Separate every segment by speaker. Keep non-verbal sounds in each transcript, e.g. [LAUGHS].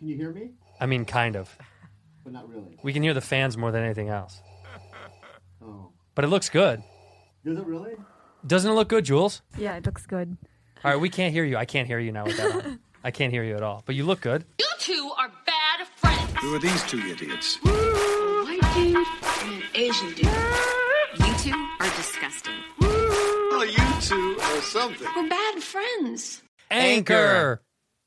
Speaker 1: Can you hear me?
Speaker 2: I mean, kind of.
Speaker 1: But not really.
Speaker 2: We can hear the fans more than anything else.
Speaker 1: [LAUGHS] Oh.
Speaker 2: But it looks good.
Speaker 1: Does it really?
Speaker 2: Doesn't it look good, Jules?
Speaker 3: Yeah, it looks good.
Speaker 2: All right, we can't hear you. I can't hear you now with that on. I can't hear you at all. But you look good.
Speaker 4: You two are bad friends.
Speaker 5: Who are these two idiots?
Speaker 4: White dude and an Asian dude.
Speaker 6: You two are disgusting.
Speaker 5: Well, you two or something.
Speaker 4: We're bad friends.
Speaker 2: Anchor.
Speaker 7: Anchor.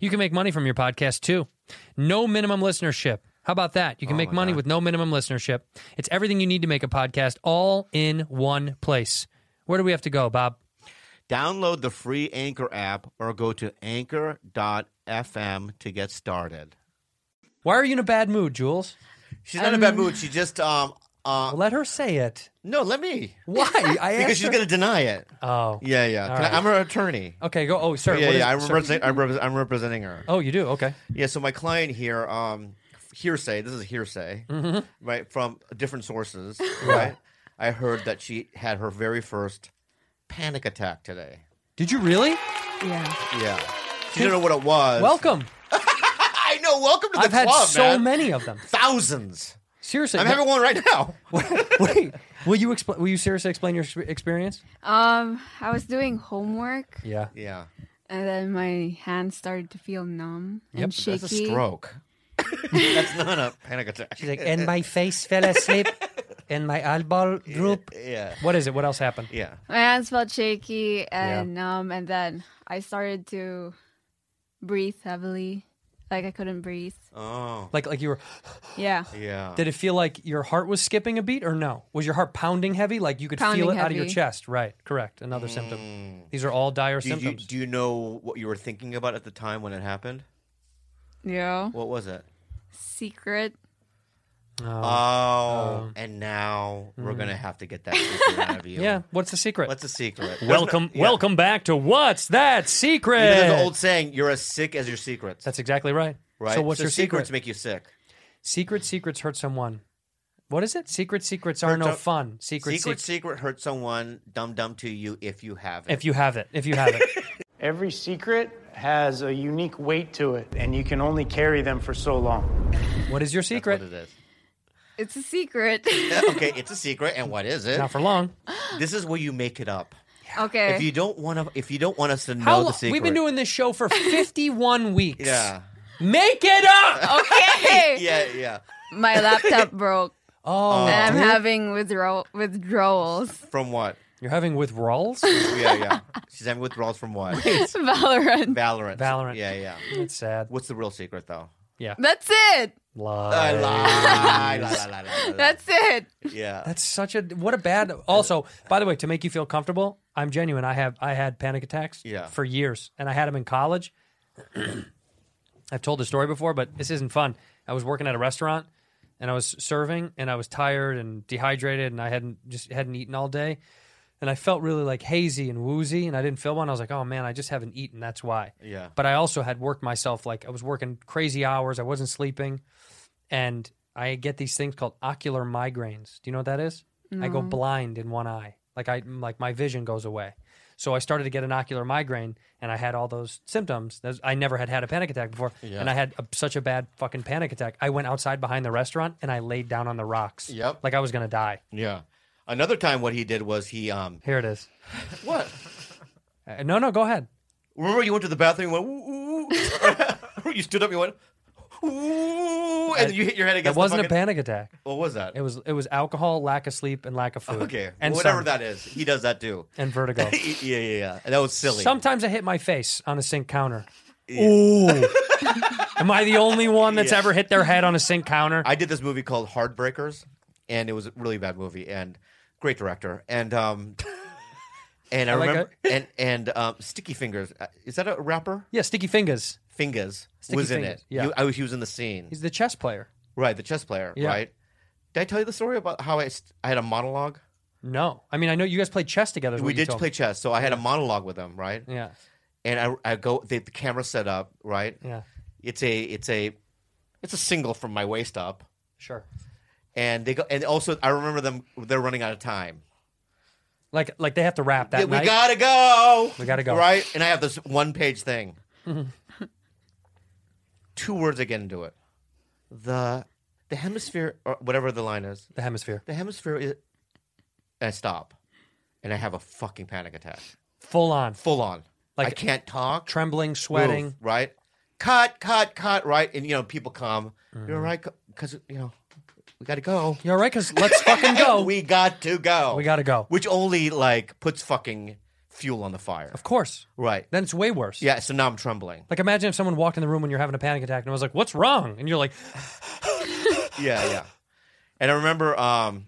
Speaker 2: You can make money from your podcast too. No minimum listenership. How about that?
Speaker 7: Oh
Speaker 2: You can make money with no minimum listenership. It's everything you need to make a podcast all in one place. Where do we have to go, Bob?
Speaker 7: Download the free Anchor app or go to anchor.fm to get started.
Speaker 2: Why are you in a bad mood, Jules?
Speaker 7: She's not in a bad mood. She just, um, uh,
Speaker 2: Let her say
Speaker 7: [LAUGHS]
Speaker 2: it.
Speaker 7: no, let me.
Speaker 2: Why? I
Speaker 7: Because she's going to deny it.
Speaker 2: Oh.
Speaker 7: Yeah, yeah. Can I-
Speaker 2: right.
Speaker 7: I'm her attorney.
Speaker 2: Okay, go. Oh, sir.
Speaker 7: yeah,
Speaker 2: what is-
Speaker 7: yeah. I'm,
Speaker 2: sir-
Speaker 7: represent, I'm, repre- I'm representing her.
Speaker 2: Oh, you do. Okay.
Speaker 7: Yeah, so my client here, um, hearsay, this is hearsay,
Speaker 2: Mm-hmm.
Speaker 7: right, from different sources, right? I heard that she had her very first panic attack today.
Speaker 2: Did you really?
Speaker 3: Yeah.
Speaker 7: Yeah. She didn't know what it was.
Speaker 2: Welcome.
Speaker 7: I know. Welcome to the
Speaker 2: I've had
Speaker 7: club,
Speaker 2: so
Speaker 7: man.
Speaker 2: many of them.
Speaker 7: Thousands.
Speaker 2: Seriously.
Speaker 7: I'm having one right now.
Speaker 2: [LAUGHS] Wait. Will you explain? Will you seriously explain your exp- experience?
Speaker 3: Um, I was doing homework
Speaker 7: [LAUGHS]
Speaker 2: Yeah.
Speaker 7: Yeah.
Speaker 3: and then my hand started to feel numb and shaky.
Speaker 7: That's a stroke. [LAUGHS] That's not a panic attack.
Speaker 2: She's like, and my face fell asleep, and my eyeball droop.
Speaker 7: yeah.
Speaker 2: What is it? What else happened?
Speaker 7: Yeah.
Speaker 3: My hands felt shaky and numb, and then I started to breathe heavily, like I couldn't breathe.
Speaker 7: Oh.
Speaker 2: Like, like you were.
Speaker 3: Yeah,
Speaker 7: Yeah.
Speaker 2: Did it feel like your heart was skipping a beat, or no? Was your heart pounding heavy? Like you could
Speaker 3: Pounding
Speaker 2: feel it out of your
Speaker 3: heavy.
Speaker 2: chest. Right. Correct. Another symptom. These are all dire
Speaker 7: do, Mm. you,
Speaker 2: symptoms.
Speaker 7: do you know what you were thinking about at the time when it happened?
Speaker 3: yeah.
Speaker 7: What was it?
Speaker 3: Secret.
Speaker 7: Oh, and now we're gonna have to get that [LAUGHS] secret out of you.
Speaker 2: Mm. yeah. What's the secret?
Speaker 7: What's the
Speaker 2: [LAUGHS]
Speaker 7: secret?
Speaker 2: welcome,
Speaker 7: There's no- yeah.
Speaker 2: welcome back to what's that secret?
Speaker 7: You know, there's an old saying: "You're as sick as your secrets."
Speaker 2: That's exactly right.
Speaker 7: right.
Speaker 2: So what's your
Speaker 7: secrets
Speaker 2: secret?
Speaker 7: make you sick?
Speaker 2: Secret secrets hurt someone. What is it? Secret secrets are
Speaker 7: Hurt
Speaker 2: no
Speaker 7: some-
Speaker 2: fun. Secret
Speaker 7: Secret, secret,
Speaker 2: secrets.
Speaker 7: hurt someone. Dumb, dumb to you if you have it.
Speaker 2: If you have it, if you have it.
Speaker 8: Every secret has a unique weight to it, and you can only carry them for so long.
Speaker 2: what is your
Speaker 7: [LAUGHS] That's what
Speaker 2: secret?
Speaker 7: it is. Uh,
Speaker 3: It's a
Speaker 7: [LAUGHS]
Speaker 3: secret.
Speaker 7: okay, it's a secret, and what is it?
Speaker 2: Not for long.
Speaker 7: This is where you make it up.
Speaker 3: okay.
Speaker 7: If you don't want to, if you don't want us to know
Speaker 2: How
Speaker 7: the
Speaker 2: long?
Speaker 7: secret,
Speaker 2: We've been doing this show
Speaker 7: [LAUGHS]
Speaker 2: for 51 weeks.
Speaker 7: Yeah,
Speaker 2: Make it up.
Speaker 3: [LAUGHS] okay.
Speaker 7: [LAUGHS] yeah, yeah.
Speaker 3: My laptop
Speaker 7: [LAUGHS]
Speaker 3: broke,
Speaker 2: Oh,
Speaker 3: and I'm having withdrawal withdrawals. [LAUGHS]
Speaker 7: From what?
Speaker 2: you're having
Speaker 7: [LAUGHS]
Speaker 2: withdrawals?
Speaker 7: Yeah, yeah. She's having withdrawals from what?
Speaker 3: Valorant.
Speaker 7: Valorant.
Speaker 2: Valorant.
Speaker 7: Yeah, yeah.
Speaker 2: That's sad.
Speaker 7: What's the real secret though?
Speaker 3: That's it.
Speaker 2: Lies.
Speaker 7: Lie, lie, lie, lie, lie, lie.
Speaker 2: [LAUGHS]
Speaker 3: That's it.
Speaker 7: yeah.
Speaker 2: That's such a what a bad. Also, by the way, to make you feel comfortable, I'm genuine. I have I had panic attacks
Speaker 7: Yeah.
Speaker 2: for years, and I had them in college. [CLEARS THROAT] I've told the story before, but this isn't fun. I was working at a restaurant, and I was serving, and I was tired and dehydrated, and I hadn't just hadn't eaten all day, and I felt really like hazy and woozy, and I didn't feel one. I was like, oh man, I just haven't eaten. That's why.
Speaker 7: Yeah.
Speaker 2: But I also had worked myself like I was working crazy hours. I wasn't sleeping and I get these things called ocular migraines. Do you know what that is? I go blind in one eye. Like I like my vision goes away. So I started to get an ocular migraine, and I had all those symptoms. Those- I never had had a panic attack before, and I had a, such a bad fucking panic attack. I went outside behind the restaurant and I laid down on the rocks,
Speaker 7: Yep.
Speaker 2: like I was gonna die.
Speaker 7: Yeah. Another time, what he did was he um
Speaker 2: Here it is.
Speaker 7: what?
Speaker 2: Uh, no, no, go ahead.
Speaker 7: [LAUGHS] Remember you went to the bathroom and went ooh, ooh, ooh. you stood up and you went ooh Ooh, and you hit your head
Speaker 2: It
Speaker 7: against.
Speaker 2: wasn't
Speaker 7: the
Speaker 2: a
Speaker 7: fucking-
Speaker 2: panic attack.
Speaker 7: What was that?
Speaker 2: It was it was alcohol, lack of sleep, and lack of food.
Speaker 7: okay,
Speaker 2: and
Speaker 7: whatever
Speaker 2: sun,
Speaker 7: that is, he does that too.
Speaker 2: and
Speaker 7: [LAUGHS]
Speaker 2: vertigo.
Speaker 7: yeah, yeah, yeah. And that was silly.
Speaker 2: Sometimes I hit my face on a sink counter. Ooh. Am I the only one that's
Speaker 7: Yeah.
Speaker 2: ever hit their head on a sink counter?
Speaker 7: I did this movie called Heartbreakers, and it was a really bad movie and great director. And
Speaker 2: [LAUGHS]
Speaker 7: um, and I,
Speaker 2: I like
Speaker 7: remember and and um, Sticky Fingers uh, is that a rapper?
Speaker 2: yeah, sticky fingers.
Speaker 7: Fingers
Speaker 2: Sticky
Speaker 7: was in
Speaker 2: Fingers,
Speaker 7: it.
Speaker 2: yeah.
Speaker 7: He- I was he was in the scene.
Speaker 2: He's the chess player.
Speaker 7: right, the chess player.
Speaker 2: Yeah.
Speaker 7: Right. Did I tell you the story about how I st- I had a monologue?
Speaker 2: No, I mean I know you guys played chess together. is
Speaker 7: We
Speaker 2: what you
Speaker 7: did
Speaker 2: told
Speaker 7: play chess, so I had a monologue with him, right?
Speaker 2: me. Yeah,
Speaker 7: And I, I go, the, the camera set up, right?
Speaker 2: yeah,
Speaker 7: It's a, it's a, it's a single from my waist up,
Speaker 2: sure.
Speaker 7: and they go, and also I remember them, they're running out of time.
Speaker 2: Like like they have to wrap that
Speaker 7: Yeah, we
Speaker 2: night.
Speaker 7: gotta go.
Speaker 2: We gotta go.
Speaker 7: Right? And I have this one page
Speaker 2: [LAUGHS]
Speaker 7: thing. Two words I get into it. The the hemisphere or whatever the line is.
Speaker 2: the hemisphere,
Speaker 7: The hemisphere is and I stop. And I have a fucking panic attack.
Speaker 2: full on,
Speaker 7: Full on. Like I
Speaker 2: Like-
Speaker 7: can't talk.
Speaker 2: trembling,
Speaker 7: move,
Speaker 2: sweating.
Speaker 7: right? Cut, cut, cut, right? And you know, people come.
Speaker 2: Mm-hmm.
Speaker 7: You're right, because you know, we gotta go.
Speaker 2: You're right, because let's fucking go. we,
Speaker 7: [LAUGHS] We got to go.
Speaker 2: gotta go.
Speaker 7: Which only like puts fucking fuel on the fire.
Speaker 2: of course.
Speaker 7: Right.
Speaker 2: Then it's way worse.
Speaker 7: Yeah, so now I'm trembling.
Speaker 2: Like imagine if someone walked in the room when you're having a panic attack and was like, "What's wrong?" and you're like,
Speaker 7: Yeah,
Speaker 2: [LAUGHS]
Speaker 7: yeah. And I remember um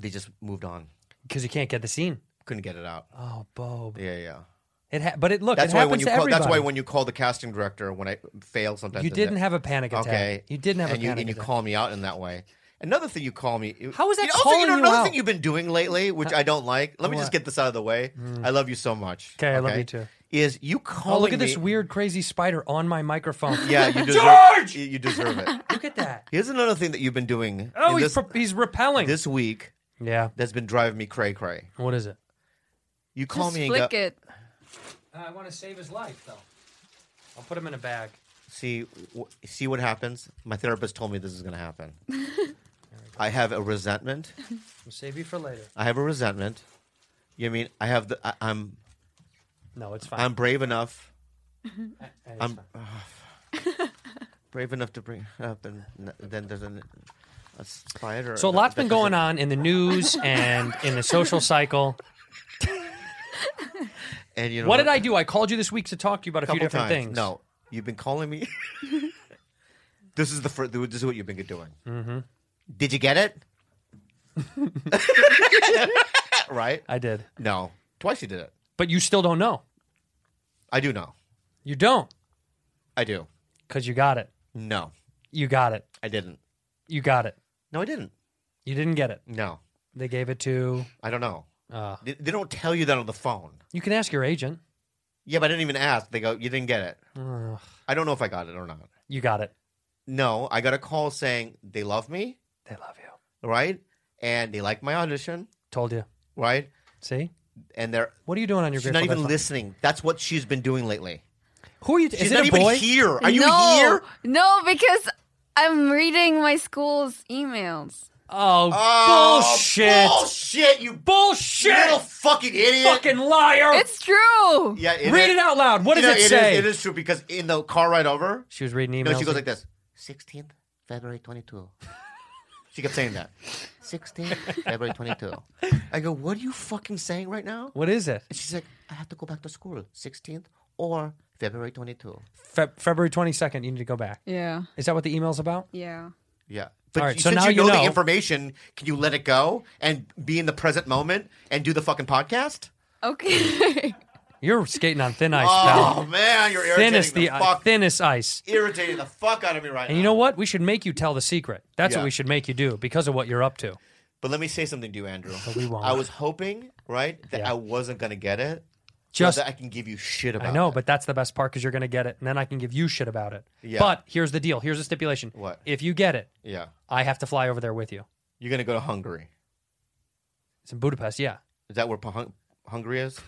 Speaker 7: they just moved on.
Speaker 2: "Because you can't get the scene."
Speaker 7: Couldn't get it out.
Speaker 2: Oh, Bob.
Speaker 7: Yeah, yeah.
Speaker 2: It ha- but it look.
Speaker 7: That's
Speaker 2: it
Speaker 7: why
Speaker 2: happens
Speaker 7: when you
Speaker 2: to
Speaker 7: call, that's why
Speaker 2: everybody.
Speaker 7: when you call the casting director when I fail sometimes.
Speaker 2: you
Speaker 7: in
Speaker 2: didn't
Speaker 7: that-
Speaker 2: have a panic attack.
Speaker 7: Okay.
Speaker 2: You didn't have
Speaker 7: and
Speaker 2: a
Speaker 7: you,
Speaker 2: panic
Speaker 7: And you
Speaker 2: attack.
Speaker 7: call me out in that way. Another thing you call me.
Speaker 2: How is that
Speaker 7: also,
Speaker 2: calling
Speaker 7: you know,
Speaker 2: you
Speaker 7: Another
Speaker 2: out?
Speaker 7: thing you've been doing lately, which I don't like. Let me
Speaker 2: What? Mm.
Speaker 7: just get this out of the way. I love you so much.
Speaker 2: Okay, I love you too.
Speaker 7: Is you calling
Speaker 2: oh, look at this
Speaker 7: me-
Speaker 2: weird, crazy spider on my microphone.
Speaker 7: [LAUGHS]
Speaker 2: [LAUGHS]
Speaker 7: Yeah, you deserve. George! You deserve it.
Speaker 2: look at that.
Speaker 7: Here's another thing that you've been doing.
Speaker 2: Oh,
Speaker 7: in
Speaker 2: he's
Speaker 7: this,
Speaker 2: pro- he's repelling.
Speaker 7: this week
Speaker 2: yeah.
Speaker 7: that's been driving me cray cray.
Speaker 2: What is it?
Speaker 7: You call
Speaker 3: Just
Speaker 7: me
Speaker 3: flick
Speaker 7: and go,
Speaker 3: it.
Speaker 2: Uh, I want to save his life, though. I'll put him in a bag.
Speaker 7: see, w- see what happens. My therapist told me this is going
Speaker 3: [LAUGHS]
Speaker 7: to happen. I have a resentment.
Speaker 2: I'll save you for later.
Speaker 7: I have a resentment. You mean I have the I, I'm
Speaker 2: No, it's fine.
Speaker 7: I'm brave enough.
Speaker 2: Hey, it's
Speaker 7: I'm
Speaker 2: fine.
Speaker 7: brave enough to bring it up, and n- then there's an, a spider.
Speaker 2: so a
Speaker 7: that-
Speaker 2: lot's
Speaker 7: that
Speaker 2: been going
Speaker 7: doesn't-
Speaker 2: on in the
Speaker 7: [LAUGHS]
Speaker 2: news and in the social cycle.
Speaker 7: And you know
Speaker 2: What did I do? I called you this week to talk to you about a few
Speaker 7: couple
Speaker 2: different
Speaker 7: times.
Speaker 2: things.
Speaker 7: No, you've been calling me. [LAUGHS] this is the first. This is what you've been doing. Mm-hmm. Did you get it? [LAUGHS] right?
Speaker 2: I did,
Speaker 7: No, twice you did it.
Speaker 2: but you still don't know.
Speaker 7: I do know.
Speaker 2: You don't
Speaker 7: I do.
Speaker 2: because you got it.
Speaker 7: No,
Speaker 2: You got it.
Speaker 7: I didn't.
Speaker 2: You got it.
Speaker 7: No, I didn't.
Speaker 2: You didn't get it.
Speaker 7: No,
Speaker 2: They gave it to.
Speaker 7: I don't know.
Speaker 2: Uh,
Speaker 7: They, they don't tell you that on the phone.
Speaker 2: you can ask your agent.
Speaker 7: Yeah, but I didn't even ask. They go, you didn't get it.
Speaker 2: Ugh,
Speaker 7: I don't know if I got it or not.
Speaker 2: you got it.
Speaker 7: No, I got a call saying they love me,
Speaker 2: They love you.
Speaker 7: right? And they like my audition,
Speaker 2: Told you.
Speaker 7: right?
Speaker 2: See,
Speaker 7: And they're
Speaker 2: what are you doing on your?
Speaker 7: she's
Speaker 2: Grateful
Speaker 7: not even
Speaker 2: Dead phone?
Speaker 7: listening. That's what she's been doing lately.
Speaker 2: Who are you?
Speaker 7: She's
Speaker 2: is
Speaker 7: not
Speaker 2: it a
Speaker 7: even
Speaker 2: boy?
Speaker 7: here. Are you
Speaker 3: no,
Speaker 7: here?
Speaker 3: No, because I'm reading my school's emails.
Speaker 2: Oh,
Speaker 7: Oh,
Speaker 2: bullshit!
Speaker 7: Bullshit! You
Speaker 2: Bullshit!
Speaker 7: little fucking idiot!
Speaker 2: Fucking liar!
Speaker 3: It's true.
Speaker 7: yeah,
Speaker 2: Read
Speaker 7: is-
Speaker 2: it out loud. What
Speaker 7: You
Speaker 2: does
Speaker 7: know,
Speaker 2: it
Speaker 7: is-
Speaker 2: say?
Speaker 7: it is true because in the car ride over,
Speaker 2: She was reading emails.
Speaker 7: no, she goes like this: sixteenth February twenty two. [LAUGHS] She kept saying that. 16th February 22. I go, what are you fucking saying right now?
Speaker 2: What is it?
Speaker 7: And she's like, I have to go back to school 16th or February 22.
Speaker 2: Fe- February twenty second. You need to go back.
Speaker 3: Yeah.
Speaker 2: Is that what the email's about?
Speaker 3: Yeah.
Speaker 7: Yeah. But
Speaker 2: All right,
Speaker 7: you-
Speaker 2: so
Speaker 7: since
Speaker 2: now
Speaker 7: you
Speaker 2: you
Speaker 7: know,
Speaker 2: know.
Speaker 7: the information, can you let it go and be in the present moment and do the fucking podcast?
Speaker 3: Okay. [LAUGHS]
Speaker 2: You're skating on thin ice,
Speaker 7: Oh,
Speaker 2: pal.
Speaker 7: man, you're irritating
Speaker 2: Thin is
Speaker 7: the,
Speaker 2: the
Speaker 7: fuck.
Speaker 2: thinnest ice.
Speaker 7: irritating the fuck out of me right
Speaker 2: And
Speaker 7: now.
Speaker 2: you know what? We should make you tell the secret. That's
Speaker 7: Yeah.
Speaker 2: what we should make you do because of what you're up to.
Speaker 7: But let me say something to you, Andrew.
Speaker 2: we won't.
Speaker 7: I was hoping, right, that
Speaker 2: Yeah.
Speaker 7: I wasn't going to get it.
Speaker 2: Just
Speaker 7: so that I can give you shit about
Speaker 2: I know,
Speaker 7: it.
Speaker 2: but that's the best part because you're going to get it, and then I can give you shit about it.
Speaker 7: Yeah.
Speaker 2: But here's the deal. Here's a stipulation.
Speaker 7: What?
Speaker 2: If you get it,
Speaker 7: Yeah.
Speaker 2: I have to fly over there with you.
Speaker 7: You're going to go to Hungary.
Speaker 2: It's in Budapest. Yeah.
Speaker 7: Is that where Pa- Hung-
Speaker 2: [LAUGHS]
Speaker 7: Hungary is?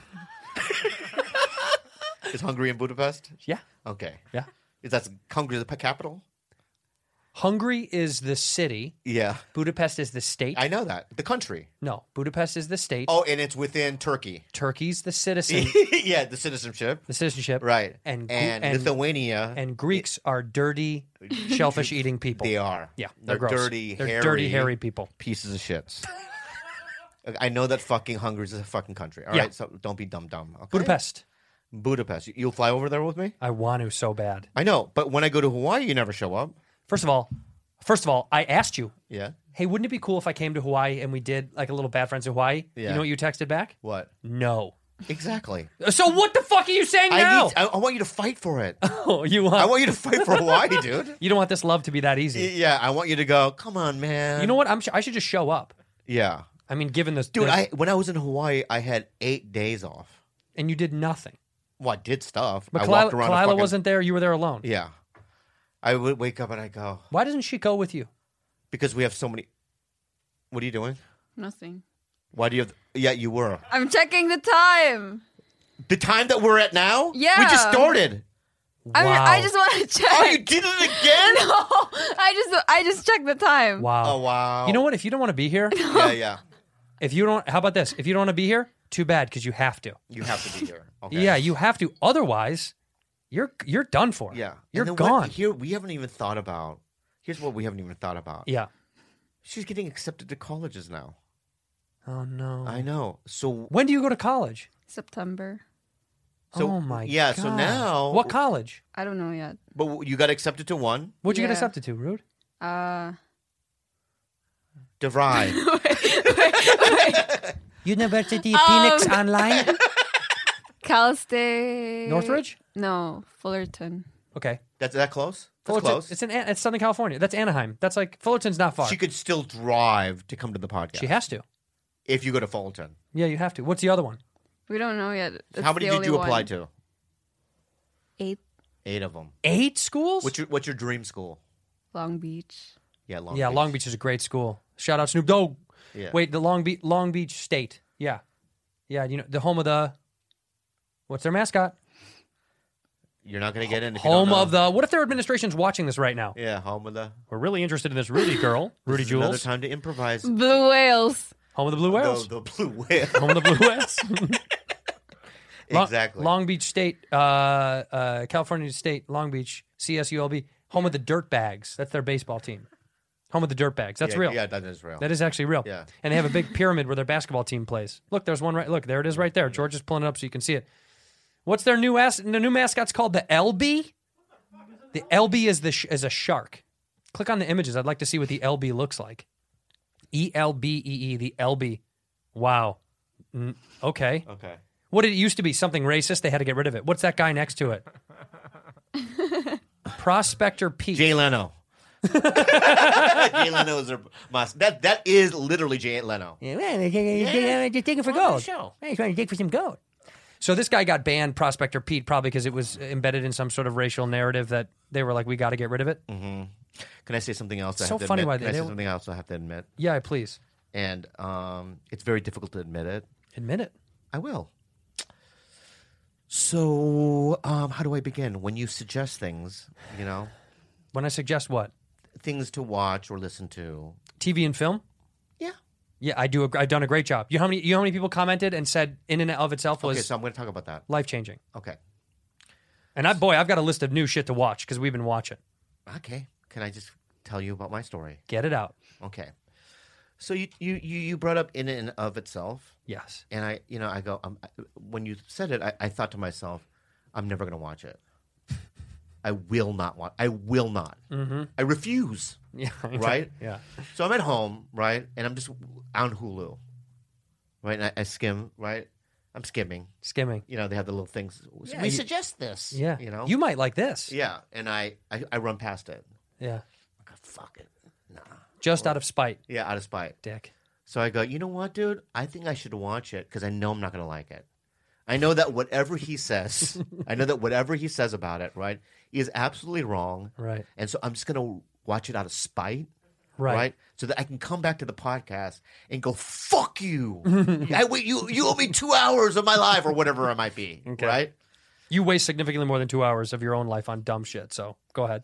Speaker 7: is Hungary in Budapest?
Speaker 2: Yeah.
Speaker 7: Okay.
Speaker 2: Yeah.
Speaker 7: Is that Hungary the capital?
Speaker 2: Hungary is the city.
Speaker 7: Yeah,
Speaker 2: Budapest is the state.
Speaker 7: I know that the country.
Speaker 2: no, Budapest is the state.
Speaker 7: Oh, and it's within Turkey.
Speaker 2: Turkey's the
Speaker 7: [LAUGHS]
Speaker 2: citizen,
Speaker 7: yeah, the citizenship.
Speaker 2: the citizenship.
Speaker 7: Right.
Speaker 2: And Gre-
Speaker 7: and,
Speaker 2: and-
Speaker 7: Lithuania.
Speaker 2: And Greeks are
Speaker 7: [LAUGHS]
Speaker 2: dirty, shellfish eating people.
Speaker 7: they are.
Speaker 2: Yeah,
Speaker 7: they're,
Speaker 2: they're, gross.
Speaker 7: dirty,
Speaker 2: They're
Speaker 7: hairy,
Speaker 2: dirty, hairy people.
Speaker 7: pieces of shit. I know that fucking Hungary is a fucking country. All right,
Speaker 2: Yeah.
Speaker 7: so don't be dumb dumb. Okay?
Speaker 2: Budapest.
Speaker 7: Budapest. You- You'll fly over there with me.
Speaker 2: I want to so bad.
Speaker 7: I know, but when I go to Hawaii, you never show up.
Speaker 2: First of all, first of all, I asked you,
Speaker 7: Yeah.
Speaker 2: hey, wouldn't it be cool if I came to Hawaii and we did like a little bad friends in Hawaii? You
Speaker 7: Yeah.
Speaker 2: know what you texted back?
Speaker 7: What?
Speaker 2: No.
Speaker 7: Exactly.
Speaker 2: So what the fuck are you saying
Speaker 7: I
Speaker 2: now?
Speaker 7: need. I, I want you to fight for it.
Speaker 2: [LAUGHS] you want,
Speaker 7: I want you to fight for Hawaii,
Speaker 2: [LAUGHS]
Speaker 7: dude.
Speaker 2: you don't want this love to be that easy.
Speaker 7: Yeah, I want you to go. Come on, man.
Speaker 2: You know what? I'm sh- I should just show up.
Speaker 7: Yeah,
Speaker 2: I mean, given this,
Speaker 7: dude.
Speaker 2: the-
Speaker 7: I when I was in Hawaii, I had eight days off.
Speaker 2: and you did nothing.
Speaker 7: Well, I did stuff.
Speaker 2: But
Speaker 7: I
Speaker 2: Kalila,
Speaker 7: walked around. a
Speaker 2: Kalila
Speaker 7: fucking-
Speaker 2: wasn't there. You were there alone.
Speaker 7: Yeah, I would wake up and I go
Speaker 2: Why doesn't she go with you?
Speaker 7: because we have so many. What are you doing?
Speaker 3: Nothing.
Speaker 7: Why do you have? Yeah, you were
Speaker 3: I'm checking the time.
Speaker 7: the time that we're at now.
Speaker 3: Yeah.
Speaker 7: we just started.
Speaker 3: I mean, I
Speaker 2: Wow.
Speaker 3: just want to check.
Speaker 7: Oh, you did it again.
Speaker 3: [LAUGHS] no, I just I just checked the time.
Speaker 2: Wow.
Speaker 7: Oh wow.
Speaker 2: You know what? If you don't want to be here,
Speaker 7: Yeah, yeah.
Speaker 2: if you don't, how about this? If you don't want to be here, too bad because you have to.
Speaker 7: You have to be here. Okay.
Speaker 2: Yeah, you have to. Otherwise, you're you're done for.
Speaker 7: [LAUGHS] Yeah.
Speaker 2: you're
Speaker 7: And then
Speaker 2: gone.
Speaker 7: What, here we haven't even thought about. Here's what we haven't even thought about.
Speaker 2: yeah.
Speaker 7: She's getting accepted to colleges now.
Speaker 2: Oh no.
Speaker 7: I know. So
Speaker 2: when do you go to college?
Speaker 3: September.
Speaker 7: so
Speaker 2: oh my.
Speaker 7: yeah. So
Speaker 2: God.
Speaker 7: now
Speaker 2: what college?
Speaker 3: I don't know yet.
Speaker 7: But you got accepted to one.
Speaker 2: What'd you get
Speaker 3: Yeah.
Speaker 2: accepted to, Rude?
Speaker 3: Uh, [LAUGHS]
Speaker 7: DeVry.
Speaker 2: University of Phoenix Online,
Speaker 3: Cal State.
Speaker 2: Northridge.
Speaker 3: No, Fullerton.
Speaker 2: Okay,
Speaker 7: That's that close. That's
Speaker 2: Fullerton.
Speaker 7: close.
Speaker 2: It's in An- it's Southern California. That's Anaheim. That's like Fullerton's not far.
Speaker 7: She could still drive to come to the podcast.
Speaker 2: She has to.
Speaker 7: if you go to Fullerton.
Speaker 2: Yeah, you have to. What's the other one?
Speaker 3: We don't know yet. It's
Speaker 7: How many
Speaker 3: the
Speaker 7: did
Speaker 3: only
Speaker 7: you apply
Speaker 3: one.
Speaker 7: to?
Speaker 3: Eight
Speaker 7: Eight of them.
Speaker 2: Eight schools.
Speaker 7: What's your What's your dream school?
Speaker 3: Long Beach.
Speaker 7: Yeah, Long
Speaker 2: yeah,
Speaker 7: Beach.
Speaker 2: Long Beach is a great school. Shout out Snoop Dogg.
Speaker 7: Yeah.
Speaker 2: Wait, the Long Beach Long Beach State. Yeah, yeah. You know the home of the. What's their mascot?
Speaker 7: You're not gonna get in. if you don't
Speaker 2: Home
Speaker 7: know.
Speaker 2: of the. What if their administration's watching this right now?
Speaker 7: Yeah, home of the.
Speaker 2: We're really interested in this Rudy girl, Rudy
Speaker 7: This is Another
Speaker 2: Jules. Mm,
Speaker 7: time to improvise.
Speaker 3: Blue Whales.
Speaker 2: Home of the Blue Whales.
Speaker 7: The, the blue [LAUGHS] whale.
Speaker 2: Home of the Blue
Speaker 7: [LAUGHS]
Speaker 2: Whales. Lo-
Speaker 7: exactly.
Speaker 2: Long Beach State, uh, uh, California State, Long Beach, CSULB, home of the Dirtbags. That's their baseball team. Home of the Dirtbags. That's
Speaker 7: yeah,
Speaker 2: real.
Speaker 7: Yeah, that is real.
Speaker 2: That is actually real.
Speaker 7: Yeah.
Speaker 2: And they have a big pyramid where their basketball team plays. Look, there's one right. Look, there it is right there. George is pulling it up so you can see it. What's their new ass? The new mascot's called the LB. The LB is the sh- is a shark. Click on the images. I'd like to see what the LB looks like. E L B E E. The LB. Wow. Mm, okay.
Speaker 7: okay.
Speaker 2: What did it used to be? Something racist. They had to get rid of it. What's that guy next to it? Prospector Pete.
Speaker 7: Jay Leno. Jay Leno is her boss. That that is literally Jay Leno.
Speaker 2: Yeah, well, they- they- they- they- they're digging for gold. Hey, he's trying to dig for some gold. So this guy got banned, Prospector Pete, probably because it was embedded in some sort of racial narrative that they were like, "We got to get rid of it."
Speaker 7: Mm. Can I say something else? I
Speaker 2: So
Speaker 7: have to
Speaker 2: funny
Speaker 7: admit?
Speaker 2: why
Speaker 7: Can
Speaker 2: they-
Speaker 7: I say
Speaker 2: they-
Speaker 7: something else I have to admit,
Speaker 2: Yeah, please
Speaker 7: and um, it's very difficult to admit it.
Speaker 2: admit it.
Speaker 7: I will. So, um, how do I begin? When you suggest things, you know,
Speaker 2: When I suggest what
Speaker 7: things to watch or listen to.
Speaker 2: TV and film,
Speaker 7: Yeah.
Speaker 2: yeah, I do. A, I've done a great job. You know how many? You know how many people commented and said "In and of itself" was
Speaker 7: Okay, so I'm going to talk about that.
Speaker 2: life changing.
Speaker 7: Okay.
Speaker 2: And I, boy, I've got a list of new shit to watch because we've been watching.
Speaker 7: Okay. Can I just tell you about my story?
Speaker 2: Get it out.
Speaker 7: Okay. So you you you you brought up in and of itself,
Speaker 2: Yes. [LAUGHS]
Speaker 7: and I you know I go um, I, when you said it, I, I thought to myself, I'm never going to watch it. [LAUGHS] I will not watch. I will not.
Speaker 2: [LAUGHS]
Speaker 7: I refuse.
Speaker 2: Yeah.
Speaker 7: Right.
Speaker 2: Mm-hmm. Yeah.
Speaker 7: So I'm at home, right, and I'm just on Hulu, right, and I, I skim, right. I'm skimming.
Speaker 2: Skimming.
Speaker 7: You know they have the little things. we suggest this.
Speaker 2: Yeah.
Speaker 7: You know.
Speaker 2: You might like this.
Speaker 7: yeah, and I, I I run past it.
Speaker 2: Yeah.
Speaker 7: I go, Fuck it.
Speaker 2: Just out of spite,
Speaker 7: Yeah, out of spite.
Speaker 2: Dick.
Speaker 7: So I go, you know what, dude? I think I should watch it because I know I'm not going to like it. I know that whatever
Speaker 2: [LAUGHS]
Speaker 7: he says, I know that whatever he says about it, right, is absolutely wrong.
Speaker 2: Right.
Speaker 7: And so I'm just going to watch it out of spite, right.
Speaker 2: Right.
Speaker 7: So that I can come back to the podcast and go,
Speaker 2: [LAUGHS]
Speaker 7: fuck you. I wait, you, you owe me two hours of my life or whatever
Speaker 2: [LAUGHS]
Speaker 7: it might be, right?
Speaker 2: You waste significantly more than two hours of your own life on dumb shit. So go ahead.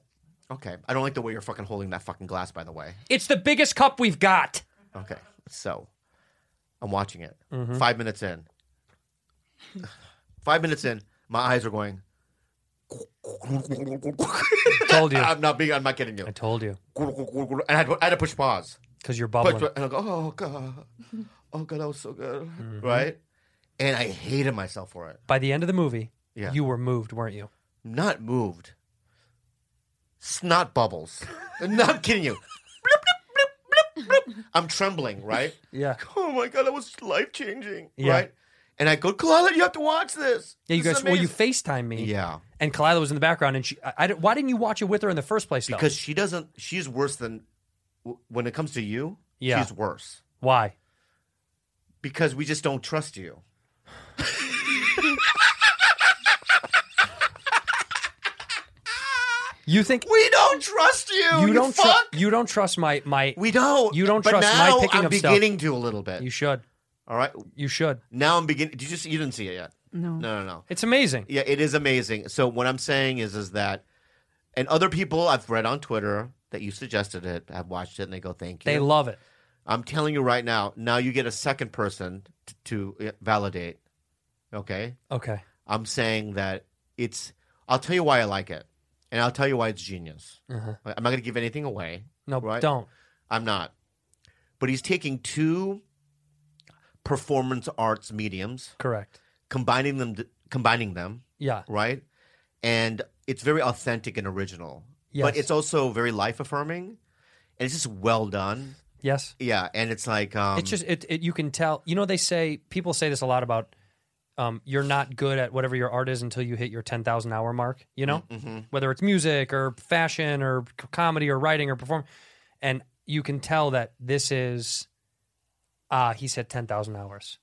Speaker 7: Okay. I don't like the way you're fucking holding that fucking glass, by the way.
Speaker 2: It's the biggest cup we've got.
Speaker 7: Okay. So I'm watching it.
Speaker 2: Mm-hmm.
Speaker 7: Five minutes in. Five minutes in, my eyes are going.
Speaker 2: Told you.
Speaker 7: I'm not being, I'm not kidding you.
Speaker 2: I told you
Speaker 7: And I had, to, I had to push pause.
Speaker 2: because you're
Speaker 7: Push-
Speaker 2: bubbling.
Speaker 7: and I go, oh, God. Oh, God, that was so good.
Speaker 2: Mm-hmm.
Speaker 7: Right? And I hated myself for it.
Speaker 2: By the end of the movie,
Speaker 7: Yeah.
Speaker 2: you were moved, weren't you?
Speaker 7: Not moved. Snot bubbles. [LAUGHS] I'm not kidding you. Bloop, bloop, bloop, bloop, bloop. I'm trembling, right?
Speaker 2: Yeah.
Speaker 7: oh my god, that was life changing,
Speaker 2: Yeah.
Speaker 7: right? And I go, Kalala, you have to watch this.
Speaker 2: Yeah, you
Speaker 7: This
Speaker 2: guys.
Speaker 7: is
Speaker 2: Well, you
Speaker 7: amazing."
Speaker 2: Facetime me.
Speaker 7: yeah,
Speaker 2: And Kalila was in the background, and she. I, I don't- why didn't you watch it with her in the first place? Though?
Speaker 7: because she doesn't. She's worse than w- when it comes to you.
Speaker 2: Yeah.
Speaker 7: she's worse
Speaker 2: why?
Speaker 7: because we just don't trust you.
Speaker 2: You think
Speaker 7: We don't trust you. You,
Speaker 2: you don't
Speaker 7: fuck.
Speaker 2: trust you don't trust my my.
Speaker 7: we don't.
Speaker 2: you don't
Speaker 7: but
Speaker 2: trust my
Speaker 7: now
Speaker 2: picking
Speaker 7: I'm
Speaker 2: up stuff.
Speaker 7: beginning to a little bit.
Speaker 2: you should.
Speaker 7: All right.
Speaker 2: You should.
Speaker 7: Now I'm beginning. Did you just? You didn't see it yet.
Speaker 3: No.
Speaker 7: No. No. No.
Speaker 2: It's amazing.
Speaker 7: Yeah, it is amazing. So what I'm saying is, is that, and other people I've read on Twitter that you suggested it have watched it and they go, "Thank you."
Speaker 2: They love it.
Speaker 7: I'm telling you right now. Now you get a second person t- to uh, validate. Okay,
Speaker 2: Okay.
Speaker 7: I'm saying that it's. I'll tell you why I like it, and I'll tell you why it's genius.
Speaker 2: Uh-huh.
Speaker 7: I- I'm not going to give anything away.
Speaker 2: No,
Speaker 7: Right.
Speaker 2: don't.
Speaker 7: I'm not. But he's taking two performance arts mediums,
Speaker 2: Correct.
Speaker 7: combining them, combining them,
Speaker 2: Yeah.
Speaker 7: right? And it's very authentic and original.
Speaker 2: Yes.
Speaker 7: But it's also very life affirming. And it's just well done.
Speaker 2: Yes.
Speaker 7: Yeah. And it's like um
Speaker 2: it's just it, it. You can tell. You know, they say people say this a lot about. Um, you're not good at whatever your art is until you hit your ten thousand hour mark. You know, whether it's music or fashion or c- comedy or writing or perform, and you can tell that this is. Ah, he said ten thousand hours.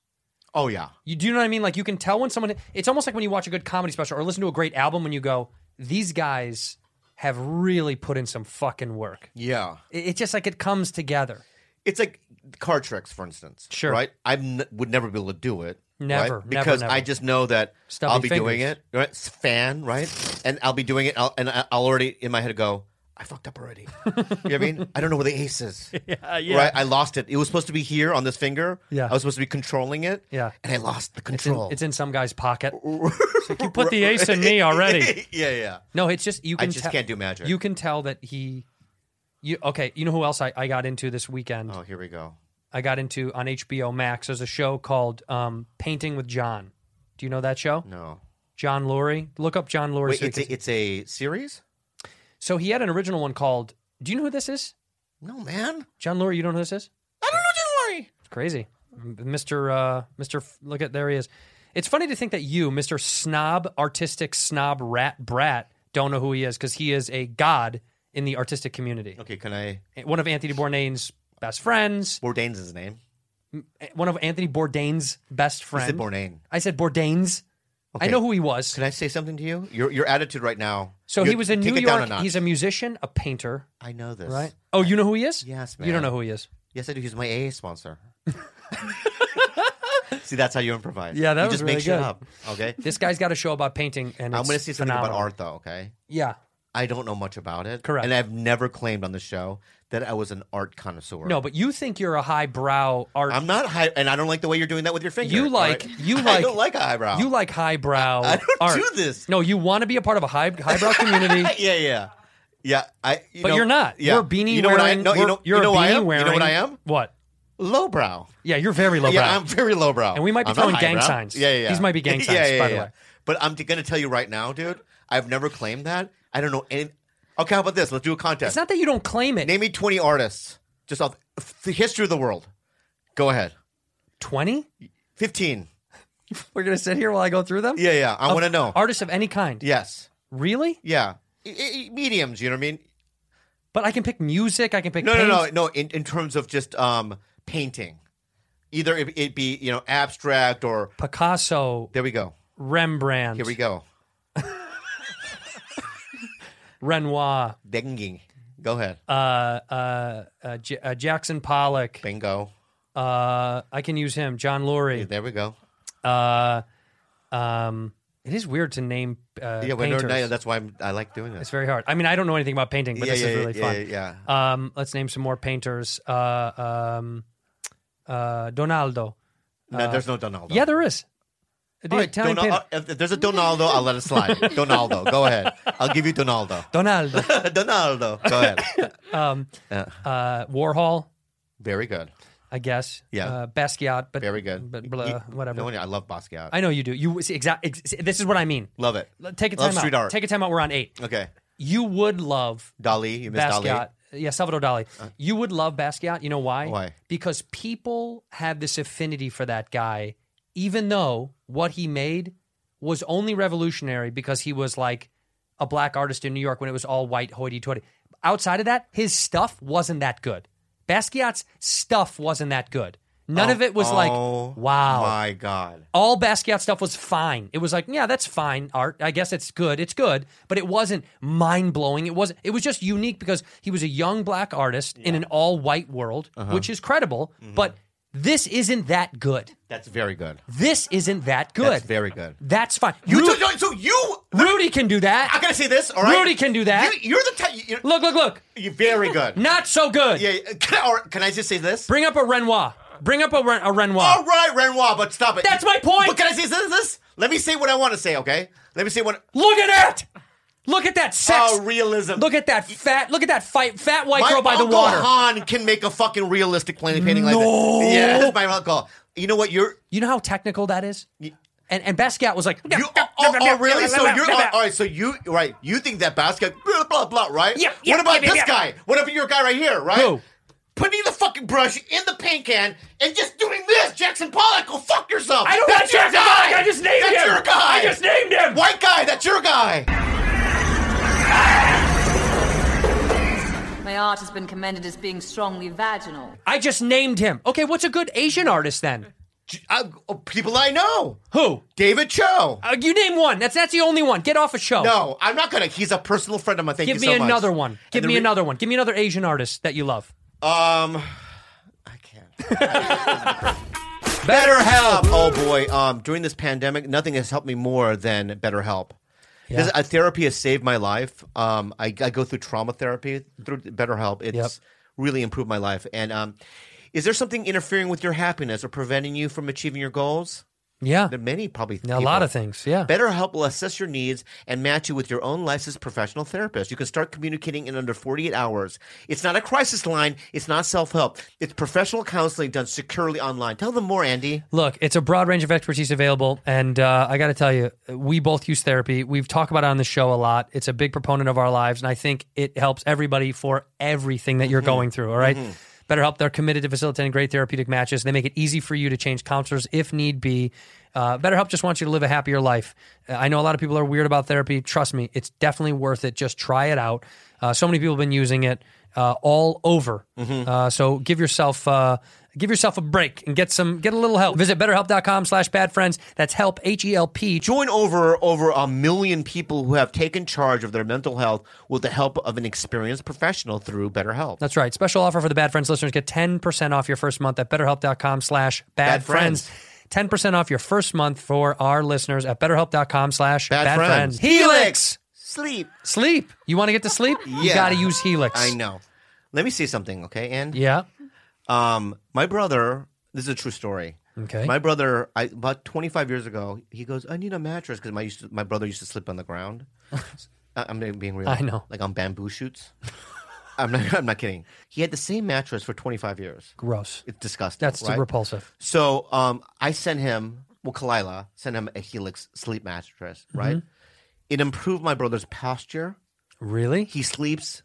Speaker 7: Oh yeah.
Speaker 2: You do you know what I mean? Like you can tell when someone. It's almost like when you watch a good comedy special or listen to a great album when you go, these guys have really put in some fucking work.
Speaker 7: Yeah.
Speaker 2: It- It's just like it comes together.
Speaker 7: It's like card tricks, for instance.
Speaker 2: Sure.
Speaker 7: Right? I n- would never be able to do it.
Speaker 2: Never,
Speaker 7: right?
Speaker 2: never,
Speaker 7: Because
Speaker 2: never.
Speaker 7: I just know that
Speaker 2: Stubby
Speaker 7: I'll be doing
Speaker 2: fingers.
Speaker 7: it. Right? S- Fan, right? And I'll be doing it. I'll, and I- I'll already in my head go, I fucked up already.
Speaker 2: [LAUGHS]
Speaker 7: you know what I mean? I don't know where the ace is. Right? I lost it. It was supposed to be here on this finger.
Speaker 2: Yeah.
Speaker 7: I was supposed to be controlling it.
Speaker 2: Yeah.
Speaker 7: And I lost the
Speaker 2: It's in,
Speaker 7: control.
Speaker 2: it's in some guy's pocket. It's like, you put the ace in me
Speaker 7: [LAUGHS]
Speaker 2: already.
Speaker 7: [LAUGHS] yeah, yeah.
Speaker 2: No, it's just you
Speaker 7: I
Speaker 2: can.
Speaker 7: just
Speaker 2: te-
Speaker 7: can't do magic.
Speaker 2: You can tell that he. You okay? You know who else I, I got into this weekend?
Speaker 7: Oh, here we go.
Speaker 2: I got into on HBO Max. There's a show called um, Painting with John. Do you know that show?
Speaker 7: No.
Speaker 2: John Lurie. Look up John Lurie.
Speaker 7: Wait,
Speaker 2: so, you
Speaker 7: it's
Speaker 2: can
Speaker 7: a, it's a series?
Speaker 2: see- so he had an original one called. Do you know who this is?
Speaker 7: No, man.
Speaker 2: John Lurie. You don't know who this is?
Speaker 7: I don't know. Don't worry.
Speaker 2: It's crazy, Mister uh, Mister. Look at there he is. It's funny to think that you, Mister Snob, artistic snob rat brat, don't know who he is because he is a god in the artistic community.
Speaker 7: Okay, can I?
Speaker 2: One of Anthony Bourdain's best friends.
Speaker 7: Bourdain's his name.
Speaker 2: One of Anthony Bourdain's best
Speaker 7: Is
Speaker 2: friends.
Speaker 7: it Bourdain?
Speaker 2: I said Bourdain's. I
Speaker 7: Okay.
Speaker 2: know who he was.
Speaker 7: Can I say something to you? Your your attitude right now.
Speaker 2: so
Speaker 7: you're-
Speaker 2: he was in
Speaker 7: take
Speaker 2: New
Speaker 7: it down
Speaker 2: York.
Speaker 7: notch.
Speaker 2: He's a musician, a painter,
Speaker 7: I know this.
Speaker 2: right? Oh, you know who he is?
Speaker 7: Yes,
Speaker 2: You don't
Speaker 7: man.
Speaker 2: know who he is.
Speaker 7: Yes, I do. He's my AA
Speaker 2: [LAUGHS]
Speaker 7: sponsor. See, that's how you improvise.
Speaker 2: Yeah, that
Speaker 7: you
Speaker 2: was
Speaker 7: just
Speaker 2: really
Speaker 7: make shit
Speaker 2: good.
Speaker 7: up.
Speaker 2: [LAUGHS]
Speaker 7: Okay,
Speaker 2: This guy's got a show about painting, and
Speaker 7: I'm
Speaker 2: it's
Speaker 7: going to say something about
Speaker 2: phenomenal.
Speaker 7: art though. Okay,
Speaker 2: Yeah.
Speaker 7: I don't know much about it.
Speaker 2: Correct.
Speaker 7: And I've never claimed on the show that I was an art connoisseur.
Speaker 2: No, but you think you're a highbrow art.
Speaker 7: I'm not high, and I don't like the way you're doing that with your finger.
Speaker 2: You
Speaker 7: All
Speaker 2: like- you
Speaker 7: [LAUGHS] I
Speaker 2: like-
Speaker 7: don't like eyebrow.
Speaker 2: you like highbrow.
Speaker 7: [LAUGHS] I don't
Speaker 2: art.
Speaker 7: do this.
Speaker 2: No, you want to be a part of a high, highbrow community.
Speaker 7: yeah, yeah, yeah. I. [LAUGHS] You
Speaker 2: But
Speaker 7: know-
Speaker 2: you're not.
Speaker 7: Yeah.
Speaker 2: You're a beanie
Speaker 7: you know
Speaker 2: wearing.
Speaker 7: What I, no, you
Speaker 2: we're-
Speaker 7: know,
Speaker 2: you're
Speaker 7: you know
Speaker 2: a beanie
Speaker 7: what I am?
Speaker 2: wearing.
Speaker 7: You know what I am?
Speaker 2: What?
Speaker 7: Lowbrow.
Speaker 2: Yeah, you're very low.
Speaker 7: Yeah, I'm [LAUGHS] very lowbrow.
Speaker 2: And we might be
Speaker 7: I'm not
Speaker 2: throwing gang
Speaker 7: highbrow.
Speaker 2: signs.
Speaker 7: Yeah, yeah, yeah.
Speaker 2: These might be gang
Speaker 7: [LAUGHS] Yeah,
Speaker 2: signs,
Speaker 7: yeah,
Speaker 2: by the
Speaker 7: yeah.
Speaker 2: way.
Speaker 7: But I'm going to tell you right now, dude. I've never claimed that. I don't know any. Okay, how about this? Let's do a contest.
Speaker 2: It's not that you don't claim it.
Speaker 7: Name me 20 artists just off the history of the world. Go ahead.
Speaker 2: 20?
Speaker 7: 15.
Speaker 2: We're going to sit here while I go through them?
Speaker 7: Yeah, yeah. I
Speaker 2: Of
Speaker 7: want to know.
Speaker 2: Artists of any kind.
Speaker 7: Yes.
Speaker 2: Really?
Speaker 7: Yeah. I- I- mediums. You know what I mean?
Speaker 2: But I can pick music. I can pick
Speaker 7: No,
Speaker 2: paint.
Speaker 7: no, no, no. In, in terms of just um painting, either it, it be you know abstract or
Speaker 2: Picasso,
Speaker 7: there we go.
Speaker 2: Rembrandt,
Speaker 7: Here we go.
Speaker 2: Renoir,
Speaker 7: Dinging. Go ahead.
Speaker 2: uh, uh, uh, J- uh, Jackson Pollock.
Speaker 7: Bingo.
Speaker 2: Uh, I can use him. John Lurie.
Speaker 7: There we go.
Speaker 2: Uh, um, It is weird to name uh,
Speaker 7: yeah, when
Speaker 2: painters.
Speaker 7: they're native, that's why I'm, I like doing
Speaker 2: it's
Speaker 7: this.
Speaker 2: very hard. I mean, I don't know anything about painting, but
Speaker 7: yeah,
Speaker 2: this
Speaker 7: yeah,
Speaker 2: is really
Speaker 7: yeah,
Speaker 2: fun.
Speaker 7: yeah, yeah.
Speaker 2: Um, let's name some more painters. Uh, um, uh, Donaldo. Uh,
Speaker 7: no, there's no Donaldo.
Speaker 2: Yeah, there is. The
Speaker 7: Oh. All right,
Speaker 2: Italian
Speaker 7: Donal-
Speaker 2: painter.
Speaker 7: if if there's a Donaldo, I'll let
Speaker 2: [LAUGHS]
Speaker 7: it slide. Donaldo, go ahead. I'll give you Donaldo.
Speaker 2: Donaldo.
Speaker 7: Donaldo, go ahead.
Speaker 2: Um,
Speaker 7: Yeah.
Speaker 2: uh, Warhol,
Speaker 7: Very good.
Speaker 2: I guess.
Speaker 7: Yeah.
Speaker 2: Uh, Basquiat, but
Speaker 7: Very good.
Speaker 2: But blah,
Speaker 7: You-
Speaker 2: whatever.
Speaker 7: No, one- I love Basquiat.
Speaker 2: I know you do. You see, exact. Ex- this is what I mean.
Speaker 7: love it.
Speaker 2: L- Take a
Speaker 7: Love
Speaker 2: time
Speaker 7: street
Speaker 2: out.
Speaker 7: art.
Speaker 2: Take a time out. We're on eight.
Speaker 7: Okay.
Speaker 2: You would love
Speaker 7: Dali, you missed
Speaker 2: Basquiat.
Speaker 7: Dali. Uh.
Speaker 2: Yeah, Salvador Dali. you would love Basquiat. You know why?
Speaker 7: Why?
Speaker 2: Because people have this affinity for that guy, even though what he made was only revolutionary because he was like a black artist in New York when it was all white hoity-toity. Outside of that, his stuff wasn't that good. Basquiat's stuff wasn't that good. None of it was like,
Speaker 7: Oh,
Speaker 2: wow.
Speaker 7: My God.
Speaker 2: All Basquiat stuff was fine. It was like, yeah, that's fine art. I guess it's good. It's good, but it wasn't mind blowing. It was not it was just unique because he was a young black artist in an all white world,
Speaker 7: Uh-huh.
Speaker 2: which is credible.
Speaker 7: Mm-hmm.
Speaker 2: But this isn't that good.
Speaker 7: That's very good.
Speaker 2: This isn't that good.
Speaker 7: That's very good.
Speaker 2: That's fine.
Speaker 7: You
Speaker 2: Ru-
Speaker 7: took- so you
Speaker 2: Rudy can do
Speaker 7: I
Speaker 2: that.
Speaker 7: gotta say this, all right?
Speaker 2: Rudy can do that.
Speaker 7: You, you're the type. You're,
Speaker 2: Look, look, look.
Speaker 7: you're very
Speaker 2: [LAUGHS]
Speaker 7: good.
Speaker 2: Not so good.
Speaker 7: Yeah. yeah. Can I, all right, can I just say this?
Speaker 2: Bring up a Renoir. Bring up a, Ren- a Renoir.
Speaker 7: all right, Renoir, but stop it.
Speaker 2: That's my point.
Speaker 7: But can I say this, this? Let me say what I want to say, okay? Let me say what.
Speaker 2: Look at that. Look at that sex.
Speaker 7: Oh, realism.
Speaker 2: Look at that fat. Look at that fight, fat white
Speaker 7: my
Speaker 2: girl by the
Speaker 7: Uncle
Speaker 2: water.
Speaker 7: Han can make a fucking realistic planet painting
Speaker 2: No.
Speaker 7: like that. Yeah, that's my uncle. You know what? You're
Speaker 2: You know how technical that is? And and Basquiat was like,
Speaker 7: You, oh, oh, oh, really? So you're oh, all all right. So you right? You think that basket blah blah blah, right?
Speaker 2: Yeah, yeah,
Speaker 7: What about
Speaker 2: yeah,
Speaker 7: this
Speaker 2: yeah.
Speaker 7: guy? What about your guy right here? Right?
Speaker 2: Who?
Speaker 7: Putting the fucking brush in the paint can and just doing this, Jackson Pollock. Go fuck yourself.
Speaker 2: I don't want
Speaker 7: That's your
Speaker 2: Jackson
Speaker 7: guy.
Speaker 2: Pollock, I just named
Speaker 7: that's
Speaker 2: him.
Speaker 7: Your guy.
Speaker 2: I just named him.
Speaker 7: White guy. That's your guy.
Speaker 9: My art has been commended as being strongly vaginal.
Speaker 2: I just named him. Okay, what's a good Asian artist then?
Speaker 7: J- I- oh, people I know.
Speaker 2: Who?
Speaker 7: David Cho.
Speaker 2: Uh, you name one. That's that's the only one. Get off a show.
Speaker 7: no, I'm not gonna. He's a personal friend of mine. Thank
Speaker 2: Give
Speaker 7: you
Speaker 2: me
Speaker 7: so much.
Speaker 2: another one. Give
Speaker 7: the
Speaker 2: me
Speaker 7: re-
Speaker 2: another one. Give me another Asian artist that you love.
Speaker 7: Um, I can't. BetterHelp. Oh boy. Um, during this pandemic, nothing has helped me more than BetterHelp. This, uh, therapy has saved my life. Um, I, I go through trauma therapy through BetterHelp. It's
Speaker 2: Yep.
Speaker 7: really improved my life. And um, is there something interfering with your happiness or preventing you from achieving your goals?
Speaker 2: Yeah.
Speaker 7: There are many probably.
Speaker 2: a lot
Speaker 7: people.
Speaker 2: of things. Yeah.
Speaker 7: BetterHelp will assess your needs and match you with your own licensed professional therapist. You can start communicating in under 48 hours. It's not a crisis line. It's not self help. It's professional counseling done securely online. Tell them more, Andy.
Speaker 2: Look, it's a broad range of expertise available, and uh, I got to tell you, we both use therapy. We've talked about it on the show a lot. It's a big proponent of our lives, and I think it helps everybody for everything that you're going through. All right? BetterHelp, they're committed to facilitating great therapeutic matches. They make it easy for you to change counselors if need be. Uh, BetterHelp just wants you to live a happier life. Uh, I know a lot of people are weird about therapy. Trust me, it's definitely worth it. Just try it out. Uh, so many people have been using it uh, all over.
Speaker 7: Mm-hmm.
Speaker 2: Uh, so give yourself uh, give yourself a break and get some get a little help. Visit betterhelp.com slash bad friends. That's help H E L P.
Speaker 7: Join over over a million people who have taken charge of their mental health with the help of an experienced professional through BetterHelp.
Speaker 2: That's right. Special offer for the Bad Friends listeners. Get 10% off your first month at betterhelp.com slash bad
Speaker 7: Bad
Speaker 2: friends.
Speaker 7: Friends.
Speaker 2: 10% off your first month for our listeners at betterhelp.com slash
Speaker 7: Bad
Speaker 2: bad friends.
Speaker 7: Friends.
Speaker 2: Helix!
Speaker 7: Sleep.
Speaker 2: Sleep. You want to get to sleep? You
Speaker 7: Yeah.
Speaker 2: got to use Helix.
Speaker 7: I know. Let me say something, okay, Andy?
Speaker 2: Yeah.
Speaker 7: Um, my brother, this is a true story.
Speaker 2: Okay.
Speaker 7: My brother, I, about 25 years ago, he goes, I need a mattress because my, used to- my brother used to sleep on the
Speaker 2: [LAUGHS]
Speaker 7: ground. I- I'm being- being real.
Speaker 2: I know.
Speaker 7: Like on bamboo shoots. [LAUGHS] I'm, not, I'm not kidding. He had the same mattress for 25 years.
Speaker 2: Gross.
Speaker 7: It's disgusting.
Speaker 2: That's too
Speaker 7: right?
Speaker 2: repulsive.
Speaker 7: So um, I sent him, well, Kalila sent him a Helix sleep mattress, right?
Speaker 2: Mm-hmm.
Speaker 7: It improved my brother's posture.
Speaker 2: Really?
Speaker 7: He sleeps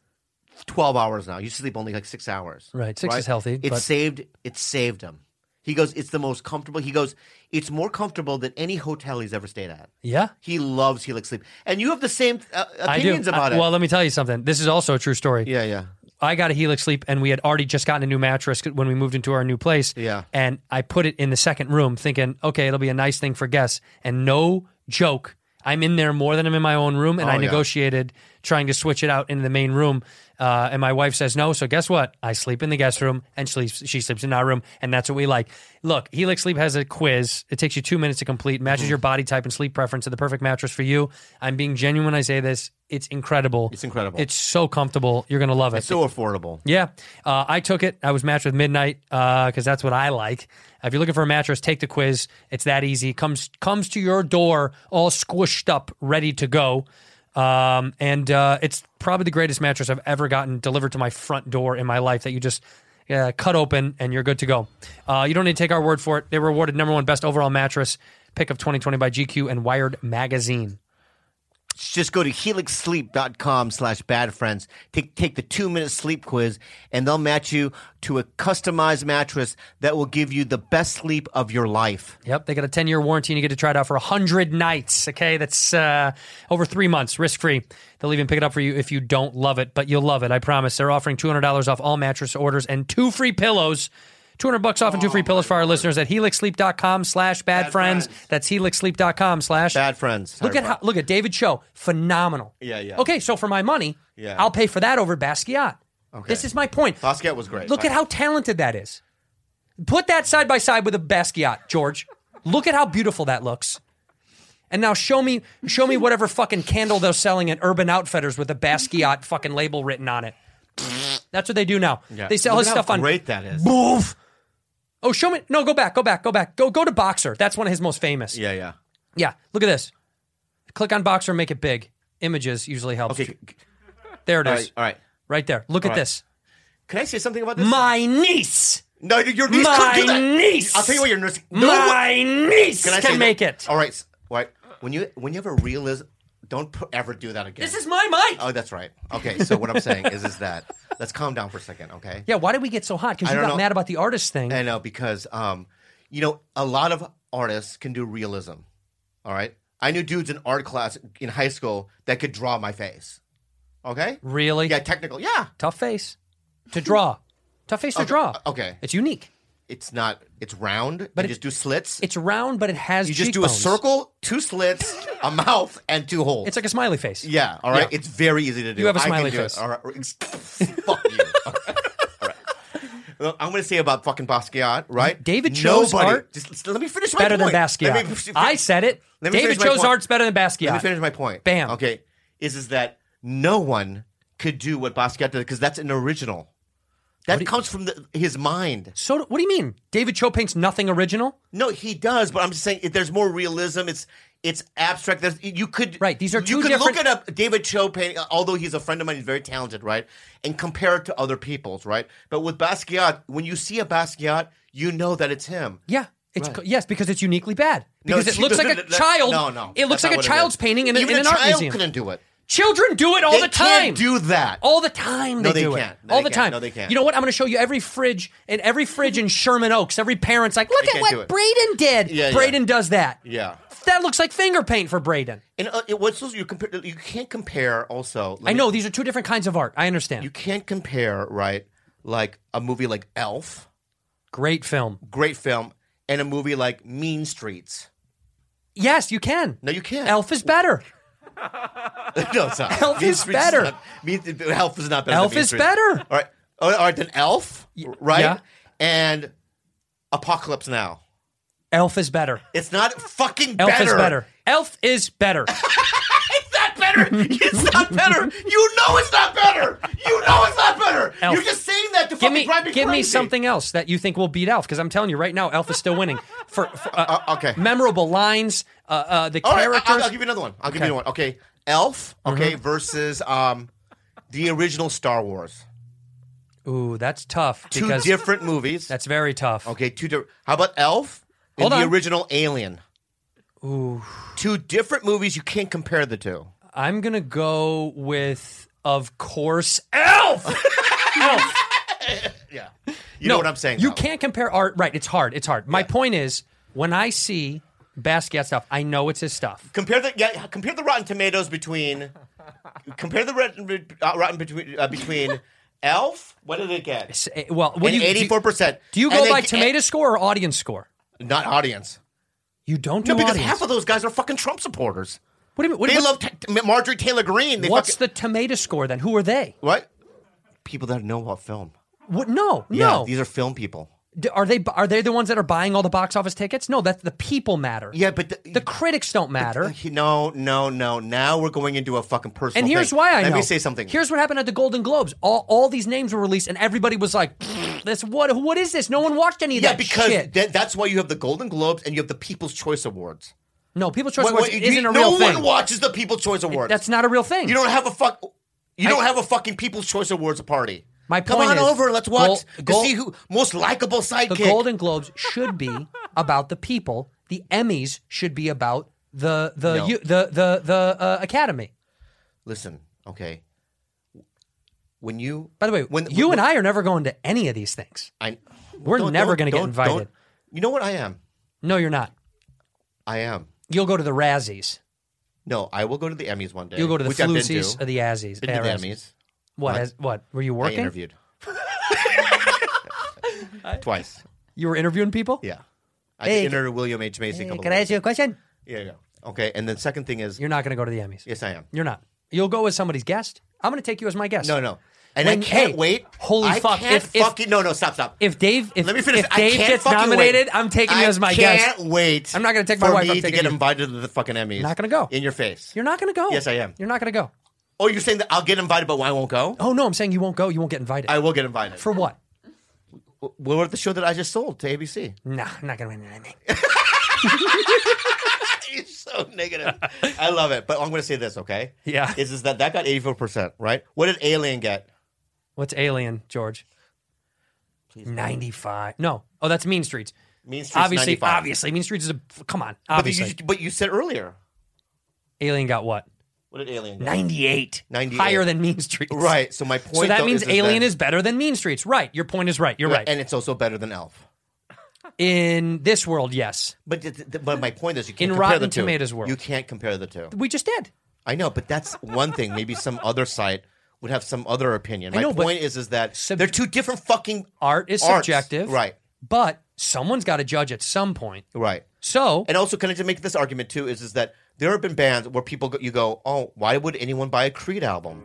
Speaker 7: 12 hours now. You sleep only like six hours.
Speaker 2: Right. Six is healthy,
Speaker 7: It
Speaker 2: but-
Speaker 7: saved it saved him. He goes, it's the most comfortable. He goes, it's more comfortable than any hotel he's ever stayed at.
Speaker 2: Yeah.
Speaker 7: He loves Helix Sleep. And you have the same uh,
Speaker 2: I do.
Speaker 7: opinions about
Speaker 2: I-
Speaker 7: it.
Speaker 2: Well, let me tell you something. This is also a true story.
Speaker 7: yeah, yeah.
Speaker 2: I got a Helix sleep, and we had already just gotten a new mattress when we moved into our new place.
Speaker 7: Yeah.
Speaker 2: And I put it in the second room, thinking, okay, it'll be a nice thing for guests. And no joke, I'm in there more than I'm in my own room, and I
Speaker 7: Oh, yeah.
Speaker 2: negotiated trying to switch it out into the main room. Uh, and my wife says no. So guess what? I sleep in the guest room and she sleeps, she sleeps in our room. And that's what we like. Look, Helix Sleep has a quiz. It takes you two minutes to complete,
Speaker 7: Mm-hmm.
Speaker 2: matches your body type and sleep preference to the perfect mattress for you. I'm being genuine when I say this. It's incredible.
Speaker 7: It's incredible.
Speaker 2: It's so comfortable. You're going to love it.
Speaker 7: It's so affordable.
Speaker 2: Yeah, uh, I took it. I was matched with Midnight because that's what I like. If you're looking for a mattress, take the quiz. It's that easy. comes comes to your door all squished up, ready to go. Um, and uh, it's probably the greatest mattress I've ever gotten delivered to my front door in my life. That you just uh, cut open and you're good to go. Uh, you don't need to take our word for it. They were awarded number one best overall mattress pick of 2020 by GQ and Wired magazine.
Speaker 7: just go to helixsleep.com slash bad friends take, take the two minute sleep quiz and they'll match you to a customized mattress that will give you the best sleep of your life
Speaker 2: Yep, they got a 10 year warranty and you get to try it out for 100 nights. Okay, that's uh, over three months, risk free. They'll even pick it up for you if you don't love it, but you'll love it, I promise. They're offering $200 off all mattress orders and two free pillows. 200 bucks off and two
Speaker 7: Oh,
Speaker 2: free pillows for our listeners at helixsleep.com slash bad friends. That's helixsleep.com slash
Speaker 7: bad friends
Speaker 2: Look at how, look at David Cho, phenomenal.
Speaker 7: Yeah, yeah.
Speaker 2: Okay, so for my money,
Speaker 7: Yeah.
Speaker 2: I'll pay for that over Basquiat. Okay. This is my point.
Speaker 7: Basquiat was great.
Speaker 2: Look at how talented that is. Put that side by side with a Basquiat, George. Look at how beautiful that looks. And now show me show me whatever fucking candle they're selling at Urban Outfitters with a Basquiat fucking label written on it. That's what they do now.
Speaker 7: Yeah.
Speaker 2: They sell
Speaker 7: Look
Speaker 2: his
Speaker 7: at how
Speaker 2: stuff on
Speaker 7: great that is.
Speaker 2: Boof. Oh, show me. No, go back. Go back. Go back. Go go to Boxer. That's one of his most famous.
Speaker 7: yeah yeah
Speaker 2: Yeah, look at this. Click on Boxer, and make it big. Images usually helps.
Speaker 7: okay
Speaker 2: There it is.
Speaker 7: all right, all right
Speaker 2: Right there. Look
Speaker 7: All
Speaker 2: at
Speaker 7: right.
Speaker 2: this.
Speaker 7: can i say something about this
Speaker 2: My niece.
Speaker 7: no your niece
Speaker 2: my
Speaker 7: couldn't do that
Speaker 2: niece.
Speaker 7: i'll tell you what your niece no,
Speaker 2: my niece
Speaker 7: I
Speaker 2: can,
Speaker 7: say that?
Speaker 2: make it.
Speaker 7: all right s- right when you when you have a realism don't put, ever do that again
Speaker 2: This is my mic.
Speaker 7: oh that's right okay so what i'm saying is is that let's calm down for a second okay
Speaker 2: yeah, why did we get so hot? Because
Speaker 7: I
Speaker 2: you
Speaker 7: don't
Speaker 2: got
Speaker 7: know.
Speaker 2: mad about the artist thing.
Speaker 7: I know because um, you know, a lot of artists can do realism. All right, I knew dudes in art class in high school that could draw my face. Okay,
Speaker 2: really?
Speaker 7: yeah, technical, yeah,
Speaker 2: Tough face to draw. Tough face to draw.
Speaker 7: okay.
Speaker 2: It's unique.
Speaker 7: It's not, it's round, but
Speaker 2: But
Speaker 7: you
Speaker 2: it-
Speaker 7: just do slits.
Speaker 2: It's round, but it has
Speaker 7: you just
Speaker 2: cheekbones.
Speaker 7: do a circle, two slits, a mouth, and two holes.
Speaker 2: It's like a smiley face.
Speaker 7: yeah, all right.
Speaker 2: Yeah.
Speaker 7: It's very easy to do.
Speaker 2: You have a
Speaker 7: I can
Speaker 2: smiley
Speaker 7: do it.
Speaker 2: face.
Speaker 7: All right, it's- [LAUGHS] fuck you. All right. All right. Well, I'm going to say about fucking Basquiat, right?
Speaker 2: David
Speaker 7: Nobody.
Speaker 2: Cho's art-
Speaker 7: Just let me finish my
Speaker 2: Better than
Speaker 7: point. Let
Speaker 2: Basquiat.
Speaker 7: me-
Speaker 2: I said it.
Speaker 7: Let me
Speaker 2: David
Speaker 7: finish my
Speaker 2: Cho's
Speaker 7: point.
Speaker 2: art's better than Basquiat.
Speaker 7: Let me finish my point.
Speaker 2: Bam.
Speaker 7: Okay, is is that no one could do what Basquiat did because that's an original. That comes from the, his mind.
Speaker 2: So do- what do you mean? David Cho paints nothing original?
Speaker 7: No, he does, but I'm just saying if there's more realism. It's it's abstract. There's, you could
Speaker 2: Right, these are
Speaker 7: you
Speaker 2: two
Speaker 7: could look
Speaker 2: different-
Speaker 7: at a David Cho painting, although he's a friend of mine, he's very talented, right? And compare it to other people's, right? But with Basquiat, when you see a Basquiat, you know that it's him.
Speaker 2: Yeah. It's
Speaker 7: Right.
Speaker 2: co- yes, because it's uniquely bad.
Speaker 7: No,
Speaker 2: Because it
Speaker 7: she
Speaker 2: looks like
Speaker 7: doesn't-
Speaker 2: a
Speaker 7: [LAUGHS] that-
Speaker 2: child.
Speaker 7: No, no,
Speaker 2: it looks like
Speaker 7: that's not
Speaker 2: a
Speaker 7: what it
Speaker 2: child's
Speaker 7: is.
Speaker 2: painting in, a,
Speaker 7: Even
Speaker 2: in
Speaker 7: a
Speaker 2: an art
Speaker 7: child
Speaker 2: museum.
Speaker 7: couldn't do it.
Speaker 2: Children do it all
Speaker 7: They
Speaker 2: the time.
Speaker 7: can't do that.
Speaker 2: all the time.
Speaker 7: No,
Speaker 2: they,
Speaker 7: they
Speaker 2: do
Speaker 7: can't.
Speaker 2: it
Speaker 7: No,
Speaker 2: all
Speaker 7: they
Speaker 2: the
Speaker 7: can't.
Speaker 2: time.
Speaker 7: No, they can't.
Speaker 2: You know what? I'm going to show you every fridge and every fridge in Sherman Oaks. Every parent's like, look
Speaker 7: They
Speaker 2: at
Speaker 7: can't do
Speaker 2: what
Speaker 7: it.
Speaker 2: Braden did.
Speaker 7: Yeah, yeah.
Speaker 2: Braden does that.
Speaker 7: Yeah.
Speaker 2: that looks like finger paint for Braden.
Speaker 7: And uh, it, what's those, you compare? You can't compare. Also, let
Speaker 2: I
Speaker 7: me-
Speaker 2: know these are two different kinds of art. I understand.
Speaker 7: you can't compare, right? Like a movie like Elf,
Speaker 2: Great film.
Speaker 7: great film, and a movie like Mean Streets. [LAUGHS]
Speaker 2: Yes, you can.
Speaker 7: No, you can't.
Speaker 2: Elf is better.
Speaker 7: no, it's
Speaker 2: [LAUGHS]
Speaker 7: not.
Speaker 2: Elf is
Speaker 7: Streets
Speaker 2: better.
Speaker 7: not- mean, Elf is not better.
Speaker 2: Elf
Speaker 7: than mean
Speaker 2: is
Speaker 7: Streets.
Speaker 2: better.
Speaker 7: All right, Oh, all right. Then Elf, right?
Speaker 2: yeah.
Speaker 7: And Apocalypse Now.
Speaker 2: Elf is better.
Speaker 7: It's not fucking
Speaker 2: Elf
Speaker 7: better.
Speaker 2: is better. Elf is better.
Speaker 7: [LAUGHS] It's not better. It's not better. You know it's not better. You know it's not better.
Speaker 2: Elf.
Speaker 7: You're just saying that to
Speaker 2: give
Speaker 7: fucking
Speaker 2: me,
Speaker 7: drive me
Speaker 2: give
Speaker 7: crazy.
Speaker 2: me something else that you think will beat Elf because I'm telling you right now, Elf is still
Speaker 7: [LAUGHS]
Speaker 2: winning. For, for, uh,
Speaker 7: Uh, okay.
Speaker 2: memorable lines, uh, uh, the
Speaker 7: All right, I-
Speaker 2: characters.
Speaker 7: I'll, I'll give you another one. I'll give
Speaker 2: Okay. Uh-huh.
Speaker 7: you another one. Okay, Elf. Okay, versus um, the original Star Wars.
Speaker 2: Ooh, that's tough
Speaker 7: Two
Speaker 2: because
Speaker 7: different movies.
Speaker 2: that's very tough.
Speaker 7: okay, two different. How about Elf and
Speaker 2: Hold
Speaker 7: the
Speaker 2: on.
Speaker 7: original Alien? Ooh, two different movies. You can't compare the two.
Speaker 2: I'm gonna go with, of course, Elf. [LAUGHS] Elf.
Speaker 7: Yeah, you know what I'm saying.
Speaker 2: You
Speaker 7: though.
Speaker 2: can't compare art. Right? It's hard. It's hard. My point is, when I see Basquiat stuff, I know it's his stuff.
Speaker 7: compare the yeah. Compare the Rotten Tomatoes between. compare the rotten, uh, rotten between
Speaker 2: [LAUGHS]
Speaker 7: uh, between Elf. What did it get?
Speaker 2: S- eh, Well, what
Speaker 7: And
Speaker 2: do you- do you-
Speaker 7: eighty four percent.
Speaker 2: Do you go by tomato score or audience score?
Speaker 7: Not audience.
Speaker 2: You don't do
Speaker 7: No, because
Speaker 2: audience.
Speaker 7: half of those guys are fucking Trump supporters.
Speaker 2: what do you mean? What,
Speaker 7: They
Speaker 2: what-
Speaker 7: love t- t- Marjorie Taylor Greene. They
Speaker 2: What's
Speaker 7: fucking,
Speaker 2: the tomato score then? Who are they?
Speaker 7: what? people that know about film.
Speaker 2: What? No,
Speaker 7: Yeah,
Speaker 2: no.
Speaker 7: these are film people.
Speaker 2: D- Are they are they the ones that are buying all the box office tickets? No, that's the people matter.
Speaker 7: Yeah, but the,
Speaker 2: The critics don't matter.
Speaker 7: no, no, no. Now we're going into a fucking personal.
Speaker 2: and here's
Speaker 7: thing.
Speaker 2: why I
Speaker 7: let
Speaker 2: know.
Speaker 7: me say something.
Speaker 2: Here's what happened at the Golden Globes. All all these names were released, and everybody was like, "This what? What is this? No one watched any of
Speaker 7: yeah,
Speaker 2: that
Speaker 7: because
Speaker 2: shit."
Speaker 7: tha- that's why you have the Golden Globes and you have the People's Choice Awards.
Speaker 2: no, People's Choice
Speaker 7: Wait,
Speaker 2: Awards
Speaker 7: wait, you-
Speaker 2: isn't a
Speaker 7: no
Speaker 2: real thing.
Speaker 7: one watches the People's Choice Awards.
Speaker 2: That's not a real thing.
Speaker 7: You don't have a fuck. You
Speaker 2: I-
Speaker 7: don't have a fucking People's Choice Awards party.
Speaker 2: My
Speaker 7: Come
Speaker 2: point
Speaker 7: on
Speaker 2: is,
Speaker 7: over. Let's watch
Speaker 2: Gol-
Speaker 7: to
Speaker 2: Gol-
Speaker 7: see who most likable
Speaker 2: the
Speaker 7: sidekick.
Speaker 2: Golden Globes should be [LAUGHS] about the people. The Emmys should be about the the
Speaker 7: No.
Speaker 2: you, the the the uh, Academy.
Speaker 7: Listen, okay. When you,
Speaker 2: By the way,
Speaker 7: when
Speaker 2: you
Speaker 7: when-
Speaker 2: and I are never going to any of these things.
Speaker 7: I,
Speaker 2: We're
Speaker 7: don't-
Speaker 2: never
Speaker 7: don't-
Speaker 2: going to get
Speaker 7: don't-
Speaker 2: invited.
Speaker 7: don't- you know what I am?
Speaker 2: No, you're not.
Speaker 7: I am.
Speaker 2: You'll go to the Razzies.
Speaker 7: No, I will go to the Emmys one day.
Speaker 2: You'll go to the
Speaker 7: which I've been
Speaker 2: Flucies
Speaker 7: to.
Speaker 2: or the Azzies.
Speaker 7: Been to the
Speaker 2: Arras.
Speaker 7: Emmys.
Speaker 2: What?
Speaker 7: I-
Speaker 2: As, what? Were you
Speaker 7: I
Speaker 2: working? [LAUGHS]
Speaker 7: interviewed twice.
Speaker 2: You were interviewing people.
Speaker 7: Yeah, I
Speaker 2: Hey,
Speaker 7: interviewed William H Macy. a
Speaker 2: Hey,
Speaker 7: couple
Speaker 2: can
Speaker 7: of
Speaker 2: I ask you a question?
Speaker 7: Yeah, yeah. Okay, and then second thing is
Speaker 2: You're not going to go to the Emmys.
Speaker 7: yes, I am.
Speaker 2: You're not. You'll go as somebody's guest. I'm going to take you as my guest.
Speaker 7: No, no. And
Speaker 2: When-
Speaker 7: I can't
Speaker 2: hey,
Speaker 7: wait.
Speaker 2: holy
Speaker 7: I
Speaker 2: fuck,
Speaker 7: Can't
Speaker 2: if- if-
Speaker 7: fucking, no, no, stop, stop.
Speaker 2: If Dave, if,
Speaker 7: Let me finish.
Speaker 2: if
Speaker 7: I
Speaker 2: Dave
Speaker 7: can't
Speaker 2: gets
Speaker 7: fucking
Speaker 2: nominated,
Speaker 7: wait.
Speaker 2: I'm taking you as my
Speaker 7: I
Speaker 2: guest.
Speaker 7: can't wait.
Speaker 2: I'm not gonna take my
Speaker 7: for
Speaker 2: wife,
Speaker 7: Me
Speaker 2: I'm
Speaker 7: to
Speaker 2: taking
Speaker 7: get
Speaker 2: you.
Speaker 7: invited to the fucking Emmys.
Speaker 2: Not gonna go.
Speaker 7: In your face.
Speaker 2: You're not going to go.
Speaker 7: Yes, I am.
Speaker 2: You're not going to go.
Speaker 7: oh, you're saying that I'll get invited, but I won't go?
Speaker 2: Oh no, I'm saying you won't go. You won't get invited.
Speaker 7: I will get invited.
Speaker 2: For what?
Speaker 7: Well, what the show that I just sold to ABC?
Speaker 2: Nah, I'm not going to win
Speaker 7: [LAUGHS]
Speaker 2: anything.
Speaker 7: It's so negative. I love it, but I'm going to say this, okay?
Speaker 2: Yeah.
Speaker 7: Is is that that got 84 percent, right? What did Alien get?
Speaker 2: What's Alien, George? Ninety-five. No. Oh, that's Mean Streets.
Speaker 7: Mean Streets
Speaker 2: Obviously,
Speaker 7: 95.
Speaker 2: obviously, Mean Streets is a come on.
Speaker 7: But
Speaker 2: Obviously,
Speaker 7: you, but you said earlier.
Speaker 2: Alien got what?
Speaker 7: What did Alien get?
Speaker 2: 98.
Speaker 7: 98.
Speaker 2: Higher than Mean Streets.
Speaker 7: Right. So my point.
Speaker 2: So that
Speaker 7: though,
Speaker 2: means
Speaker 7: is,
Speaker 2: Alien
Speaker 7: that-
Speaker 2: is better than Mean Streets. Right. Your point is right. You're right.
Speaker 7: and it's also better than Elf.
Speaker 2: In this world, yes.
Speaker 7: But th- th- but my point is you can't
Speaker 2: In
Speaker 7: compare the
Speaker 2: Rotten
Speaker 7: two.
Speaker 2: Tomatoes world.
Speaker 7: You can't compare the two.
Speaker 2: We just did.
Speaker 7: I know, but that's one thing. Maybe some other site would have some other opinion.
Speaker 2: I
Speaker 7: My
Speaker 2: know, but
Speaker 7: point is is that
Speaker 2: sub-
Speaker 7: they're two different fucking
Speaker 2: Art is
Speaker 7: arts.
Speaker 2: subjective.
Speaker 7: Right.
Speaker 2: But someone's got to judge at some point.
Speaker 7: Right.
Speaker 2: So,
Speaker 7: And also, can I just make this argument too? Is is that there have been bands where people go, you go, oh, why would anyone buy a Creed album?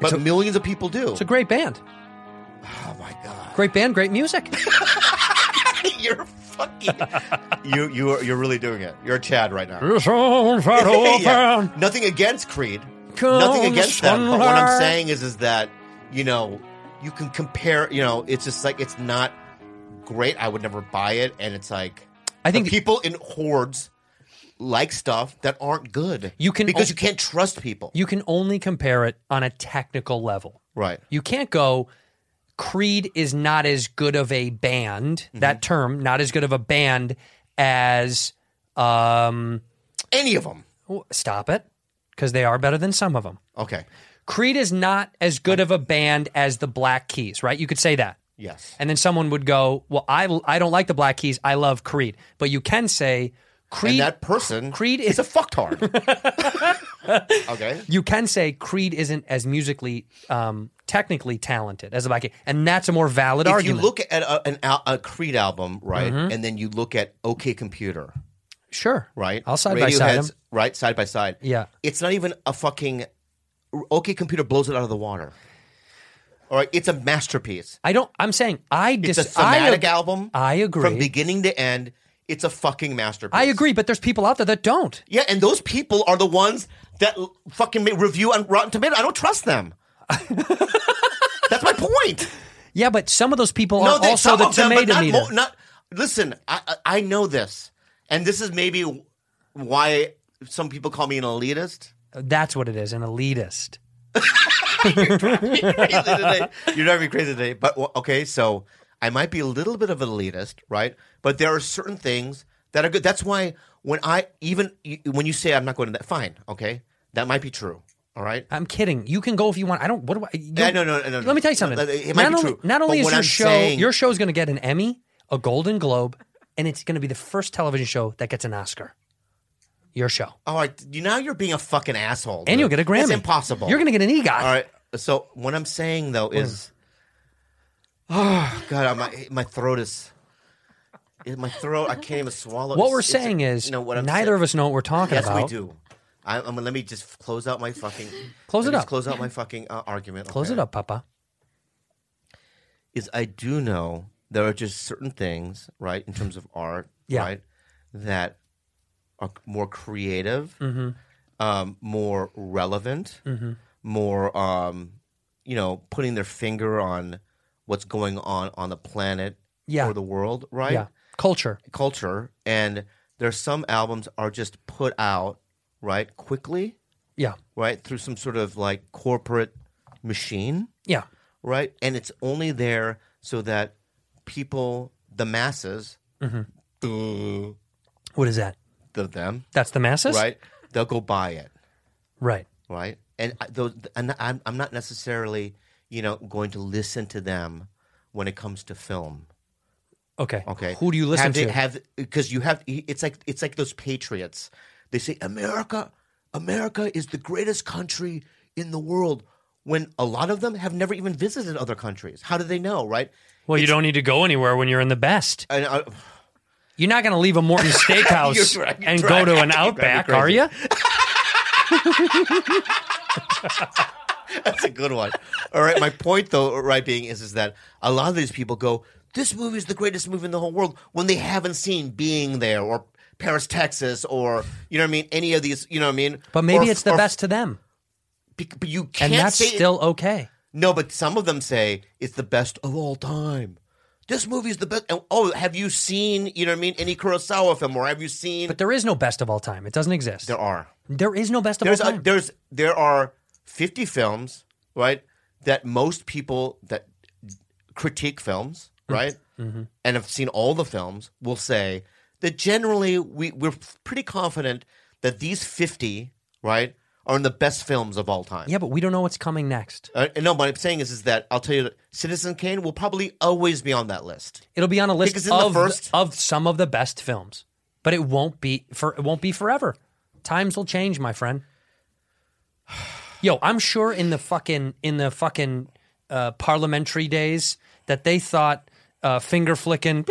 Speaker 7: But millions of people do.
Speaker 2: it's a great band.
Speaker 7: oh my god,
Speaker 2: Great band, great
Speaker 7: [LAUGHS]
Speaker 2: music.
Speaker 7: you're fucking
Speaker 2: [LAUGHS]
Speaker 7: you you are, you're really doing it. You're a Chad right now. [LAUGHS] Yeah.
Speaker 2: [LAUGHS] yeah.
Speaker 7: Nothing against Creed.
Speaker 2: Come
Speaker 7: Nothing against them. But what I'm
Speaker 2: sunlight.
Speaker 7: saying is, is that you know, you can compare. You know, it's just like it's not great. I would never buy it, and it's like
Speaker 2: I
Speaker 7: I think
Speaker 2: think
Speaker 7: people in hordes like stuff that aren't good.
Speaker 2: You can-
Speaker 7: because you can't trust people.
Speaker 2: you can only compare it on a technical level.
Speaker 7: right.
Speaker 2: You can't go. Creed is not as good of a band.
Speaker 7: Mm-hmm.
Speaker 2: That term, not as good of a band as um.
Speaker 7: Any of them.
Speaker 2: w- Stop it, because they are better than some of them.
Speaker 7: Okay.
Speaker 2: Creed is not as good of a band as the Black Keys, right? You could say that.
Speaker 7: Yes.
Speaker 2: And then someone would go, "Well, I I don't like the Black Keys. I love Creed." But you can say Creed
Speaker 7: and that person
Speaker 2: Creed is-
Speaker 7: is a
Speaker 2: [LAUGHS]
Speaker 7: fucktard. okay.
Speaker 2: you can say Creed isn't as musically um technically talented as the Black Keys. And that's a more valid
Speaker 7: If
Speaker 2: argument. Mm-hmm.
Speaker 7: you look at a, an, al- a Creed album, right, and then you look at OK Computer,
Speaker 2: sure.
Speaker 7: right?
Speaker 2: I'll side by side 'em.
Speaker 7: Radiohead's- Right, side by side.
Speaker 2: Yeah.
Speaker 7: It's not even a fucking OK computer blows it out of the water. All right, it's a masterpiece.
Speaker 2: I don't I'm saying I
Speaker 7: It's
Speaker 2: dis-
Speaker 7: a thematic
Speaker 2: I, ag-
Speaker 7: album.
Speaker 2: I agree.
Speaker 7: From beginning to end, it's a fucking masterpiece.
Speaker 2: I agree, but there's people out there that don't.
Speaker 7: Yeah, and those people are the ones that l- fucking ma- review on Rotten Tomatoes. I don't
Speaker 2: [LAUGHS]
Speaker 7: trust them. That's my point.
Speaker 2: Yeah, but some of those people are
Speaker 7: they-
Speaker 2: also
Speaker 7: some
Speaker 2: the
Speaker 7: of them, but
Speaker 2: tomato
Speaker 7: not
Speaker 2: meter.
Speaker 7: mo- not- listen, I, I I know this, and this is maybe why some people call me an elitist. [LAUGHS]
Speaker 2: That's what it is, an elitist.
Speaker 7: crazy today. You're driving me crazy today. But well, okay, so I might be a little bit of an elitist, right? But there are certain things that are good. That's why when I even when you say I'm not going to that, fine, okay, that might be true. All right.
Speaker 2: I'm kidding. You can go if you want. I don't. What do I? You,
Speaker 7: Yeah, no, no, no, no,
Speaker 2: Let
Speaker 7: no.
Speaker 2: me tell you something.
Speaker 7: It might
Speaker 2: not
Speaker 7: be
Speaker 2: only,
Speaker 7: true,
Speaker 2: not only
Speaker 7: but
Speaker 2: is
Speaker 7: what
Speaker 2: your
Speaker 7: I'm
Speaker 2: show
Speaker 7: saying-
Speaker 2: your show's going to get an Emmy, a Golden Globe, and it's going to be the first television show that gets an Oscar. Your show,
Speaker 7: All right. Oh, You now you're being a fucking asshole.
Speaker 2: and you'll
Speaker 7: dude.
Speaker 2: get a Grammy.
Speaker 7: That's impossible.
Speaker 2: You're going to get an EGOT.
Speaker 7: All right. So what I'm saying though is, oh
Speaker 2: Mm.
Speaker 7: [SIGHS] god, my my throat is. My throat, I can't even swallow.
Speaker 2: What
Speaker 7: It's-
Speaker 2: we're
Speaker 7: it's-
Speaker 2: saying is,
Speaker 7: you know, what I'm
Speaker 2: neither
Speaker 7: saying-
Speaker 2: of us know what we're talking
Speaker 7: Yes,
Speaker 2: about.
Speaker 7: we do. I, I'm, let me just close out my fucking.
Speaker 2: Close
Speaker 7: let
Speaker 2: it
Speaker 7: me just
Speaker 2: up.
Speaker 7: Close out my fucking uh, argument.
Speaker 2: Close
Speaker 7: okay?
Speaker 2: it up, Papa.
Speaker 7: is I do know there are just certain things, right, in terms of art,
Speaker 2: Yeah.
Speaker 7: right, that are more creative,
Speaker 2: Mm-hmm.
Speaker 7: um, more relevant,
Speaker 2: Mm-hmm.
Speaker 7: more, um, you know, putting their finger on what's going on on the planet
Speaker 2: Yeah.
Speaker 7: or the world, right?
Speaker 2: Yeah. Culture.
Speaker 7: Culture. And there's some albums are just put out, right, quickly,
Speaker 2: Yeah.
Speaker 7: right, through some sort of like corporate machine
Speaker 2: Yeah.
Speaker 7: right? And it's only there so that people, the masses,
Speaker 2: Mhm.
Speaker 7: the,
Speaker 2: What is that?
Speaker 7: the them,
Speaker 2: That's the masses?
Speaker 7: right? They'll go buy it,
Speaker 2: Right.
Speaker 7: right? And I- those, and I'm, I'm not necessarily, you know, going to listen to them when it comes to film.
Speaker 2: Okay.
Speaker 7: Okay,
Speaker 2: Who do you listen
Speaker 7: have they-
Speaker 2: to?
Speaker 7: Have because you have it's like it's like those patriots. They say America, America is the greatest country in the world. When a lot of them have never even visited other countries, how do they know, right?
Speaker 2: well, you don't need to go anywhere when you're in the best.
Speaker 7: And uh, I,
Speaker 2: You're not going to leave a
Speaker 7: [LAUGHS]
Speaker 2: Morton Steakhouse
Speaker 7: You're right, you're
Speaker 2: and
Speaker 7: right.
Speaker 2: go to
Speaker 7: [LAUGHS]
Speaker 2: an
Speaker 7: You're
Speaker 2: Outback,
Speaker 7: crazy.
Speaker 2: are you?
Speaker 7: That's a good one. All right, my point though, right, being is is that a lot of these people go, "This movie is the greatest movie in the whole world," when they haven't seen Being There or Paris, Texas, or you know what I mean, any of these, you know what I mean.
Speaker 2: But maybe
Speaker 7: Or-
Speaker 2: it's the
Speaker 7: or-
Speaker 2: best to them.
Speaker 7: be- But you can't
Speaker 2: And that's
Speaker 7: say
Speaker 2: still okay.
Speaker 7: no. But some of them say it's the best of all time. This movie is the best. and, Oh, have you seen you know what I mean any Kurosawa film or have you seen?
Speaker 2: But there is no best of all time. It doesn't exist.
Speaker 7: there are.
Speaker 2: there is no best of
Speaker 7: there's
Speaker 2: all
Speaker 7: a,
Speaker 2: time.
Speaker 7: there's there are 50 films right that most people that critique films
Speaker 2: Mm-hmm.
Speaker 7: right and have seen all the films will say that generally we we're pretty confident that these 50 right are in the best films of all time
Speaker 2: yeah, but we don't know what's coming next.
Speaker 7: uh, and no, what I'm saying is, is that I'll tell you, that Citizen Kane will probably always be on that list.
Speaker 2: It'll be on a list
Speaker 7: Because in the
Speaker 2: of
Speaker 7: first-
Speaker 2: of some of the best films, but it won't be for it won't be forever. Times will change, my friend. [SIGHS] Yo, I'm sure in the fucking in the fucking uh, parliamentary days that they thought uh, finger flicking.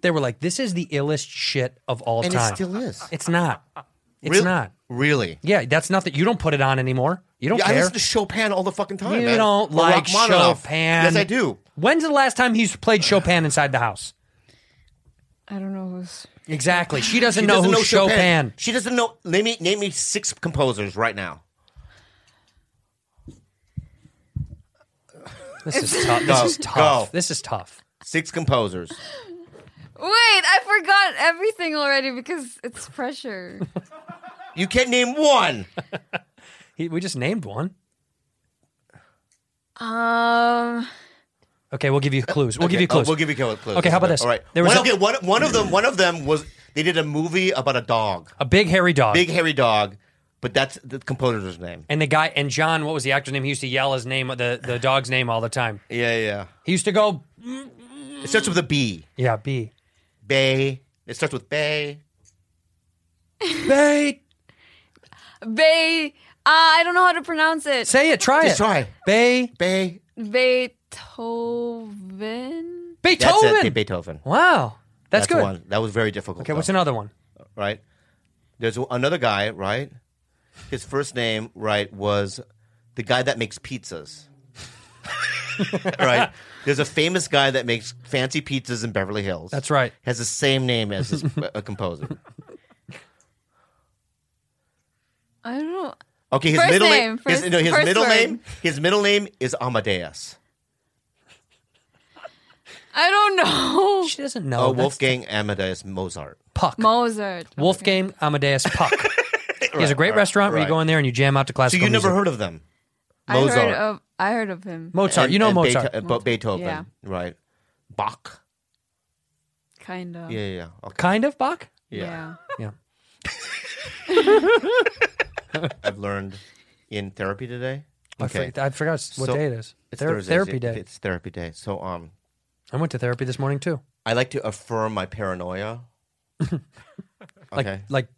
Speaker 2: They were like, "This is the illest shit of all
Speaker 7: And
Speaker 2: time."
Speaker 7: it still is.
Speaker 2: It's not. It's
Speaker 7: Real-
Speaker 2: not.
Speaker 7: Really?
Speaker 2: Yeah, that's nothing. You don't put it on anymore. You don't
Speaker 7: Yeah, I
Speaker 2: care.
Speaker 7: listen to Chopin all the fucking time.
Speaker 2: You
Speaker 7: man.
Speaker 2: don't
Speaker 7: Or
Speaker 2: like
Speaker 7: Rachmaninoff.
Speaker 2: Chopin.
Speaker 7: Yes, I do.
Speaker 2: When's the last time he's played Chopin inside the house?
Speaker 3: I don't know who's.
Speaker 2: Exactly. She doesn't
Speaker 7: She
Speaker 2: know
Speaker 7: doesn't
Speaker 2: who
Speaker 7: know
Speaker 2: Chopin.
Speaker 7: She doesn't know. Name me, name me six composers right now.
Speaker 2: This is tough. This
Speaker 7: [LAUGHS] Go,
Speaker 2: is tough.
Speaker 7: go.
Speaker 2: This is tough.
Speaker 7: Six composers.
Speaker 3: Wait, I forgot everything already because it's
Speaker 7: [LAUGHS]
Speaker 3: pressure.
Speaker 7: You can't name one.
Speaker 2: He, we just named one.
Speaker 3: um,
Speaker 2: Okay, we'll give you clues. We'll give
Speaker 7: Okay,
Speaker 2: you clues.
Speaker 7: Oh, we'll give you clues.
Speaker 2: Okay, how about this?
Speaker 7: All right.
Speaker 2: There was
Speaker 7: one,
Speaker 2: a-
Speaker 7: okay, one, one of them. One of them was they did a movie about a dog,
Speaker 2: a big hairy dog.
Speaker 7: big hairy dog, but that's the composer's name.
Speaker 2: and the guy and John, what was the actor's name? He used to yell his name, the the dog's name all the time.
Speaker 7: Yeah, yeah.
Speaker 2: He used to go,
Speaker 7: It starts with a B.
Speaker 2: yeah, B.
Speaker 7: Bay. It starts with Bay.
Speaker 2: Bay.
Speaker 3: Bay. Uh, I don't know how to pronounce it.
Speaker 2: Say it. Try
Speaker 7: Just
Speaker 2: it.
Speaker 7: try.
Speaker 2: Bay.
Speaker 7: Bay.
Speaker 3: Beethoven.
Speaker 7: That's
Speaker 2: Beethoven.
Speaker 7: it. Beethoven.
Speaker 2: Wow, that's, good.
Speaker 7: One. That was very difficult.
Speaker 2: Okay,
Speaker 7: though.
Speaker 2: what's another one?
Speaker 7: right? There's another guy, right? His first name, right, was the guy that makes pizzas. [LAUGHS] right? There's a famous guy that makes fancy pizzas in Beverly Hills.
Speaker 2: That's right.
Speaker 7: Has the same name as
Speaker 2: [LAUGHS]
Speaker 7: his a composer.
Speaker 3: I don't know.
Speaker 7: Okay, his
Speaker 3: First
Speaker 7: middle
Speaker 3: name,
Speaker 7: name. his,
Speaker 3: first-
Speaker 7: no, his
Speaker 3: first
Speaker 7: middle
Speaker 3: word.
Speaker 7: name. His middle name is Amadeus.
Speaker 3: I don't
Speaker 7: [LAUGHS]
Speaker 3: know.
Speaker 2: She doesn't
Speaker 7: Oh,
Speaker 2: know. That's
Speaker 7: Wolfgang Amadeus Mozart.
Speaker 2: Puck.
Speaker 3: Mozart.
Speaker 2: Wolfgang Amadeus Puck. he has a great
Speaker 7: [LAUGHS] right,
Speaker 2: restaurant where you
Speaker 7: right.
Speaker 2: go in there and you jam out to
Speaker 7: So
Speaker 2: classical
Speaker 7: you never
Speaker 2: music.
Speaker 7: heard of them?
Speaker 3: I
Speaker 7: Mozart.
Speaker 3: heard of. I heard of him.
Speaker 2: Mozart.
Speaker 7: And-
Speaker 2: you know
Speaker 7: and
Speaker 2: Mozart.
Speaker 7: Beetho- uh, Bo- Beethoven.
Speaker 3: Yeah.
Speaker 7: Right. Bach.
Speaker 3: Kind of.
Speaker 7: Yeah, yeah, yeah. Okay.
Speaker 2: Kind of Bach?
Speaker 7: Yeah.
Speaker 2: Yeah.
Speaker 7: I've learned in therapy today.
Speaker 2: I, for, I forgot what
Speaker 7: So,
Speaker 2: day it is.
Speaker 7: It's
Speaker 2: Ther-
Speaker 7: Thursdays.
Speaker 2: therapy
Speaker 7: It-
Speaker 2: day.
Speaker 7: It's therapy day. So um,
Speaker 2: I went to therapy this morning too.
Speaker 7: I like to affirm my paranoia.
Speaker 2: Like,
Speaker 7: okay.
Speaker 2: like,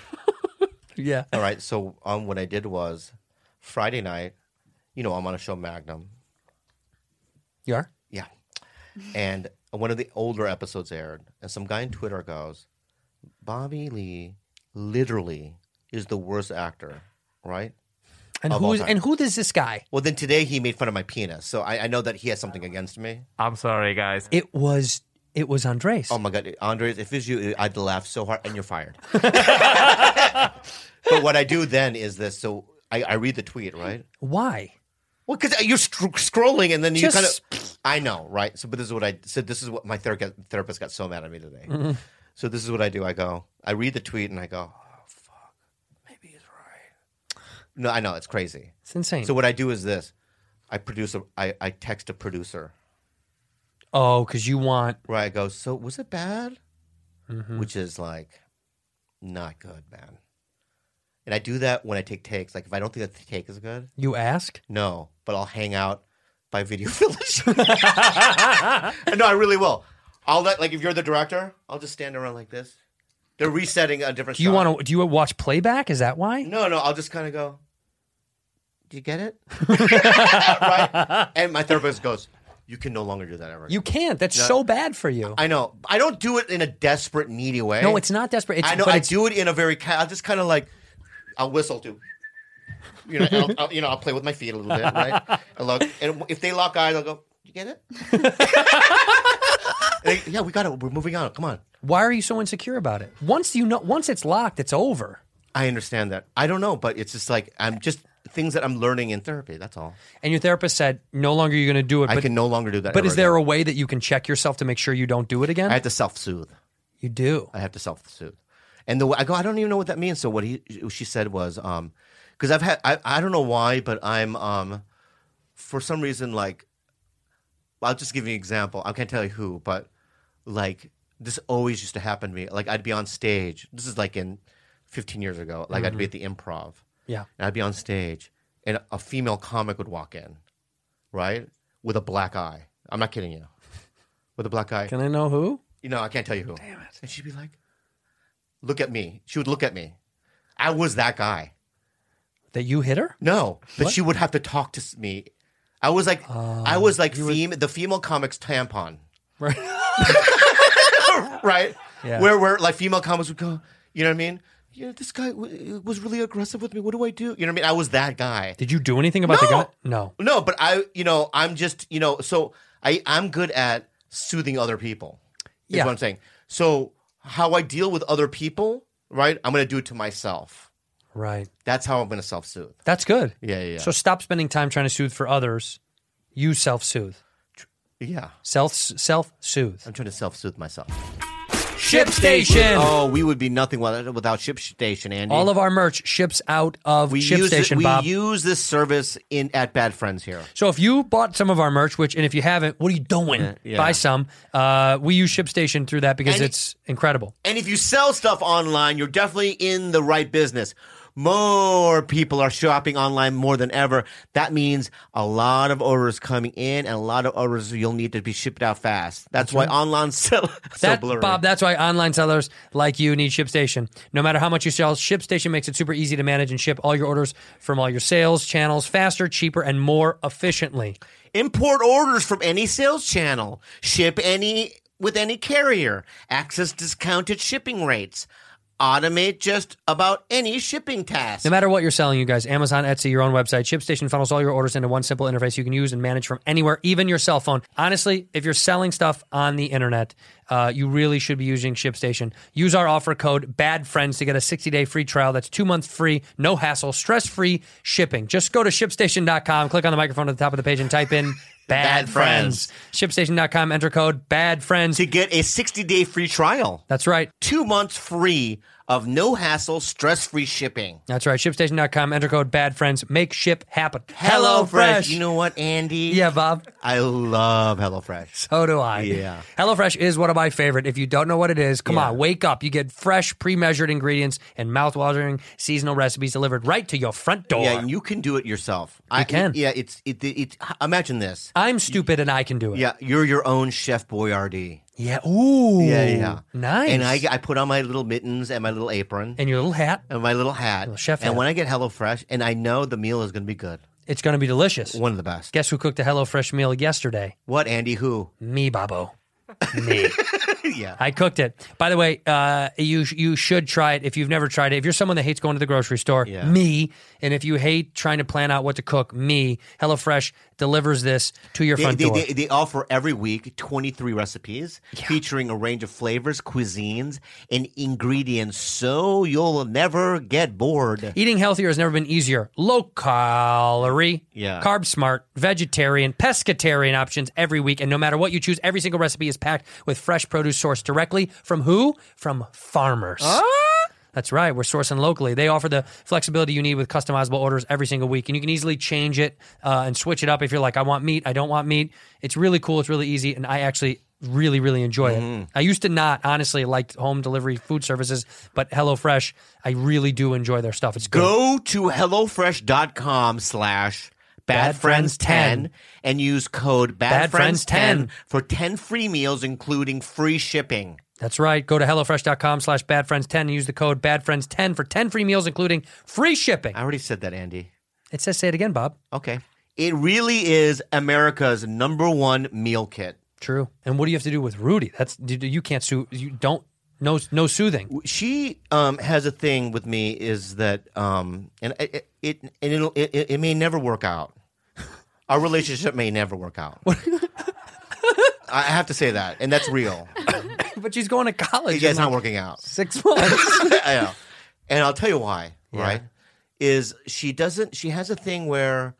Speaker 2: [LAUGHS] yeah.
Speaker 7: All right. So um, what I did was Friday night. You know, I'm on a show Magnum.
Speaker 2: You are? [LAUGHS]
Speaker 7: Yeah. And one of the older episodes aired, and some guy on Twitter goes, Bobby Lee literally is the worst actor, right?
Speaker 2: And
Speaker 7: Of
Speaker 2: who
Speaker 7: all
Speaker 2: is
Speaker 7: time.
Speaker 2: and who is this guy?
Speaker 7: Well, then today he made fun of my penis, so I, I know that he has something against me.
Speaker 10: I'm sorry, guys.
Speaker 2: It was it was Andres.
Speaker 7: Oh my god, Andres, if it's you, I'd laugh so hard, and you're fired. [LAUGHS] but what I do then is this: so I, I read the tweet, right?
Speaker 2: Why?
Speaker 7: Well, because you're str- scrolling, and then you kind
Speaker 2: Just-
Speaker 7: of, I know, right? So, but this is what I said. This is what my therapist therapist got so mad at me today.
Speaker 2: Mhm.
Speaker 7: So this is what I do. I go, I read the tweet, and I go, "Oh, No, I know it's crazy.
Speaker 2: It's insane.
Speaker 7: So what I do is this: I produce a, I, I text a producer
Speaker 2: Oh, because you want
Speaker 7: where I go. So was it bad?
Speaker 2: Mm-hmm.
Speaker 7: Which is like not good, man. And I do that when I take takes. Like if I don't think that the take is good,
Speaker 2: you ask?
Speaker 7: no. But I'll hang out by [LAUGHS] video village. no, I really will. I'll let like if you're the director, I'll just stand around like this. They're resetting a different.
Speaker 2: Do you
Speaker 7: shot.
Speaker 2: want to do you watch playback? Is that why?
Speaker 7: No, no, I'll just kind of go. Do you get it?
Speaker 2: [LAUGHS]
Speaker 7: right? And my therapist goes, "You can no longer do that ever."
Speaker 2: You can't. That's
Speaker 7: No.
Speaker 2: so bad for you.
Speaker 7: I know. I don't do it in a desperate, needy way.
Speaker 2: No, it's not desperate. It's,
Speaker 7: I know.
Speaker 2: but
Speaker 7: I
Speaker 2: it's-
Speaker 7: do it in a very. ki- I'll just kind of like, I'll whistle too. You know, I'll, I'll, you know, I'll play with my feet a little bit, right? I look, and if they lock eyes, I'll go. You get it? [LAUGHS] And they, yeah, we got it. We're moving on. Come on.
Speaker 2: Why are you so insecure about it? Once you know, once it's locked, it's over.
Speaker 7: I understand that. I don't know, but it's just like I'm just things that I'm learning in therapy. That's all.
Speaker 2: And your therapist said, "No longer you're going to do it."
Speaker 7: I
Speaker 2: But,
Speaker 7: can no longer do that.
Speaker 2: but
Speaker 7: ever
Speaker 2: is there a
Speaker 7: again.
Speaker 2: way that you can check yourself to make sure you don't do it again?
Speaker 7: I have to self soothe.
Speaker 2: You do.
Speaker 7: I have to self soothe. And the way I go, I don't even know what that means. So what he she said was, um, because I've had I, I don't know why, but I'm um, for some reason like, I'll just give you an example. I can't tell you who, but like this always used to happen to me. Like I'd be on stage. This is like in 15 years ago. Like I'd be
Speaker 2: Mhm.
Speaker 7: at the improv.
Speaker 2: Yeah.
Speaker 7: And I'd be on stage, and a female comic would walk in, right, with a black eye. I'm not kidding you, with a black eye.
Speaker 2: Can I know who?
Speaker 7: You know, I can't tell you who. Damn it. And she'd be like, look at me. She would look at me. I was that guy.
Speaker 2: That you hit her?
Speaker 7: No, but
Speaker 2: What?
Speaker 7: she would have to talk to s- me. I was like, I was like fem- the female comics tampon.
Speaker 2: Right.
Speaker 7: right?
Speaker 2: Yeah.
Speaker 7: Where, where like female comics would go, you know what I mean? Yeah, this guy w- was really aggressive with me. What do I do? You know what I mean? I was that guy.
Speaker 2: [LAUGHS] Did you do anything about the
Speaker 7: No.
Speaker 2: guy? No.
Speaker 7: No, but I, you know, I'm just, you know, so I, I'm good at soothing other people. Is
Speaker 2: Yeah.
Speaker 7: what I'm saying. So how I deal with other people, right? I'm going to do it to myself.
Speaker 2: Right.
Speaker 7: That's how I'm going to self soothe.
Speaker 2: That's good.
Speaker 7: Yeah, yeah, yeah.
Speaker 2: So stop spending time trying to soothe for others. You self soothe.
Speaker 7: yeah.
Speaker 2: Self self soothe.
Speaker 7: I'm trying to self soothe myself.
Speaker 2: Ship Station.
Speaker 7: Oh, we would be nothing without without Ship Station, Andy.
Speaker 2: All of our merch ships out of
Speaker 7: we
Speaker 2: Ship
Speaker 7: use
Speaker 2: Station,
Speaker 7: we
Speaker 2: Bob.
Speaker 7: use this service in at Bad Friends here.
Speaker 2: So if you bought some of our merch, which and if you haven't, what are you doing?
Speaker 7: yeah.
Speaker 2: Buy some. Uh, we use ShipStation through that because
Speaker 7: And-
Speaker 2: it's incredible.
Speaker 7: And if you sell stuff online, you're definitely in the right business. More people are shopping online more than ever. That means a lot of orders coming in and a lot of orders you'll need to be shipped out fast. That's, why online [LAUGHS] sell so
Speaker 2: That,
Speaker 7: blurry.
Speaker 2: Bob, that's why online sellers like you need ShipStation. No matter how much you sell, ShipStation makes it super easy to manage and ship all your orders from all your sales channels faster, cheaper, and more efficiently.
Speaker 7: Import orders from any sales channel. Ship any with any carrier. Access discounted shipping rates. Automate just about any shipping task.
Speaker 2: No matter what you're selling, you guys, Amazon, Etsy, your own website, ShipStation funnels all your orders into one simple interface you can use and manage from anywhere, even your cell phone. Honestly, if you're selling stuff on the internet, uh, you really should be using ShipStation. Use our offer code BADFRIENDS to get a 60 day free trial. That's two months free, no hassle, stress free shipping. Just go to shipstation.com, click on the microphone at the top of the page, and type in Bad,
Speaker 7: [LAUGHS] Bad
Speaker 2: friends.
Speaker 7: Friends.
Speaker 2: ShipStation.com, enter code BAD FRIENDS.
Speaker 7: to get a 60 day free trial.
Speaker 2: That's right.
Speaker 7: two months free of no hassle, stress free shipping.
Speaker 2: That's right. ShipStation.com, enter code BAD FRIENDS. Make ship happen. Hello,
Speaker 7: Fresh.
Speaker 2: Fresh.
Speaker 7: You know what, Andy?
Speaker 2: yeah, Bob.
Speaker 7: I love Hello Fresh.
Speaker 2: So do I.
Speaker 7: Yeah.
Speaker 2: HelloFresh is one of my favorite. If you don't know what it is, come
Speaker 7: Yeah.
Speaker 2: on, wake up. You get fresh, pre-measured ingredients and mouth-watering seasonal recipes delivered right to your front door.
Speaker 7: Yeah, and you can do it yourself. I
Speaker 2: Oh, can.
Speaker 7: Yeah, it's it, it, Imagine this.
Speaker 2: I'm stupid and I can do it.
Speaker 7: Yeah, you're your own Chef Boyardee.
Speaker 2: Yeah. Ooh.
Speaker 7: Yeah, yeah.
Speaker 2: Nice.
Speaker 7: And I, I put on my little mittens and my little apron and,
Speaker 2: and your little hat.
Speaker 7: my little hat.
Speaker 2: chef
Speaker 7: and
Speaker 2: hat.
Speaker 7: when I get Hello Fresh, and I know the meal is going to be good.
Speaker 2: It's going to be delicious.
Speaker 7: One of the best.
Speaker 2: Guess who cooked a HelloFresh meal yesterday?
Speaker 7: What, Andy? Who? [LAUGHS]
Speaker 2: Me, Babo. Me.
Speaker 7: yeah.
Speaker 2: I cooked it. By the way, uh, you sh- you should try it if you've never tried it. If you're someone that hates going to the grocery store,
Speaker 7: Yeah.
Speaker 2: me, and if you hate trying to plan out what to cook, me, HelloFresh delivers this to your
Speaker 7: They,
Speaker 2: front
Speaker 7: they,
Speaker 2: door.
Speaker 7: they, they offer every week 23 recipes featuring a range of flavors, cuisines, and ingredients, so you'll never get bored.
Speaker 2: Eating healthier has never been easier. Low calorie,
Speaker 7: Yeah.
Speaker 2: carb smart, vegetarian, pescatarian options every week. And no matter what you choose, every single recipe is packed with fresh produce sourced directly from who? From farmers.
Speaker 7: Oh.
Speaker 2: That's right. We're sourcing locally. They offer the flexibility you need with customizable orders every single week. And you can easily change it uh, and switch it up if you're like, I want meat, I don't want meat. It's really cool. It's really easy. And I actually really, really enjoy it.
Speaker 7: Mm-hmm.
Speaker 2: I used to not, honestly, like home delivery food services, but HelloFresh, I really do enjoy their stuff. It's good.
Speaker 7: Go to HelloFresh.com slash BadFriends10
Speaker 2: BadFriends10
Speaker 7: and use code BadFriends10
Speaker 2: BadFriends10
Speaker 7: for 10 free meals, including free shipping.
Speaker 2: That's right. Go to HelloFresh.com slash BadFriends10 and use the code BadFriends10 for 10 free meals, including free shipping.
Speaker 7: I already said that, Andy.
Speaker 2: It says say it again, Bob.
Speaker 7: Okay. It really is America's number one meal kit.
Speaker 2: True. And what do you have to do with Rudy? That's you, you can't sue. You don't. No, no soothing.
Speaker 7: she um, has a thing with me is that um, and it it and it'll, it it it may never work out. [LAUGHS] Our relationship may never work out. [LAUGHS] I have to say that, and that's real.
Speaker 2: [LAUGHS] But she's going to college. in
Speaker 7: Yeah, it's not
Speaker 2: like
Speaker 7: working out. [LAUGHS]
Speaker 2: Six months.
Speaker 7: yeah. And I'll tell you why, right? Is she doesn't she has a thing where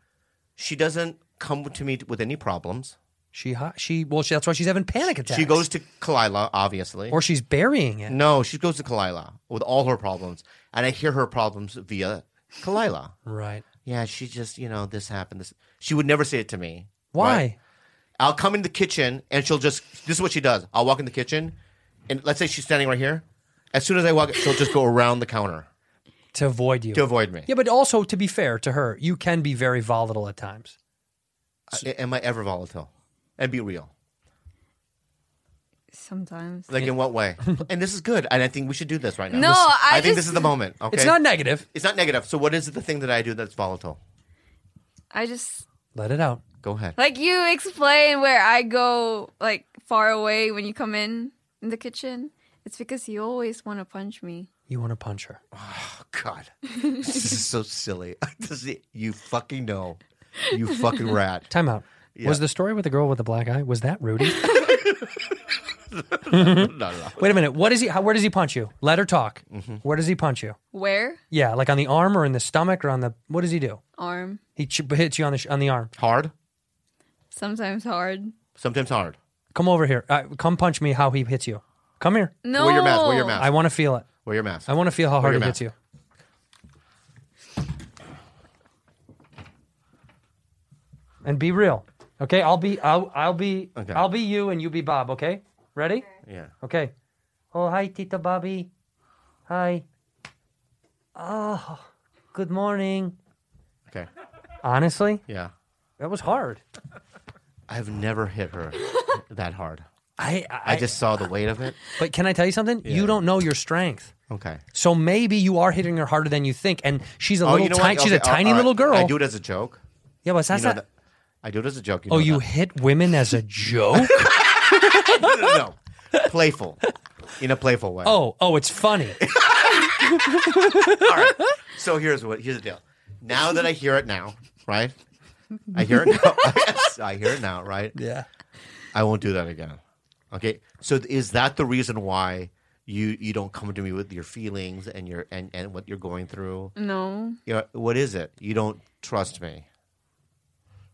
Speaker 7: she doesn't come to me with any problems.
Speaker 2: she hi- she well she, that's why she's having panic attacks.
Speaker 7: She goes to Kalila, obviously.
Speaker 2: or she's burying it.
Speaker 7: no, she goes to Kalila with all her problems. And I hear her problems via Kalila.
Speaker 2: Right.
Speaker 7: yeah, she just, you know, this happened. This she would never say it to me.
Speaker 2: Why?
Speaker 7: right? I'll come in the kitchen and she'll just this is what she does. I'll walk in the kitchen and let's say she's standing right here. As soon as I walk, she'll just go around the counter
Speaker 2: To avoid you.
Speaker 7: to avoid me.
Speaker 2: yeah, but also to be fair to her, you can be very volatile at times.
Speaker 7: I- Am I ever volatile? And be real.
Speaker 3: Sometimes.
Speaker 7: Like in what
Speaker 3: [LAUGHS]
Speaker 7: way? and this is good. And I think we should do this right now.
Speaker 3: No,
Speaker 7: This-
Speaker 3: I
Speaker 7: think
Speaker 3: just-
Speaker 7: this is the moment. Okay.
Speaker 2: It's not negative.
Speaker 7: It's not negative. So what is the thing that I do that's volatile?
Speaker 3: I just
Speaker 2: Let it out.
Speaker 7: Go ahead.
Speaker 3: like you explain where I go like far away when you come in in the kitchen. It's because you always want to punch me.
Speaker 2: You want to punch her.
Speaker 7: Oh, God,
Speaker 3: [LAUGHS]
Speaker 7: this is so silly. [LAUGHS] This is- you fucking know. You fucking rat.
Speaker 2: Time out.
Speaker 7: Yeah.
Speaker 2: Was the story with the girl with the black eye? Was that Rudy?
Speaker 7: [LAUGHS]
Speaker 2: [LAUGHS]
Speaker 7: No, no, no. Mm-hmm.
Speaker 2: Wait a minute. What is he? How, where does he punch you? Let her talk. Where does he punch you?
Speaker 3: Where?
Speaker 2: Yeah, like on the arm or in the stomach or on the. What does he do?
Speaker 3: Arm.
Speaker 2: He ch- hits you on the sh- on the arm.
Speaker 7: Hard.
Speaker 3: Sometimes hard.
Speaker 7: Sometimes hard.
Speaker 2: Come over here. Uh, come punch me. How he hits you. Come here.
Speaker 3: No.
Speaker 7: your mask, wear your mask.
Speaker 2: I want to feel it.
Speaker 7: Wear your mask.
Speaker 2: I want to feel how hard
Speaker 7: your
Speaker 2: he hits you.
Speaker 7: mask.
Speaker 2: And be real. Okay, I'll be I'll I'll be
Speaker 7: Okay.
Speaker 2: I'll be you and you be Bob, okay? Ready?
Speaker 7: Yeah.
Speaker 2: Okay. Oh, hi Tita Bobby. Hi. Oh, good morning.
Speaker 7: Okay.
Speaker 2: Honestly,
Speaker 7: Yeah.
Speaker 2: that was hard.
Speaker 7: I've never hit
Speaker 2: [LAUGHS]
Speaker 7: her that hard.
Speaker 2: I
Speaker 7: I, just saw the weight of it.
Speaker 2: But can I tell you something? You don't know your strength.
Speaker 7: Okay.
Speaker 2: So maybe you are hitting her harder than you think, and she's a
Speaker 7: Oh,
Speaker 2: little
Speaker 7: you know
Speaker 2: tiny.
Speaker 7: what?
Speaker 2: She's a
Speaker 7: Okay, all-
Speaker 2: tiny
Speaker 7: all right.
Speaker 2: little girl.
Speaker 7: I do it as a joke.
Speaker 2: yeah, but that's
Speaker 7: you
Speaker 2: not.
Speaker 7: know that. I do it as a joke. You
Speaker 2: oh,
Speaker 7: know
Speaker 2: you
Speaker 7: that.
Speaker 2: hit women as a joke?
Speaker 7: [LAUGHS] no, playful, in a playful way.
Speaker 2: oh, oh, it's funny.
Speaker 7: all right. So here's what. Here's the deal. Now that I hear it now, right? I
Speaker 2: [LAUGHS]
Speaker 7: hear it now. [LAUGHS] I hear it now, right?
Speaker 2: Yeah.
Speaker 7: I won't do that again. Okay. So th- is that the reason why you you don't come to me with your feelings and your and and what you're going through?
Speaker 3: No.
Speaker 7: You know, what is it? You don't trust me.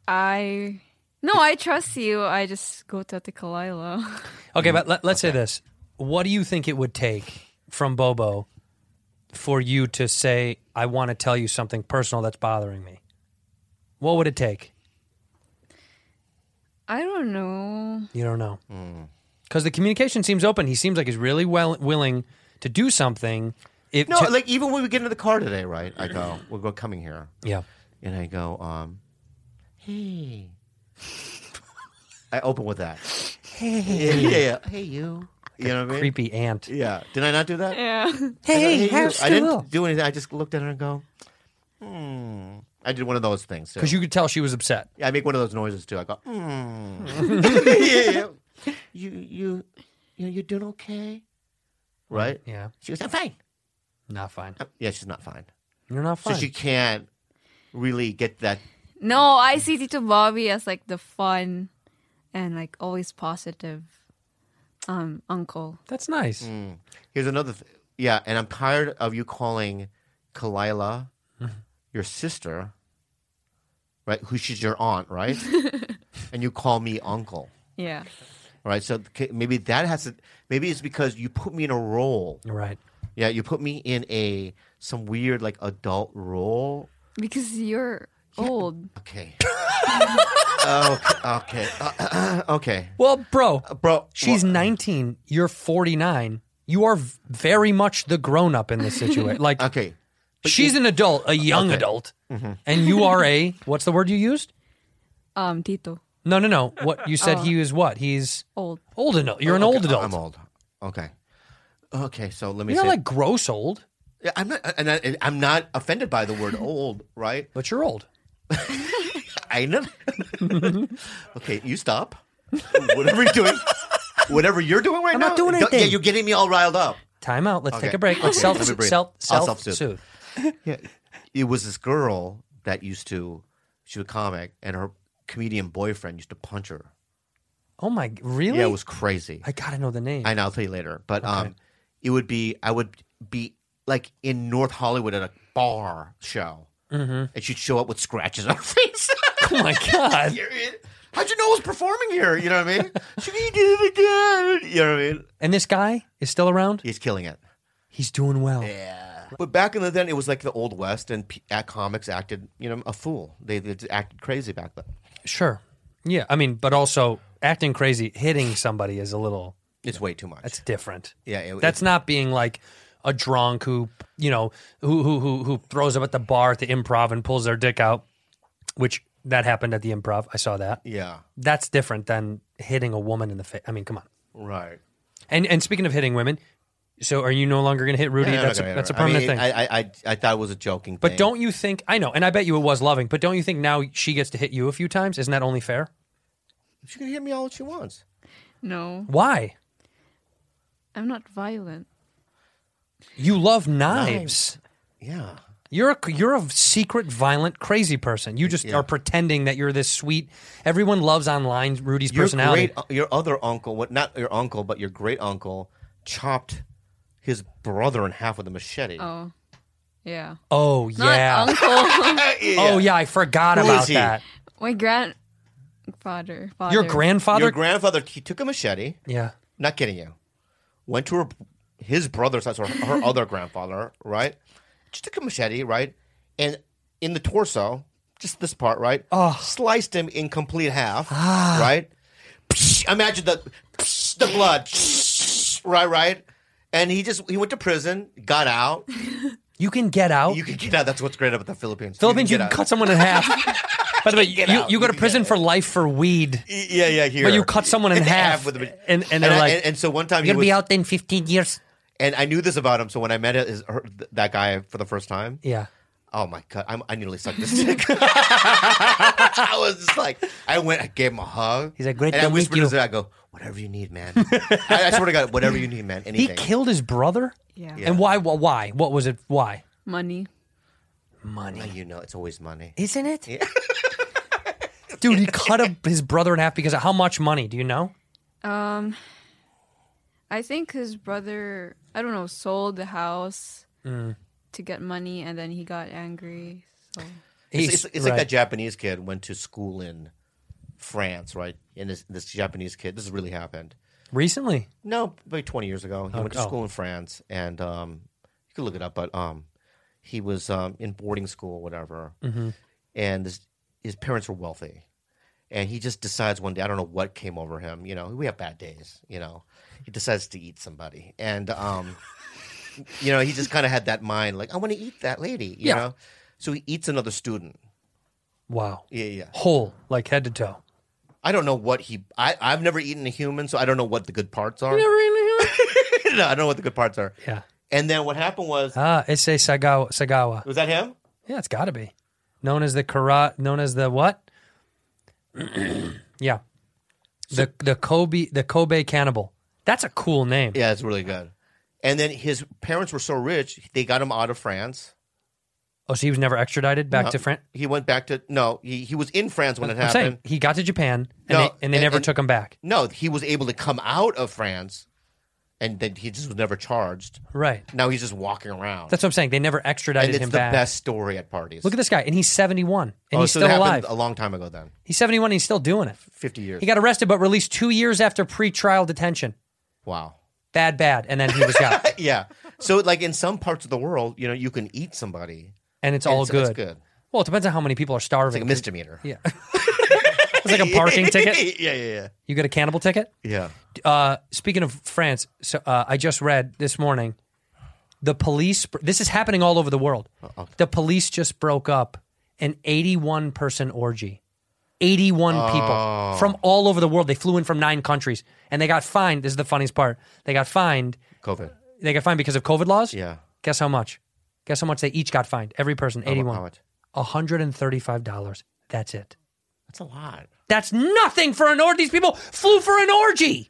Speaker 3: I. No, I trust you. I just go to the Kalila. [LAUGHS]
Speaker 2: Okay, but let, let's say this. What do you think it would take from Bobo for you to say, I want to tell you something personal that's bothering me? What would it take?
Speaker 3: I don't know.
Speaker 2: You don't know.
Speaker 7: Hmm.
Speaker 2: Because the communication seems open. He seems like he's really well willing to do something. If
Speaker 7: No,
Speaker 2: to-
Speaker 7: like even when we get into the car today, right? I [CLEARS THROAT] go, we're go- coming here,
Speaker 2: yeah.
Speaker 7: and I go, um, hey. I open with that. Hey, yeah, [LAUGHS] yeah, yeah. hey you. You know what I mean?
Speaker 2: Creepy aunt.
Speaker 7: Yeah. Did I not do that?
Speaker 3: Yeah.
Speaker 2: [LAUGHS]
Speaker 7: Hey, you.
Speaker 2: how's
Speaker 7: I didn't
Speaker 2: school?
Speaker 7: do anything. I just looked at her and go, hmm. I did one of those things. too.
Speaker 2: Because you could tell she was upset. [LAUGHS]
Speaker 7: Yeah, I make one of those noises too. I go, mm. yeah, yeah. hmm. [LAUGHS] you you you know, you're doing okay, right?
Speaker 2: Yeah.
Speaker 7: She goes, I'm fine.
Speaker 2: Not fine.
Speaker 7: I'm- yeah, she's Uh, not fine.
Speaker 2: You're not fine.
Speaker 7: So she can't really get that.
Speaker 3: No, I see Tito Bobby as like the fun and like always positive um uncle.
Speaker 2: That's nice.
Speaker 7: Mm. Here's another. Th- yeah, and I'm tired of you calling Kalila
Speaker 2: Mm-hmm.
Speaker 7: your sister, right? Who she's your aunt,
Speaker 2: [LAUGHS]
Speaker 7: right? and you call me uncle,
Speaker 3: Yeah.
Speaker 7: right? So c- maybe that has to. Maybe it's because you put me in a role.
Speaker 2: Right.
Speaker 7: Yeah, you put me in a some weird like adult role.
Speaker 3: Because you're old.
Speaker 2: [LAUGHS]
Speaker 7: Okay. okay. Okay. okay. [CLEARS THROAT]
Speaker 2: Well, bro,
Speaker 7: Uh, Bro,
Speaker 2: she's 19. You're 49. You are v- very much the grown up in this
Speaker 7: [LAUGHS]
Speaker 2: situation. Like,
Speaker 7: Okay.
Speaker 2: she's an adult, a young
Speaker 7: Uh, Okay. Mm-hmm.
Speaker 2: adult, and you are
Speaker 7: [LAUGHS]
Speaker 2: a what's the word you used?
Speaker 3: Um Tito.
Speaker 2: No, no, no. What you said? He is what? He's
Speaker 3: Old.
Speaker 2: old enough. You're an old
Speaker 7: Uh, Okay,
Speaker 2: adult.
Speaker 7: I'm old. Okay. Okay. So let me.
Speaker 2: You're not
Speaker 7: say,
Speaker 2: like gross old,
Speaker 7: Yeah, I'm not. And I, I'm not offended by the word old, right?
Speaker 2: but you're old.
Speaker 7: I know. [LAUGHS] okay, you stop. Whatever you're doing, whatever you're doing right
Speaker 2: I'm
Speaker 7: now.
Speaker 2: not doing
Speaker 7: don't- Yeah,
Speaker 2: anything.
Speaker 7: you're getting me all riled up.
Speaker 2: Time out. Let's
Speaker 7: Okay.
Speaker 2: take a break. Let's
Speaker 7: Okay,
Speaker 2: self
Speaker 7: let me breathe.
Speaker 2: self
Speaker 7: I'll
Speaker 2: self
Speaker 7: self-soothe.
Speaker 2: soothe.
Speaker 7: Yeah. It was this girl that used to. She was a comic, and her comedian boyfriend used to punch her.
Speaker 2: Oh my! Really?
Speaker 7: Yeah, it was crazy.
Speaker 2: I gotta know the name. [LAUGHS]
Speaker 7: I know. I'll tell you later. But um, it would be I would be like in North Hollywood at a bar show, mm-hmm. and she'd show up with scratches on her [LAUGHS] face.
Speaker 2: Oh my
Speaker 7: [LAUGHS]
Speaker 2: god!
Speaker 7: You're in- How'd you know I was performing here? You know what [LAUGHS] I mean? She goes, "You did it again. You know what I mean?
Speaker 2: And this guy is still around.
Speaker 7: He's killing it.
Speaker 2: He's doing well.
Speaker 7: But back in the then, it was like the old west, and p- at comics acted, you know, a fool. They, they just acted crazy back then.
Speaker 2: Sure. Yeah. I mean, but also acting crazy, hitting somebody is a little.
Speaker 7: It's way too much.
Speaker 2: That's different.
Speaker 7: yeah, it,
Speaker 2: That's not being like a drunk who you know who who who who throws up at the bar at the improv and pulls their dick out, which that happened at the improv. I saw that.
Speaker 7: yeah,
Speaker 2: That's different than hitting a woman in the face. I mean, come on.
Speaker 7: right.
Speaker 2: And and speaking of hitting women, so are you no longer going to hit Rudy?
Speaker 7: Yeah, no,
Speaker 2: that's
Speaker 7: no,
Speaker 2: a,
Speaker 7: no,
Speaker 2: that's a
Speaker 7: no.
Speaker 2: permanent
Speaker 7: I mean,
Speaker 2: thing.
Speaker 7: I, I, I, I thought it was a joking.
Speaker 2: but
Speaker 7: thing.
Speaker 2: don't you think I know? And I bet you it was loving. But don't you think now she gets to hit you a few times? Isn't that only fair?
Speaker 7: she can hit me all she wants.
Speaker 3: No.
Speaker 2: Why?
Speaker 3: I'm not violent.
Speaker 2: You love knives.
Speaker 7: Yeah,
Speaker 2: You're a you're a secret violent crazy person. You just are pretending that you're this sweet. Everyone loves online Rudy's
Speaker 7: your
Speaker 2: personality.
Speaker 7: great, uh, your other uncle, what not your uncle, but your great uncle, chopped his brother in half with a machete.
Speaker 3: Oh. Yeah.
Speaker 2: Oh
Speaker 3: Not
Speaker 2: yeah.
Speaker 3: uncle. [LAUGHS]
Speaker 2: Oh yeah, I forgot
Speaker 7: Who is
Speaker 2: about
Speaker 7: he?
Speaker 2: that.
Speaker 3: My grandfather. Father.
Speaker 2: Your grandfather.
Speaker 7: Your grandfather, he took a machete.
Speaker 2: yeah.
Speaker 7: Not kidding you. Went to her, his brother's house, or her other grandfather, right? She took a machete, right, and in the torso, just this part, right, sliced him in complete half, right. Psh, imagine the psh, the blood, psh, right, right, and he just he went to prison, got out.
Speaker 2: You can get out.
Speaker 7: You can get out. That's what's great about the Philippines.
Speaker 2: Philippines. You can,
Speaker 7: get out.
Speaker 2: cut someone in
Speaker 7: [LAUGHS]
Speaker 2: half. By the way, you, you,
Speaker 7: out.
Speaker 2: go
Speaker 7: You
Speaker 2: to
Speaker 7: can get
Speaker 2: prison
Speaker 7: out.
Speaker 2: for life for weed,
Speaker 7: Y- Yeah, yeah. Here,
Speaker 2: but you cut someone in half,
Speaker 7: with a,
Speaker 2: and, and they're
Speaker 7: I-
Speaker 2: like,
Speaker 7: and, and so one time
Speaker 2: "You're
Speaker 7: he
Speaker 2: gonna
Speaker 7: was,
Speaker 2: be out in 15 years."
Speaker 7: and I knew this about him. So when I met his, her, th- that guy for the first time,
Speaker 2: Yeah.
Speaker 7: Oh my god, I'm, I nearly sucked this dick. [LAUGHS] I was just like, I went, I gave him a hug.
Speaker 2: He's like, "Great
Speaker 7: and
Speaker 2: to
Speaker 7: I
Speaker 2: meet
Speaker 7: whispered to
Speaker 2: you."
Speaker 7: his ear, I go, whatever you need, man. I, I swear to God, whatever you need, man.
Speaker 2: He
Speaker 7: Anything.
Speaker 2: killed his brother.
Speaker 3: Yeah.
Speaker 2: And why? wh- Why? What was it? Why?
Speaker 3: Money.
Speaker 7: Now
Speaker 2: Money.
Speaker 7: you know, it's always money.
Speaker 2: isn't it? [LAUGHS] Dude, he cut up his brother in half because of how much money? Do you know?
Speaker 3: Um, I think his brother, I don't know, sold the house to get money, and then he got angry. So
Speaker 7: It's,
Speaker 2: He's-
Speaker 7: it's, it's like
Speaker 2: right.
Speaker 7: that Japanese kid went to school in France, right? And this, this Japanese kid, this really happened.
Speaker 2: Recently,
Speaker 7: No, maybe 20 years ago. He went to
Speaker 2: oh.
Speaker 7: school in France, and um, you could look it up, but um, he was um, in boarding school or whatever.
Speaker 2: Mm-hmm.
Speaker 7: And his, his parents were wealthy. And he just decides one day, I don't know what came over him. You know, we have bad days, you know. He decides to eat somebody. And, um, you know, he just kind of had that mind, like, I want to eat that lady, you
Speaker 2: Yeah.
Speaker 7: know. So he eats another student.
Speaker 2: wow,
Speaker 7: Yeah, yeah.
Speaker 2: whole like head to toe.
Speaker 7: I don't know what he. I, I've never eaten a human, so I don't know what the good parts are. [LAUGHS] no, I don't know what the good parts are.
Speaker 2: Yeah.
Speaker 7: And then what happened was,
Speaker 2: Ah, it's a Sagawa. Sagawa.
Speaker 7: was that him?
Speaker 2: Yeah, it's got to be known as the karat. Known as the what? [CLEARS THROAT] yeah. the the Kobe the Kobe Cannibal. That's a cool name.
Speaker 7: Yeah, it's really good. And then his parents were so rich, they got him out of France.
Speaker 2: Oh, so he was never extradited back
Speaker 7: No,
Speaker 2: to France.
Speaker 7: He went back to no. He, he was in France when it
Speaker 2: I'm
Speaker 7: happened.
Speaker 2: saying he got to Japan and
Speaker 7: No,
Speaker 2: they, and they
Speaker 7: and-
Speaker 2: never
Speaker 7: and-
Speaker 2: took him back.
Speaker 7: No, he was able to come out of France, and then he just was never charged.
Speaker 2: Right.
Speaker 7: Now he's just walking around.
Speaker 2: That's what I'm saying. They never extradited
Speaker 7: and it's
Speaker 2: him
Speaker 7: the
Speaker 2: back.
Speaker 7: best story at parties.
Speaker 2: Look at this guy, and he's 71, and
Speaker 7: oh,
Speaker 2: he's
Speaker 7: so
Speaker 2: still
Speaker 7: that
Speaker 2: alive.
Speaker 7: happened a long time ago. Then
Speaker 2: He's 71, and he's still doing it.
Speaker 7: fifty years.
Speaker 2: He got arrested, but released two years after pre-trial detention.
Speaker 7: wow.
Speaker 2: Bad, bad, and then he was
Speaker 7: [LAUGHS]
Speaker 2: got,
Speaker 7: Yeah. So like in some parts of the world, you know, you can eat somebody.
Speaker 2: and it's
Speaker 7: and
Speaker 2: all
Speaker 7: it's,
Speaker 2: good.
Speaker 7: It's good.
Speaker 2: Well, it depends on how many people are
Speaker 7: It's like
Speaker 2: starving.
Speaker 7: a misdemeanor.
Speaker 2: yeah, it's like a parking ticket.
Speaker 7: [LAUGHS] yeah, yeah, yeah.
Speaker 2: You get a cannibal ticket.
Speaker 7: Yeah.
Speaker 2: uh, speaking of France, so uh, I just read this morning the police. This is happening all over the world. The police just broke up an 81 person orgy. 81
Speaker 7: Oh.
Speaker 2: people from all over the world. They flew in from nine countries and they got fined. This is the funniest part. They got fined.
Speaker 7: COVID.
Speaker 2: They got fined because of COVID laws.
Speaker 7: Yeah.
Speaker 2: Guess how much? Guess how much they each got fined? Every person,
Speaker 7: mu-
Speaker 2: 81.
Speaker 7: how much?
Speaker 2: $135. That's it.
Speaker 7: That's a lot.
Speaker 2: That's nothing for an orgy. These people flew for an orgy.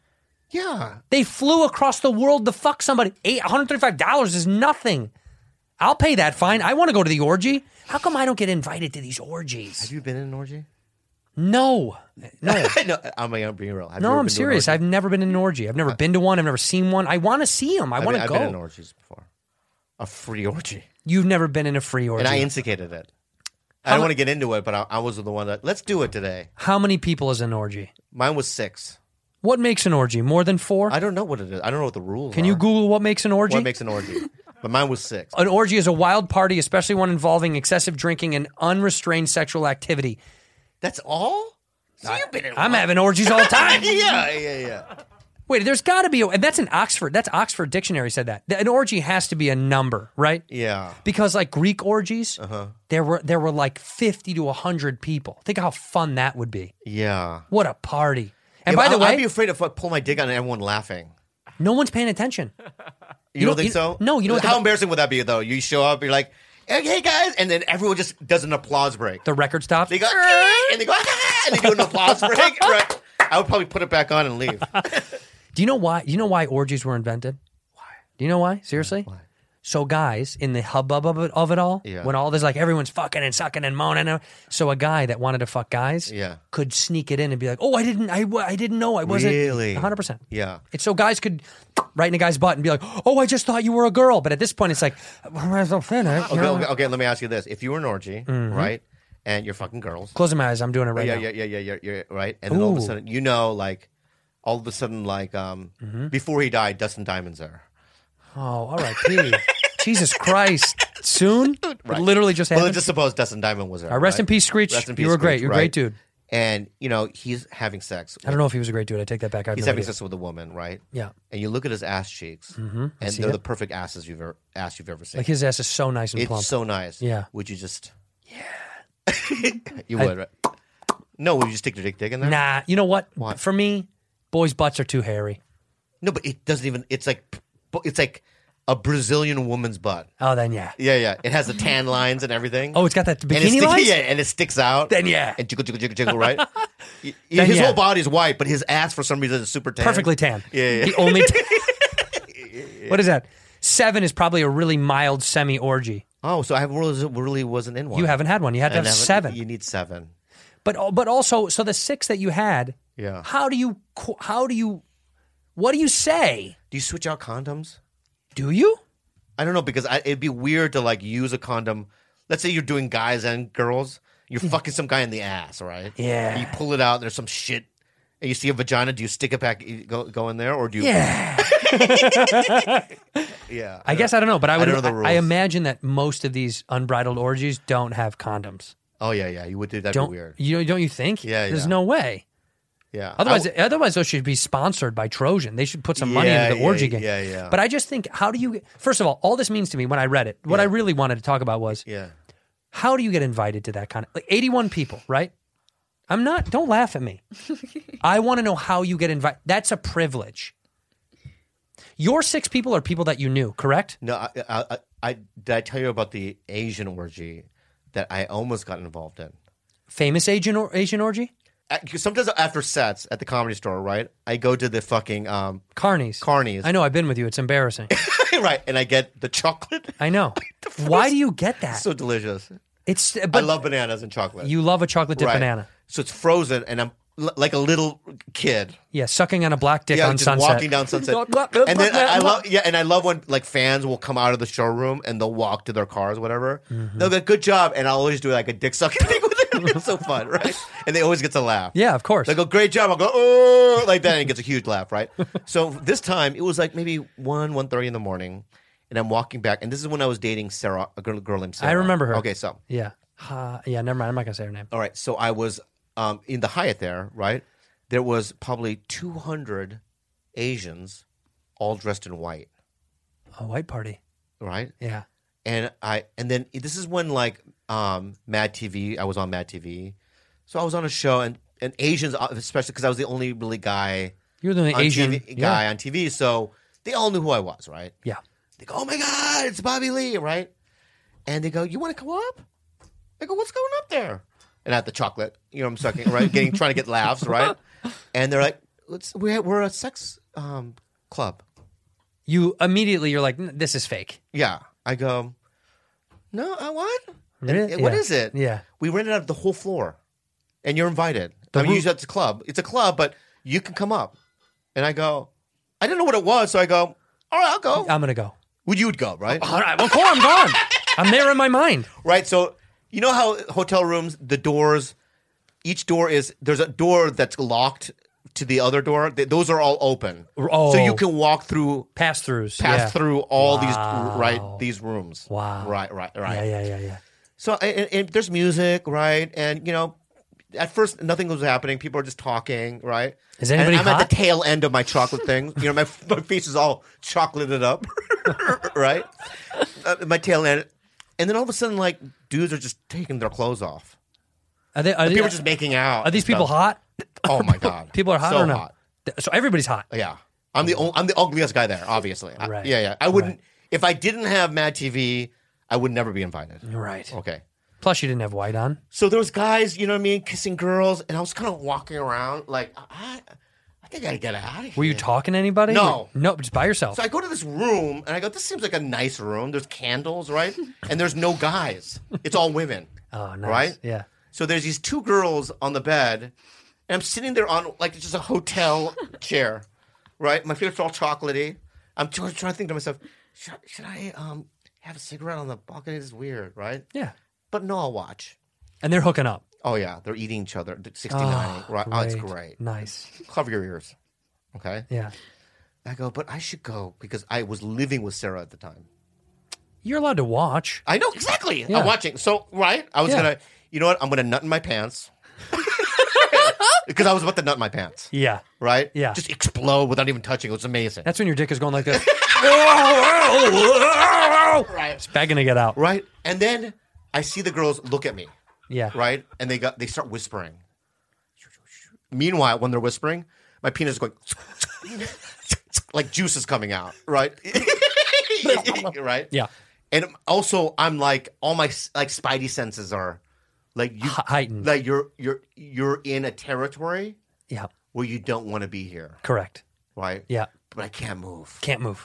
Speaker 7: Yeah.
Speaker 2: They flew across the world to fuck somebody. Eight hundred thirty-five dollars is nothing. I'll pay that fine. I want to go to the orgy. How come I don't get invited to these orgies?
Speaker 7: Have you been in an orgy?
Speaker 2: No,
Speaker 7: [LAUGHS]
Speaker 2: no,
Speaker 7: no, I'm, I'm being real. Have you
Speaker 2: no. I'm
Speaker 7: ever been to an
Speaker 2: serious.
Speaker 7: orgy?
Speaker 2: I've never been in an orgy. I've never been to one. I've never seen one. I want to see them. I
Speaker 7: I've
Speaker 2: want
Speaker 7: been-
Speaker 2: to
Speaker 7: I've
Speaker 2: go.
Speaker 7: been in orgies before. A free orgy.
Speaker 2: You've never been in a free orgy.
Speaker 7: And I instigated it. I
Speaker 2: How
Speaker 7: don't
Speaker 2: mu-
Speaker 7: want to get into it, but I, I was the one that, let's do it today.
Speaker 2: How many people is an orgy?
Speaker 7: Mine was six.
Speaker 2: What makes an orgy? More than four?
Speaker 7: I don't know what it is. I don't know what the rules
Speaker 2: Can you
Speaker 7: are.
Speaker 2: Google what makes an orgy?
Speaker 7: what makes an orgy? but mine was six.
Speaker 2: An orgy is a wild party, especially one involving excessive drinking and unrestrained sexual activity.
Speaker 7: That's all? So you've been in
Speaker 2: I'm
Speaker 7: one.
Speaker 2: having orgies all the time.
Speaker 7: [LAUGHS] Yeah, yeah, yeah.
Speaker 2: Wait, there's got to be, a, and that's an Oxford. That's Oxford Dictionary said that That an orgy has to be a number, right?
Speaker 7: Yeah. Uh-huh.
Speaker 2: Because like Greek orgies, there were there were like fifty to hundred people. Think how fun that would be.
Speaker 7: Yeah.
Speaker 2: What a party! And
Speaker 7: Yeah,
Speaker 2: by
Speaker 7: but
Speaker 2: the
Speaker 7: I-
Speaker 2: way,
Speaker 7: I'd be afraid if I pull my dick on everyone laughing.
Speaker 2: no one's paying attention.
Speaker 7: You,
Speaker 2: You
Speaker 7: don't
Speaker 2: know-
Speaker 7: think
Speaker 2: you-
Speaker 7: so?
Speaker 2: no, you know what the-
Speaker 7: how embarrassing would that be though? You show up, you're like, "Hey, "Hey guys," and then everyone just does an applause break.
Speaker 2: The record stops.
Speaker 7: They go "Eh," and they go "Ah," and they do an
Speaker 2: [LAUGHS]
Speaker 7: applause break. Right? I would probably put it back on and leave.
Speaker 2: Do you know why? You know why orgies were invented? Why? Do you know why? Seriously? Why? So guys, in the hubbub of it, of it all,
Speaker 7: Yeah.
Speaker 2: when all this like everyone's fucking and sucking and moaning, and- so a guy that wanted to fuck guys,
Speaker 7: Yeah.
Speaker 2: could sneak it in and be like, "Oh, I didn't, I, wa- I didn't know, I wasn't."
Speaker 7: Really?
Speaker 2: One hundred percent.
Speaker 7: Yeah.
Speaker 2: It's so guys could right in a guy's butt and be like, "Oh, I just thought you were a girl," but at this point, it's like, "Why is it thin, eh?"
Speaker 7: Okay, okay, okay, Let me ask you this: If you were an orgy,
Speaker 2: Mm-hmm.
Speaker 7: right, and you're fucking girls,
Speaker 2: Closing my eyes, I'm doing it right
Speaker 7: yeah,
Speaker 2: now.
Speaker 7: yeah, yeah, yeah, yeah, yeah, right, and then all of a
Speaker 2: Ooh.
Speaker 7: sudden, you know, like, all of a sudden, like, um,
Speaker 2: Mm-hmm.
Speaker 7: before he died, Dustin Diamond's there.
Speaker 2: Oh, all right,
Speaker 7: [LAUGHS]
Speaker 2: P. Jesus Christ! Soon, it literally just
Speaker 7: Well,
Speaker 2: happened.
Speaker 7: let's just suppose Dustin Diamond was there.
Speaker 2: Uh, rest
Speaker 7: right?
Speaker 2: in peace, Screech.
Speaker 7: Rest in
Speaker 2: You were great.
Speaker 7: Screech,
Speaker 2: You're a
Speaker 7: right?
Speaker 2: great dude.
Speaker 7: And you know he's having sex.
Speaker 2: I don't know if he was a great dude. I take that back. I have
Speaker 7: He's
Speaker 2: no
Speaker 7: having
Speaker 2: idea.
Speaker 7: sex with a woman, right?
Speaker 2: Yeah. Mm-hmm.
Speaker 7: And you look at his ass cheeks, and
Speaker 2: see
Speaker 7: they're
Speaker 2: it.
Speaker 7: the perfect asses you've ever ass you've ever seen.
Speaker 2: Like his ass is so nice and
Speaker 7: it's
Speaker 2: plump.
Speaker 7: so nice.
Speaker 2: Yeah.
Speaker 7: Would you just? Yeah. [LAUGHS] you would. right? No, would you stick your dick dick in there?
Speaker 2: nah, you know what? For me, boys' butts are too hairy.
Speaker 7: No, but it doesn't even. It's like, bu- it's like a Brazilian woman's butt.
Speaker 2: Oh, then yeah.
Speaker 7: Yeah, yeah. It has the tan lines and everything.
Speaker 2: Oh, it's got that
Speaker 7: and it
Speaker 2: bikini
Speaker 7: stick-
Speaker 2: lines.
Speaker 7: [LAUGHS] Yeah, and it sticks out.
Speaker 2: Then yeah.
Speaker 7: And jiggle, jiggle, jiggle,
Speaker 2: [LAUGHS]
Speaker 7: jiggle. Right. Y-
Speaker 2: Then
Speaker 7: his
Speaker 2: yeah.
Speaker 7: whole body's white, but his ass for some reason is super tan.
Speaker 2: Perfectly tan.
Speaker 7: Yeah, yeah.
Speaker 2: The
Speaker 7: [LAUGHS]
Speaker 2: only. what is that? Seven is probably a really mild semi orgy.
Speaker 7: Oh, so I really, really wasn't in one.
Speaker 2: You haven't had one. You had
Speaker 7: I
Speaker 2: to have
Speaker 7: haven't-
Speaker 2: seven.
Speaker 7: You need seven.
Speaker 2: But uh, but also, so the six that you had.
Speaker 7: Yeah.
Speaker 2: How do you? qu- How do you? What do you say?
Speaker 7: Do you switch out condoms?
Speaker 2: Do you?
Speaker 7: I don't know because I, it'd be weird to like use a condom. Let's say you're doing guys and girls. You're fucking some guy in the ass, right?
Speaker 2: Hmm. Yeah.
Speaker 7: You pull it out. and There's some shit. And you see a vagina. Do you stick it back? you Go, go in there, or do you?
Speaker 2: Yeah.
Speaker 7: Yeah.
Speaker 2: I guess I don't know, but I would.
Speaker 7: don't know the
Speaker 2: I
Speaker 7: rules.
Speaker 2: imagine that most of these unbridled orgies don't have condoms.
Speaker 7: Oh yeah, yeah. You would do that.
Speaker 2: don't
Speaker 7: Weird.
Speaker 2: you? Don't you think?
Speaker 7: Yeah,
Speaker 2: There's
Speaker 7: yeah.
Speaker 2: no way.
Speaker 7: Yeah.
Speaker 2: Otherwise,
Speaker 7: I w-
Speaker 2: otherwise those should be sponsored by Trojan. They should put some money
Speaker 7: Yeah,
Speaker 2: into the
Speaker 7: yeah,
Speaker 2: orgy game.
Speaker 7: yeah, yeah.
Speaker 2: But I just think, how do you? get- First of all, all this means to me when I read it. What I really wanted to talk about was
Speaker 7: yeah.
Speaker 2: how do you get invited to that kind of like 81 people, right? I'm not. Don't laugh at
Speaker 7: [LAUGHS]
Speaker 2: me. I want to know how you get invited. That's a privilege. Your six people are people that you knew, correct?
Speaker 7: No, I, I, I, I did I tell you about the Asian orgy that I almost got involved in?
Speaker 2: Famous Asian or, Asian orgy.
Speaker 7: at- sometimes after sets at the comedy store, right? I go to the fucking um, [LAUGHS]
Speaker 2: Carnies.
Speaker 7: Carnies.
Speaker 2: I know I've been with you. It's
Speaker 7: [LAUGHS]
Speaker 2: embarrassing.
Speaker 7: right, and I get the chocolate. [LAUGHS]
Speaker 2: I know. Why do you get that?
Speaker 7: so delicious.
Speaker 2: It's but
Speaker 7: I love bananas and chocolate.
Speaker 2: you love a chocolate dip
Speaker 7: Right.
Speaker 2: banana.
Speaker 7: So it's frozen, and I'm l- like a little kid.
Speaker 2: Yeah, sucking on a black dick
Speaker 7: yeah,
Speaker 2: on
Speaker 7: just
Speaker 2: sunset. [LAUGHS]
Speaker 7: walking down sunset. and then I, I love yeah, and I love when like fans will come out of the showroom and they'll walk to their cars, whatever.
Speaker 2: Mm-hmm.
Speaker 7: They'll go, "Good job," and I always do like a dick sucking [LAUGHS] thing with it. It's so
Speaker 2: [LAUGHS]
Speaker 7: fun, right? And they always get to laugh.
Speaker 2: yeah, of course.
Speaker 7: They go, great job. I'll go, oh, like that. And it gets a huge
Speaker 2: [LAUGHS]
Speaker 7: laugh, right? so this time it was like maybe 1, 1.30 in the morning. And I'm walking back. And this is when I was dating Sarah, a girl, girl named Sarah.
Speaker 2: I remember her.
Speaker 7: Okay, so,
Speaker 2: yeah, Ha yeah. Never mind. I'm not gonna say her name.
Speaker 7: all right. So I was um, in the Hyatt there, right? There was probably 200 Asians all dressed in white,
Speaker 2: A white party.
Speaker 7: right?
Speaker 2: Yeah.
Speaker 7: and I and then this is when like um Mad TV I was on Mad TV, so I was on a show and and Asians uh, especially because I was the only really guy
Speaker 2: You're the
Speaker 7: on
Speaker 2: Asian
Speaker 7: TV,
Speaker 2: yeah.
Speaker 7: guy on TV, so they all knew who I was, right?
Speaker 2: Yeah.
Speaker 7: They go, oh my god, it's Bobby Lee, right? And they go, you want to come up? I go, what's going up there? And I had the chocolate, you know, I'm sucking,
Speaker 2: [LAUGHS]
Speaker 7: right? Getting trying to get laughs, right? And they're like, Let's, we're we're a sex um club.
Speaker 2: You immediately you're like, "N- this is fake.
Speaker 7: Yeah. I go, no, I what? And
Speaker 2: Really?
Speaker 7: it- What
Speaker 2: Yeah.
Speaker 7: is it?
Speaker 2: Yeah.
Speaker 7: We rented out the whole floor and you're invited. I mean,
Speaker 2: roo-
Speaker 7: usually it's a club. It's a club, but you can come up. And I go, I didn't know what it was. So I go, all right, I'll go.
Speaker 2: I'm gonna go.
Speaker 7: Would you would go, right?
Speaker 2: All right. Well, cool. I'm
Speaker 7: [LAUGHS]
Speaker 2: gone. I'm there in my mind.
Speaker 7: Right. So you know how hotel rooms, the doors, each door is, there's a door that's locked to the other door. Th- those are all open.
Speaker 2: Oh.
Speaker 7: So you can walk through
Speaker 2: Pass throughs.
Speaker 7: pass
Speaker 2: yeah.
Speaker 7: through all
Speaker 2: Wow.
Speaker 7: these right these rooms
Speaker 2: Wow.
Speaker 7: right right right
Speaker 2: Yeah, yeah, yeah, yeah.
Speaker 7: So and, and there's music, right? And you know, at first nothing was happening. People are just talking, right?
Speaker 2: Is anybody
Speaker 7: And I'm at
Speaker 2: hot?
Speaker 7: the tail end of my chocolate thing. You know, my, [LAUGHS] my face is all chocolated up, [LAUGHS] right? Uh, my tail end, and then all of a sudden, like dudes are just taking their clothes off.
Speaker 2: Are, they, are,
Speaker 7: People
Speaker 2: they-
Speaker 7: are just making out.
Speaker 2: are these people hot?
Speaker 7: hot? Oh my
Speaker 2: [LAUGHS]
Speaker 7: god,
Speaker 2: People are hot
Speaker 7: so
Speaker 2: or no?
Speaker 7: Hot.
Speaker 2: Th- So everybody's hot.
Speaker 7: Yeah, I'm the ol- I'm the ugliest guy there, obviously. I-
Speaker 2: Right.
Speaker 7: yeah, yeah. I wouldn't if I didn't have Mad TV, I would never be invited.
Speaker 2: Right.
Speaker 7: Okay.
Speaker 2: Plus, you didn't have white on.
Speaker 7: So there was guys, you know what I mean, kissing girls, and I was kind of walking around like I, I think I gotta get out of here.
Speaker 2: Were you talking to anybody?
Speaker 7: No.
Speaker 2: No, just by yourself.
Speaker 7: So I go to this room and I go, this seems like a nice room. There's
Speaker 2: [LAUGHS]
Speaker 7: candles, right? and there's no guys. It's all women.
Speaker 2: oh, nice.
Speaker 7: Right?
Speaker 2: Yeah.
Speaker 7: So there's these two girls on the bed, and I'm sitting there on like just a
Speaker 2: [LAUGHS]
Speaker 7: hotel chair, right? My feet are all chocolatey. I'm tr- trying to think to myself, should, should I um have a cigarette on the balcony? This is weird, right?
Speaker 2: Yeah.
Speaker 7: But no, I'll watch.
Speaker 2: And they're hooking up.
Speaker 7: Oh yeah, they're eating each other. They're
Speaker 2: Ah,
Speaker 7: 69, right? Oh, it's great.
Speaker 2: Nice.
Speaker 7: Cover your ears, okay?
Speaker 2: Yeah.
Speaker 7: I go, but I should go because I was living with Sarah at the time.
Speaker 2: You're allowed to watch.
Speaker 7: I know exactly.
Speaker 2: Yeah.
Speaker 7: I'm watching. So right, I was
Speaker 2: Yeah.
Speaker 7: gonna. You know what? I'm gonna nut in
Speaker 2: [LAUGHS]
Speaker 7: my pants because I was about to nut in my pants.
Speaker 2: Yeah.
Speaker 7: right?
Speaker 2: Yeah.
Speaker 7: Just explode without even touching. It was amazing.
Speaker 2: That's when your dick is going like
Speaker 7: [LAUGHS]
Speaker 2: this. right. It's begging to get out.
Speaker 7: right. And then I see the girls look at me,
Speaker 2: Yeah.
Speaker 7: right? And they got they start whispering. Meanwhile, when they're whispering, my penis is going like juice is coming out, right? [LAUGHS] right?
Speaker 2: Yeah.
Speaker 7: And also I'm like all my like spidey senses are like you
Speaker 2: H- heightened.
Speaker 7: like you're you're you're in a territory
Speaker 2: Yeah.
Speaker 7: where you don't want to be here,
Speaker 2: Correct.
Speaker 7: right?
Speaker 2: Yeah.
Speaker 7: But I can't move.
Speaker 2: Can't
Speaker 7: [LAUGHS]
Speaker 2: move.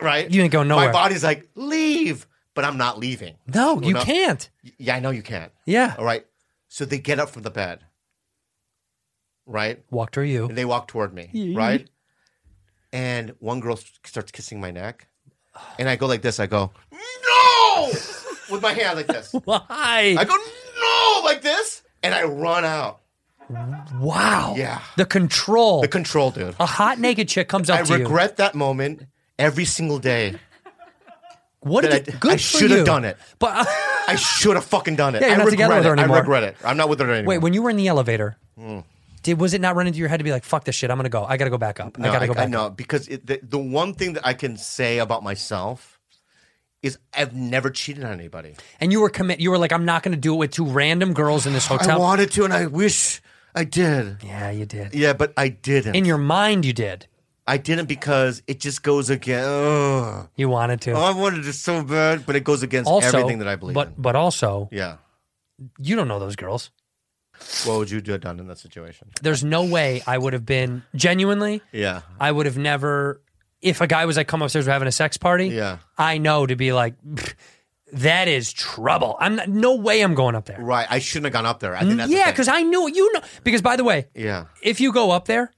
Speaker 7: right?
Speaker 2: You ain't going nowhere.
Speaker 7: My body's like, leave, but I'm not leaving.
Speaker 2: No,
Speaker 7: We're
Speaker 2: you
Speaker 7: not- Oh.
Speaker 2: can't.
Speaker 7: Yeah, I know you can't.
Speaker 2: Yeah.
Speaker 7: All right. So they get up from the bed, right?
Speaker 2: Walk through you.
Speaker 7: And they walk toward me, right? And one girl s- starts kissing my neck, and I go like this. I go, no, with my hand like this.
Speaker 2: Why?
Speaker 7: I go, no, like this, and I run out.
Speaker 2: wow.
Speaker 7: Yeah.
Speaker 2: The control.
Speaker 7: The control, dude.
Speaker 2: a hot naked chick comes up
Speaker 7: I
Speaker 2: to you.
Speaker 7: regret that moment every single day.
Speaker 2: What
Speaker 7: that
Speaker 2: did
Speaker 7: I
Speaker 2: you,
Speaker 7: d-
Speaker 2: good
Speaker 7: I
Speaker 2: for
Speaker 7: should have
Speaker 2: you.
Speaker 7: done it. [LAUGHS]
Speaker 2: But uh,
Speaker 7: I should have fucking done it.
Speaker 2: Yeah, you're
Speaker 7: I
Speaker 2: not
Speaker 7: regret
Speaker 2: together with
Speaker 7: it.
Speaker 2: her anymore.
Speaker 7: I regret it. I'm not with her anymore.
Speaker 2: wait, when you were in the elevator,
Speaker 7: Hmm.
Speaker 2: did was it not run into your head to be like, "Fuck this shit, I'm gonna go. I gotta go back up. I
Speaker 7: No,
Speaker 2: gotta go back."
Speaker 7: no,
Speaker 2: up.
Speaker 7: because it, the, the one thing that I can say about myself is I've never cheated on anybody.
Speaker 2: And you were commit. You were like, "I'm not gonna do it with two random girls in this
Speaker 7: I
Speaker 2: hotel."
Speaker 7: wanted to, and I wish I did.
Speaker 2: yeah, you did.
Speaker 7: Yeah, but I didn't.
Speaker 2: In your mind, you did.
Speaker 7: I didn't because it just goes against. Oh,
Speaker 2: You wanted to.
Speaker 7: I wanted it so bad, but it goes against
Speaker 2: also,
Speaker 7: everything that I believe
Speaker 2: But
Speaker 7: in.
Speaker 2: but also,
Speaker 7: Yeah,
Speaker 2: you don't know those girls.
Speaker 7: What would you do done in that situation?
Speaker 2: There's no way I would have been genuinely.
Speaker 7: Yeah.
Speaker 2: I would have never. If a guy was like, "Come upstairs, we're having a sex party,"
Speaker 7: Yeah.
Speaker 2: I know to be like, "That is trouble." I'm not, no way I'm going up there.
Speaker 7: Right. I shouldn't have gone up there. I think that's the
Speaker 2: Mm, yeah,
Speaker 7: thing.
Speaker 2: because I knew you know. Because by the way,
Speaker 7: Yeah.
Speaker 2: if you go up there,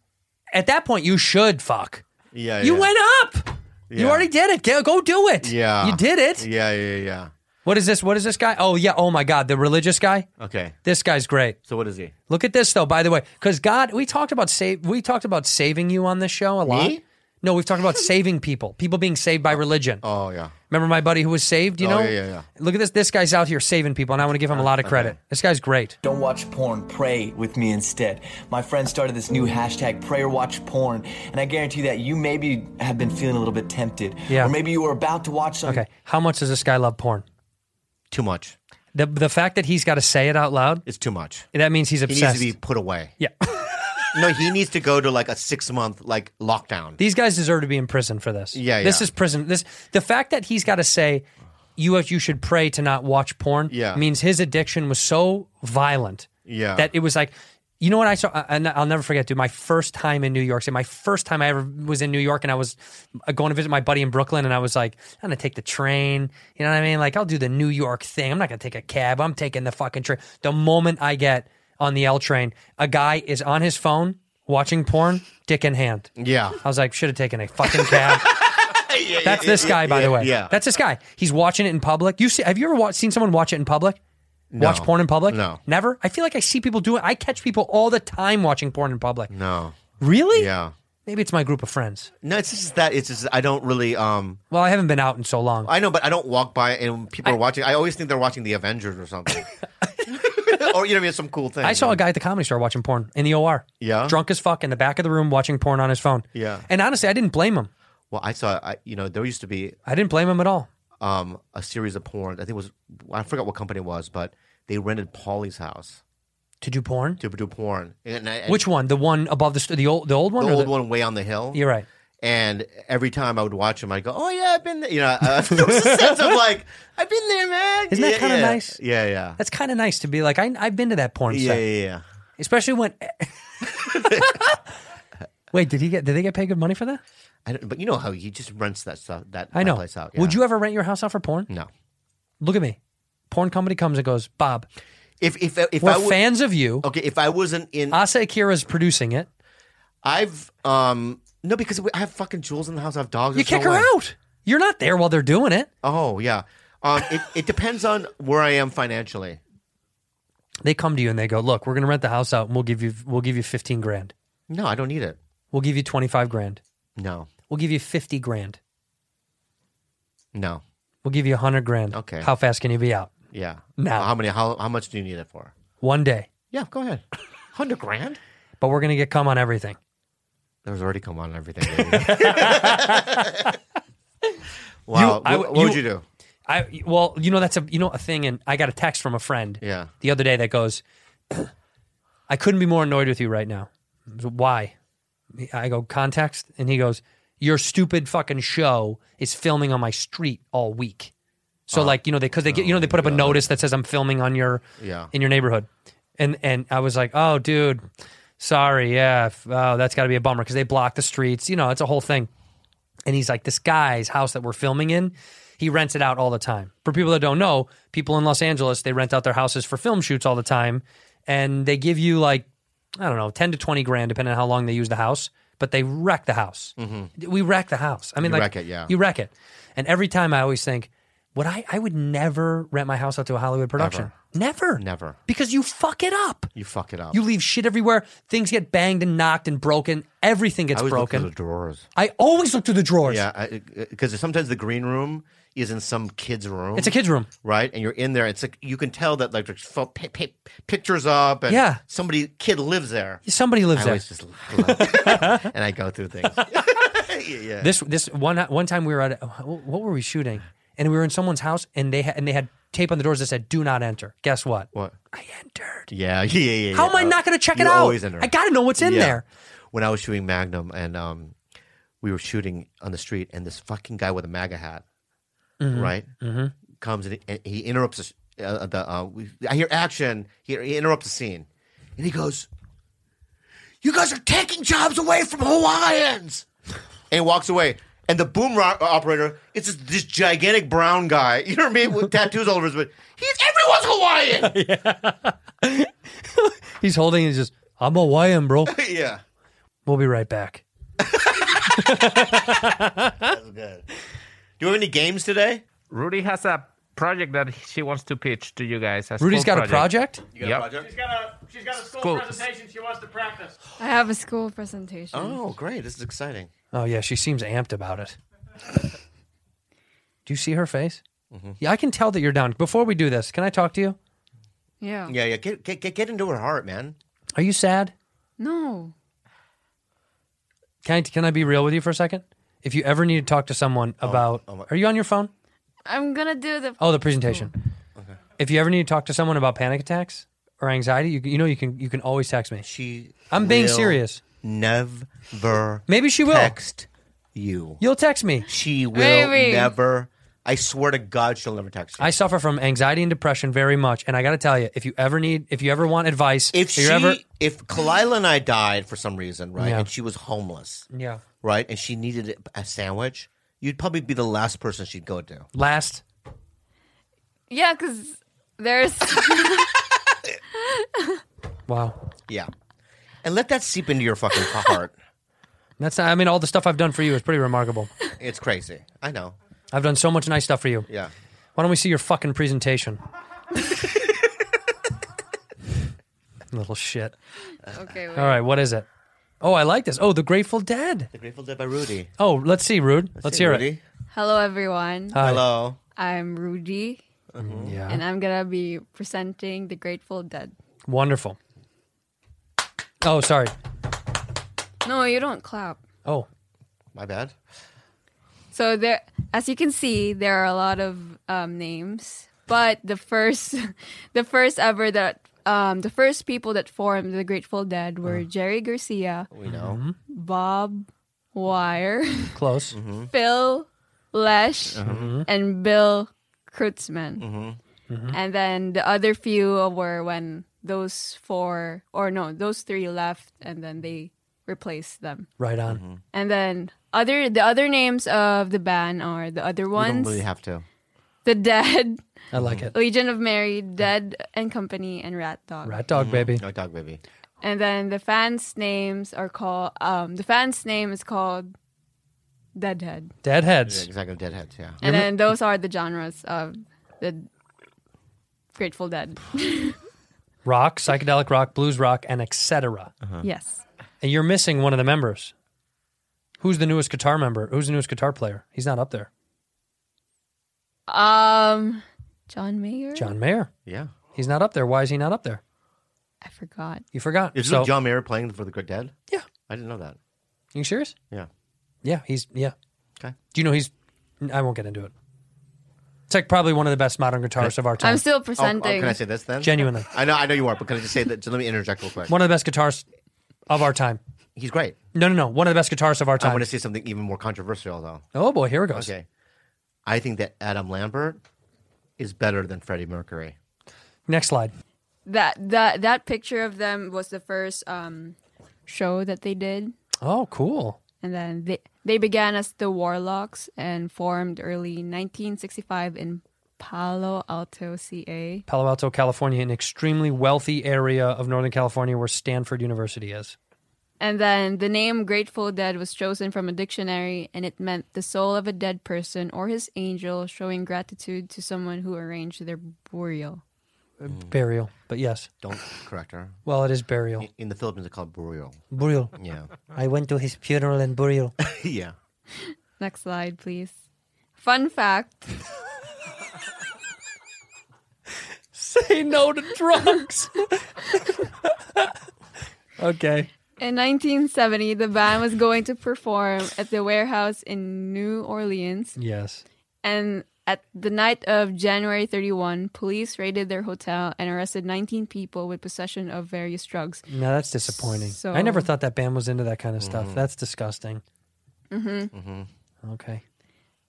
Speaker 2: at that point you should fuck.
Speaker 7: Yeah.
Speaker 2: You
Speaker 7: yeah.
Speaker 2: went up. You
Speaker 7: Yeah.
Speaker 2: already did it. Go, go do it.
Speaker 7: Yeah.
Speaker 2: you did it.
Speaker 7: Yeah. Yeah. Yeah.
Speaker 2: What is this? What is this guy? Oh yeah. Oh my God, the religious guy.
Speaker 7: yeah. Okay.
Speaker 2: This guy's great.
Speaker 7: So what is he?
Speaker 2: Look at this though, by the way, because God, we talked about save, we talked about saving you on this show a lot.
Speaker 7: Me?
Speaker 2: No, we've talked about saving people, people being saved by religion.
Speaker 7: Oh yeah.
Speaker 2: Remember my buddy who was saved? You
Speaker 7: Oh,
Speaker 2: know,
Speaker 7: yeah, yeah, yeah.
Speaker 2: Look at this. This guy's out here saving people, and I want to give him a lot of credit. This guy's great.
Speaker 10: Don't watch porn, pray with me instead. My friend started this new hashtag, prayer watch porn, and I guarantee that you maybe have been feeling a little bit tempted.
Speaker 2: Yeah.
Speaker 10: Or maybe you were about to watch something.
Speaker 2: Okay, how much does this guy love porn?
Speaker 7: Too much.
Speaker 2: The the fact that he's got to say it out loud,
Speaker 7: It's too much.
Speaker 2: that means he's
Speaker 7: He
Speaker 2: obsessed.
Speaker 7: needs to be put away.
Speaker 2: yeah,
Speaker 7: No, he needs to go to like a six month like lockdown.
Speaker 2: these guys deserve to be in prison for this.
Speaker 7: Yeah,
Speaker 2: This
Speaker 7: yeah.
Speaker 2: is prison. This the fact that he's got to say. You, you should pray to not watch porn.
Speaker 7: Yeah.
Speaker 2: means his addiction was so violent
Speaker 7: Yeah.
Speaker 2: that it was like you know what I saw and I'll never forget dude my first time in New York City my first time I ever was in New York and I was uh, going to visit my buddy in Brooklyn and I was like I'm gonna take the train you know what I mean like I'll do the New York thing I'm not gonna take a cab I'm taking the fucking train the moment I get on the L train a guy is on his phone watching porn dick in hand
Speaker 7: yeah.
Speaker 2: I was like should have taken a fucking cab that's this guy by the way
Speaker 7: yeah.
Speaker 2: that's this guy he's watching it in public you see have you ever watch, seen someone watch it in public watch
Speaker 7: No.
Speaker 2: porn in public?
Speaker 7: No.
Speaker 2: Never? I feel like I see people do it. I catch people all the time watching porn in public.
Speaker 7: No.
Speaker 2: Really?
Speaker 7: Yeah.
Speaker 2: Maybe it's my group of friends.
Speaker 7: No, it's just that it's just I don't really um
Speaker 2: Well, I haven't been out in so long.
Speaker 7: I know, but I don't walk by and when people are watching. I always think they're watching the Avengers or
Speaker 2: [LAUGHS]
Speaker 7: something. [LAUGHS] or you know, what I mean, some cool thing.
Speaker 2: I saw a
Speaker 7: like-
Speaker 2: guy at the comedy store watching porn in the OR.
Speaker 7: Yeah?
Speaker 2: Drunk as fuck in the back of the room watching porn on his phone.
Speaker 7: Yeah.
Speaker 2: And honestly, I didn't blame him.
Speaker 7: Well, I saw. I, you know, there used to be
Speaker 2: I didn't blame him at all.
Speaker 7: um a series of porn. I think it was I forgot what company it was, but they rented Polly's house
Speaker 2: To do porn?
Speaker 7: to do porn. And, I- and
Speaker 2: Which one? The one above the st- the old the old one
Speaker 7: The
Speaker 2: or
Speaker 7: old one way on the hill.
Speaker 2: You're right.
Speaker 7: And every time I would watch him, I'd go, "Oh yeah, I've been there." You know, [LAUGHS] uh, there was a sense of like, "I've been there, man."
Speaker 2: Isn't that
Speaker 7: Yeah,
Speaker 2: kinda
Speaker 7: yeah.
Speaker 2: nice?
Speaker 7: Yeah, yeah,
Speaker 2: That's kind of nice to be like I I've been to that porn
Speaker 7: yeah,
Speaker 2: set.
Speaker 7: yeah, yeah.
Speaker 2: Especially
Speaker 7: [LAUGHS]
Speaker 2: when Wait, did he get did they get paid good money for that?
Speaker 7: I don't, but you know how he just rents that stuff, that
Speaker 2: I know.
Speaker 7: place out.
Speaker 2: Would
Speaker 7: yeah.
Speaker 2: you ever rent your house out for porn?
Speaker 7: No.
Speaker 2: Look at me. Porn company comes and goes, Bob,
Speaker 7: If if if
Speaker 2: we're
Speaker 7: I would,
Speaker 2: fans of you.
Speaker 7: okay, if I wasn't in,
Speaker 2: Asa Akira's producing it.
Speaker 7: I've um no because we- I have fucking jewels in the house. I have dogs.
Speaker 2: You
Speaker 7: There's no
Speaker 2: kick her
Speaker 7: way.
Speaker 2: out. You're not there while they're doing it.
Speaker 7: Oh yeah. Um, it, it depends on where I am financially.
Speaker 2: They come to you and they go, "Look, we're going to rent the house out and we'll give you we'll give you 15 grand.
Speaker 7: No, I don't need it.
Speaker 2: We'll give you 25 grand.
Speaker 7: No,
Speaker 2: We'll give you 50 grand.
Speaker 7: no.
Speaker 2: We'll give you 100 grand."
Speaker 7: Okay.
Speaker 2: How fast can you be out?
Speaker 7: Yeah.
Speaker 2: No.
Speaker 7: How many? How how much do you need it for?
Speaker 2: One day.
Speaker 7: Yeah, go
Speaker 2: [LAUGHS]
Speaker 7: ahead. Hundred grand.
Speaker 2: But we're going to get cum on everything.
Speaker 7: There's already come on
Speaker 2: [LAUGHS]
Speaker 7: everything. baby. wow.
Speaker 2: You- I
Speaker 7: Wh- what
Speaker 2: w-
Speaker 7: would
Speaker 2: you-
Speaker 7: you do?
Speaker 2: I well, you know that's a you know a thing and I got a text from a friend
Speaker 7: Yeah.
Speaker 2: the other day that goes, [CLEARS THROAT] I couldn't be more annoyed with you right now. I said, Why? I go, context. And he goes, Your stupid fucking show is filming on my street all week. So
Speaker 7: Uh-huh.
Speaker 2: like, you know, they because they get you know, they put up a notice that says I'm filming on your
Speaker 7: Yeah.
Speaker 2: in your neighborhood. And and I was like, Oh, dude, sorry, yeah. f- Oh, that's gotta be a bummer because they block the streets, you know, it's a whole thing. And he's like, This guy's house that we're filming in, he rents it out all the time. For people that don't know, people in Los Angeles, they rent out their houses for film shoots all the time. And they give you like, I don't know, 10 to 20 grand, depending on how long they use the house, but they wreck the house. We wreck the house. I mean,
Speaker 7: Mm-hmm. You
Speaker 2: like,
Speaker 7: wreck it, yeah.
Speaker 2: You wreck it. And every time I always think, would I, I would never rent my house out to a Hollywood production. Never.
Speaker 7: Never.
Speaker 2: Because you fuck it up.
Speaker 7: You fuck it up.
Speaker 2: You leave shit everywhere. Things get banged and knocked and broken. Everything
Speaker 7: I
Speaker 2: gets
Speaker 7: always look through
Speaker 2: broken.
Speaker 7: the drawers.
Speaker 2: I always look through the drawers.
Speaker 7: Yeah, because sometimes the green room is in some kid's room.
Speaker 2: It's a kid's room.
Speaker 7: right? And you're in there. It's like you can tell that like there's fo- pi- pi- pictures up, and
Speaker 2: Yeah.
Speaker 7: somebody kid lives there.
Speaker 2: Somebody lives
Speaker 7: I
Speaker 2: there.
Speaker 7: always just laugh.
Speaker 2: [LAUGHS]
Speaker 7: and I go through things. [LAUGHS] yeah,
Speaker 2: This this one one time we were at what were we shooting? And we were in someone's house, and they had and they had tape on the doors that said "Do not enter." Guess what?
Speaker 7: what?
Speaker 2: I entered.
Speaker 7: Yeah, yeah, yeah. Oh. yeah,
Speaker 2: How am I
Speaker 7: yeah.
Speaker 2: not going to check it
Speaker 7: You
Speaker 2: out?
Speaker 7: always enter.
Speaker 2: I got to know what's in
Speaker 7: Yeah.
Speaker 2: there.
Speaker 7: When I was shooting Magnum, and um, we were shooting on the street, and this fucking guy with a MAGA hat,
Speaker 2: Mm-hmm.
Speaker 7: right, uh, comes and he, and he interrupts us. Uh, the uh, we, I hear action. He, he interrupts the scene.
Speaker 11: and he goes, "You guys are taking jobs away from Hawaiians."
Speaker 7: and walks away. And the boom ro- uh, operator, it's this, this gigantic brown guy. [LAUGHS] You know what I mean? With tattoos all over his body. He's everyone's Hawaiian. [LAUGHS]
Speaker 2: He's holding. He's just. I'm Hawaiian,
Speaker 7: [LAUGHS]
Speaker 2: bro.
Speaker 7: yeah.
Speaker 2: We'll be right back.
Speaker 7: That's good. Do you have any games today?
Speaker 12: Rudy has a project that she wants to pitch to you guys. A
Speaker 2: Rudy's
Speaker 12: school
Speaker 2: got a project?
Speaker 12: You got a project?
Speaker 13: She's got a she's got a school
Speaker 12: School.
Speaker 13: presentation she wants to practice.
Speaker 3: I have a school presentation.
Speaker 7: Oh, great. This is exciting.
Speaker 2: Oh yeah, she seems amped about it. do you see her face?
Speaker 7: Mm-hmm.
Speaker 2: Yeah, I can tell that you're down. Before we do this, can I talk to you?
Speaker 3: Yeah.
Speaker 7: Yeah, yeah. Get, get, get, get into her heart, man.
Speaker 2: Are you sad?
Speaker 3: No.
Speaker 2: Can I, can I be real with you for a second? If you ever need to talk to someone
Speaker 7: Oh,
Speaker 2: about, are you on your phone?
Speaker 3: I'm gonna do the
Speaker 2: Oh, the presentation. If you ever need to talk to someone about panic attacks or anxiety, you, you know you can you can always text me.
Speaker 7: She,
Speaker 2: I'm being
Speaker 7: will
Speaker 2: serious.
Speaker 7: Never.
Speaker 2: Maybe she will.
Speaker 7: Text you.
Speaker 2: You'll text me.
Speaker 7: She will
Speaker 2: Maybe.
Speaker 7: never. I swear to God, she'll never text you.
Speaker 2: I suffer from anxiety and depression very much, and I got to tell you, if you ever need, if you ever want advice,
Speaker 7: If
Speaker 2: you
Speaker 7: she,
Speaker 2: ever,
Speaker 7: if Kalila and I died for some reason, right,
Speaker 2: Yeah.
Speaker 7: and she was homeless,
Speaker 2: Yeah.
Speaker 7: right, and she needed a sandwich, you'd probably be the last person she'd go to.
Speaker 2: Last.
Speaker 3: yeah, because there's [LAUGHS]
Speaker 2: wow,
Speaker 7: yeah, and let that seep into
Speaker 2: [LAUGHS]
Speaker 7: your fucking heart.
Speaker 2: that's not, I mean, all the stuff I've done for you is pretty remarkable.
Speaker 7: It's crazy. I know.
Speaker 2: I've done so much nice stuff for you.
Speaker 7: Yeah.
Speaker 2: Why don't we see your fucking
Speaker 7: [LAUGHS]
Speaker 2: presentation? Little shit.
Speaker 3: Okay, wait.
Speaker 2: All right. What is it? Oh, I like this. Oh, The Grateful Dead.
Speaker 7: The Grateful Dead by Rudy.
Speaker 2: Oh, let's see, Rude. Let's,
Speaker 7: see,
Speaker 2: hear
Speaker 7: Rudy.
Speaker 3: hello everyone.
Speaker 2: Hi.
Speaker 7: Hello.
Speaker 3: I'm Rudy,
Speaker 2: it. Yeah.
Speaker 3: and I'm gonna be presenting the Grateful Dead.
Speaker 2: Wonderful. Oh, sorry.
Speaker 3: No, you don't clap.
Speaker 2: Oh,
Speaker 7: my bad.
Speaker 3: So there, as you can see, there are a lot of um, names, but the first, [LAUGHS] the first ever that um, the first people that formed the Grateful Dead were
Speaker 7: Uh-huh.
Speaker 3: Jerry Garcia,
Speaker 7: We know.
Speaker 3: Bob Wire,
Speaker 2: Close.
Speaker 3: [LAUGHS]
Speaker 7: Mm-hmm.
Speaker 3: Phil Lesh,
Speaker 7: Uh-huh.
Speaker 2: Mhm.
Speaker 3: and Bill Kreutzmann.
Speaker 7: Mm-hmm.
Speaker 2: Mhm.
Speaker 3: And then the other few were when those four, or no, those three left, and then they replaced them.
Speaker 2: Right on.
Speaker 7: Mm-hmm.
Speaker 3: And then other the other names of the band are the other
Speaker 7: We don't
Speaker 3: ones,
Speaker 7: really have to.
Speaker 3: [LAUGHS] the Dead,
Speaker 2: I like it.
Speaker 3: Legion of Mary, Dead and Company, and Rat
Speaker 7: Mm-hmm.
Speaker 3: Dog.
Speaker 2: Rat dog, baby.
Speaker 7: Rat dog, baby.
Speaker 3: And then the fans' names are called. Um, the fans' name is called Deadhead.
Speaker 2: Deadheads.
Speaker 7: Yeah, exactly. Deadheads. Yeah.
Speaker 3: And then those are the genres of the Grateful Dead.
Speaker 2: Rock, psychedelic rock, blues rock, and etc.
Speaker 7: Uh-huh.
Speaker 3: [LAUGHS] yes.
Speaker 2: And you're missing one of the members. Who's the newest guitar member? Who's the newest guitar player? He's not up there.
Speaker 3: Um, John Mayer.
Speaker 2: John Mayer.
Speaker 7: Yeah.
Speaker 2: He's not up there. Why is he not up there?
Speaker 3: I forgot.
Speaker 2: You forgot.
Speaker 7: Is
Speaker 2: So-
Speaker 7: John Mayer playing for the Good Dead?
Speaker 2: Yeah.
Speaker 7: I didn't know that.
Speaker 2: You serious?
Speaker 7: Yeah.
Speaker 2: Yeah, he's yeah.
Speaker 7: Okay.
Speaker 2: Do you know he's? I won't get into it. It's like probably one of the best modern guitarists of our time.
Speaker 3: I'm still
Speaker 7: Oh, oh,
Speaker 3: presenting.
Speaker 7: can I say this then?
Speaker 2: Genuinely.
Speaker 7: I know. I know you are, but can I just say that? So let me interject real quick.
Speaker 2: one of the best guitarists of our time.
Speaker 7: He's great.
Speaker 2: No, no, no. One of the best guitarists of our
Speaker 7: I
Speaker 2: time.
Speaker 7: want to say something even more controversial, though.
Speaker 2: Oh boy, here it goes.
Speaker 7: Okay. I think that Adam Lambert is better than Freddie Mercury.
Speaker 2: Next slide.
Speaker 3: that that that picture of them was the first um show that they did,
Speaker 2: Oh, cool.
Speaker 3: and then they they began as the Warlocks and formed early 1965 in Palo Alto, CA.
Speaker 2: Palo Alto, California, an extremely wealthy area of Northern California where Stanford University is.
Speaker 3: And then the name Grateful Dead was chosen from a dictionary, and it meant the soul of a dead person or his angel showing gratitude to someone who arranged their burial.
Speaker 2: Burial, but yes.
Speaker 7: Don't correct her.
Speaker 2: Well, it is burial.
Speaker 7: In, in the Philippines, it's called burial.
Speaker 2: Burial.
Speaker 7: Yeah.
Speaker 2: I went to his funeral and burial.
Speaker 7: yeah.
Speaker 3: Next slide, please. Fun fact.
Speaker 2: Say no to drugs. [LAUGHS] Okay.
Speaker 3: In 1970, the band was going to perform at the warehouse in New Orleans.
Speaker 2: Yes.
Speaker 3: And at the night of January 31, police raided their hotel and arrested 19 people with possession of various drugs.
Speaker 2: No, that's disappointing.
Speaker 3: So-
Speaker 2: I never thought that band was into that kind of stuff.
Speaker 3: Mhm.
Speaker 2: That's disgusting.
Speaker 3: hmm
Speaker 7: Mm-hmm.
Speaker 2: Okay.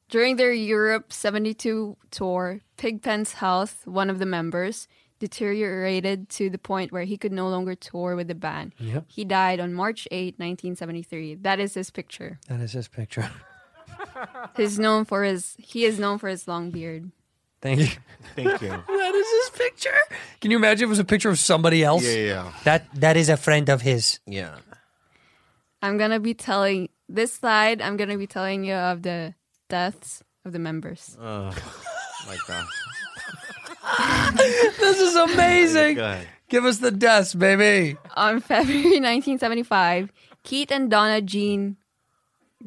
Speaker 3: During their Europe 72 tour, Pigpen's health, one of the members, deteriorated to the point where he could no longer tour with the band.
Speaker 2: Yep.
Speaker 3: He died on March 8, 1973. That is his picture.
Speaker 2: That is his picture. [LAUGHS]
Speaker 3: He's known for his he is known for his long beard.
Speaker 2: Thank you.
Speaker 7: Thank you.
Speaker 3: That is his picture.
Speaker 2: Can you imagine if it was a picture of somebody else?
Speaker 7: [LAUGHS] Yeah, yeah.
Speaker 2: That that is a friend of his.
Speaker 7: Yeah.
Speaker 3: I'm gonna be telling this slide. I'm gonna be telling you of the deaths of the members.
Speaker 7: Oh, my God.
Speaker 2: this is amazing.
Speaker 7: [LAUGHS]
Speaker 2: Give us the deaths, baby.
Speaker 3: On [LAUGHS] February 1975, Keith and Donna Jean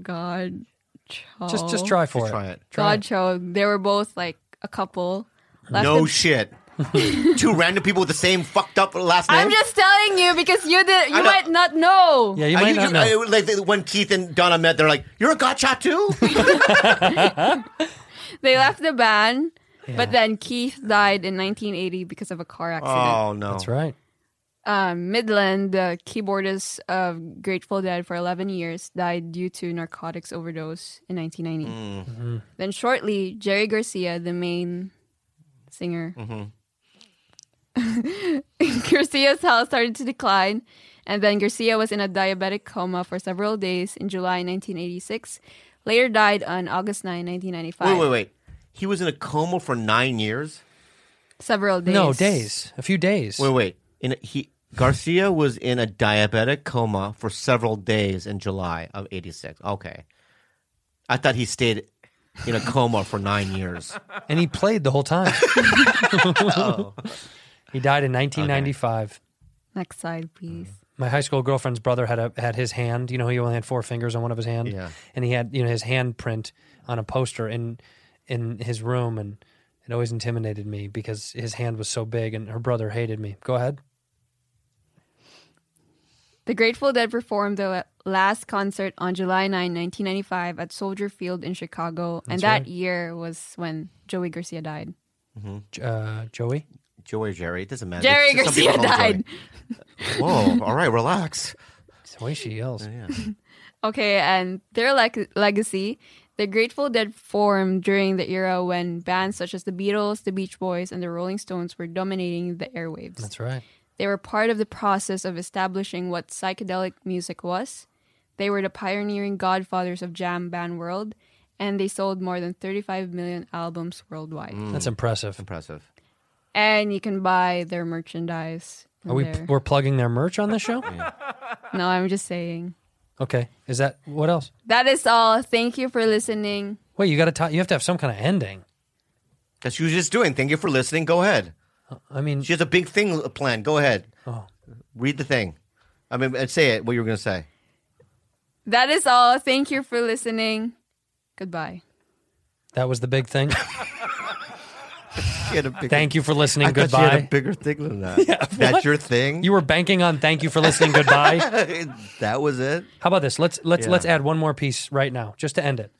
Speaker 3: God
Speaker 2: Just just try for
Speaker 7: Just
Speaker 2: it.
Speaker 7: try it.
Speaker 2: Try
Speaker 3: God Cho. They were both like a couple. Left
Speaker 7: no
Speaker 3: the- [LAUGHS]
Speaker 7: shit. Two random people with the same fucked up last name.
Speaker 3: I'm just telling you because you did.
Speaker 7: I
Speaker 3: You
Speaker 7: know.
Speaker 3: might not know.
Speaker 7: I usually- I- like when Keith and Donna met, they're like, "You're a gotcha too."
Speaker 3: They left the band,
Speaker 7: Yeah.
Speaker 3: but then Keith died in 1980 because of a car accident.
Speaker 7: [LAUGHS] oh no,
Speaker 2: That's right.
Speaker 3: Um, Midland, the keyboardist of Grateful Dead for 11 years, died due to narcotics overdose in
Speaker 7: Mm-hmm.
Speaker 3: 1990.
Speaker 2: Mm-hmm.
Speaker 3: Then shortly, Jerry Garcia, the main singer,
Speaker 7: Mm-hmm.
Speaker 3: [LAUGHS] Garcia's health started to decline, and then Garcia was in a diabetic coma for several days in July 1986. Later died on August 9, 1995.
Speaker 7: Wait, wait, wait. He was in a coma for nine years.
Speaker 3: Several days.
Speaker 2: No days. A few days.
Speaker 7: Wait, wait. In a, he Garcia was in a diabetic coma for several days in July of '86. Okay, I thought he stayed in a coma for nine years.
Speaker 2: And he played the whole
Speaker 7: [LAUGHS]
Speaker 2: time.
Speaker 7: Oh.
Speaker 2: [LAUGHS] He died in 1995.
Speaker 3: Next slide, please.
Speaker 2: my high school girlfriend's brother had a had his hand. You know, he only had four fingers on one of his hand.
Speaker 7: Yeah.
Speaker 2: And he had you know his handprint on a poster in in his room, and it always intimidated me because his hand was so big, and her brother hated me. Go ahead.
Speaker 3: The Grateful Dead performed their last concert on July 9, 1995 at Soldier Field in Chicago,
Speaker 2: That's
Speaker 3: and that
Speaker 2: right.
Speaker 3: year was when Joey Garcia died.
Speaker 2: J- Uh, Joey.
Speaker 7: Joey, Jerry, it doesn't matter.
Speaker 3: Jerry
Speaker 7: Some people
Speaker 3: Garcia
Speaker 7: call him
Speaker 3: died.
Speaker 7: Joey. Whoa! All right, relax.
Speaker 2: It's the way she yells.
Speaker 3: Okay, and their leg- legacy, the Grateful Dead formed during the era when bands such as the Beatles, the Beach Boys, and the Rolling Stones were dominating the airwaves.
Speaker 2: That's right.
Speaker 3: They were part of the process of establishing what psychedelic music was. They were the pioneering godfathers of jam band world, and they sold more than 35 million albums worldwide.
Speaker 2: That's impressive.
Speaker 7: Impressive.
Speaker 3: And you can buy their merchandise. from
Speaker 2: Are we
Speaker 3: there.
Speaker 2: we're plugging their merch on this
Speaker 7: [LAUGHS]
Speaker 2: show?
Speaker 3: No, I'm just saying.
Speaker 2: Okay. Is that what else?
Speaker 3: That is all. Thank you for listening.
Speaker 2: Wait, you got to you have to have some kind of ending.
Speaker 7: That's what she was just doing. Thank you for listening. Go ahead.
Speaker 2: I mean,
Speaker 7: she has a big thing planned. Go ahead.
Speaker 2: Oh.
Speaker 7: Read the thing. I mean, and say it. What you were going to say.
Speaker 3: That is all. Thank you for listening. Goodbye. [LAUGHS]
Speaker 2: That was the big
Speaker 7: [LAUGHS]
Speaker 2: thing.
Speaker 7: She had a bigger-
Speaker 2: Thank you for listening.
Speaker 7: I thought she
Speaker 2: goodbye.
Speaker 7: had a bigger thing
Speaker 2: [LAUGHS]
Speaker 7: than that. That's
Speaker 2: what?
Speaker 7: your thing. [LAUGHS]
Speaker 2: You were banking on thank you for listening. Goodbye.
Speaker 7: that was it.
Speaker 2: How about this? Let's let's
Speaker 7: Yeah. Uh-huh.
Speaker 2: let's add one more piece right now, just to end it.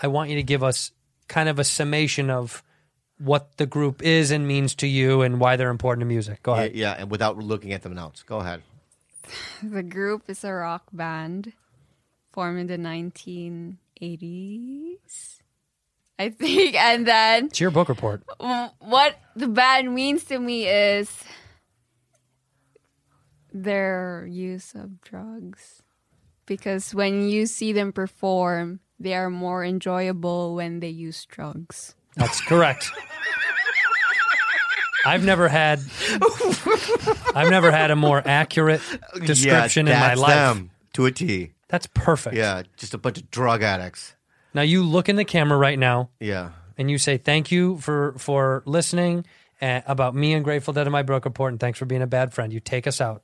Speaker 2: I want you to give us kind of a summation of what the group is and means to you, and why they're important to music. Go
Speaker 7: Yeah,
Speaker 2: ahead.
Speaker 7: yeah, and without looking at the notes. Go ahead.
Speaker 3: The group is a rock band formed in the 1980s, I think. [LAUGHS] And then
Speaker 2: It's your book report.
Speaker 3: w- Mm, what the band means to me is their use of drugs. Because when you see them perform, they are more enjoyable when they use drugs.
Speaker 2: That's
Speaker 7: [LAUGHS]
Speaker 2: correct. I've never had I've never had a more accurate description
Speaker 7: yeah,
Speaker 2: in my
Speaker 7: that's
Speaker 2: life.
Speaker 7: Them, to a T.
Speaker 2: That's perfect.
Speaker 7: Yeah, just a bunch of drug addicts.
Speaker 2: Now you look in the camera right now
Speaker 7: Yeah.
Speaker 2: and you say thank you for for listening uh, about me and Grateful Dead and my book report and thanks for being a bad friend. You take us out.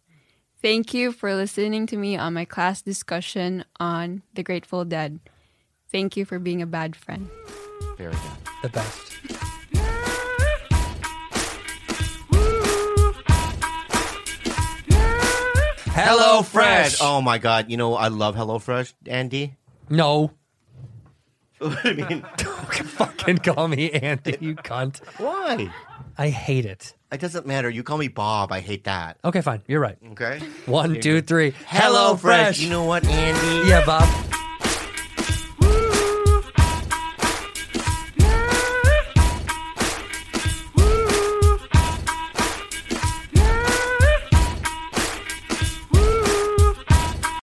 Speaker 3: Thank you for listening to me on my class discussion on the Grateful Dead. Thank you for being a bad friend.
Speaker 7: Very good.
Speaker 2: The best.
Speaker 7: Hello Fresh. Oh my God! You know I love Hello Fresh, Andy.
Speaker 2: No.
Speaker 7: [LAUGHS] What do you mean?
Speaker 2: [LAUGHS] fucking call me Andy, you cunt.
Speaker 7: Why?
Speaker 2: I hate it.
Speaker 7: It doesn't matter. You call me Bob. I hate that.
Speaker 2: Okay, fine. You're right.
Speaker 7: Okay.
Speaker 2: One, two, three.
Speaker 7: Hello Fresh. You know what, Andy?
Speaker 2: Yeah, Bob.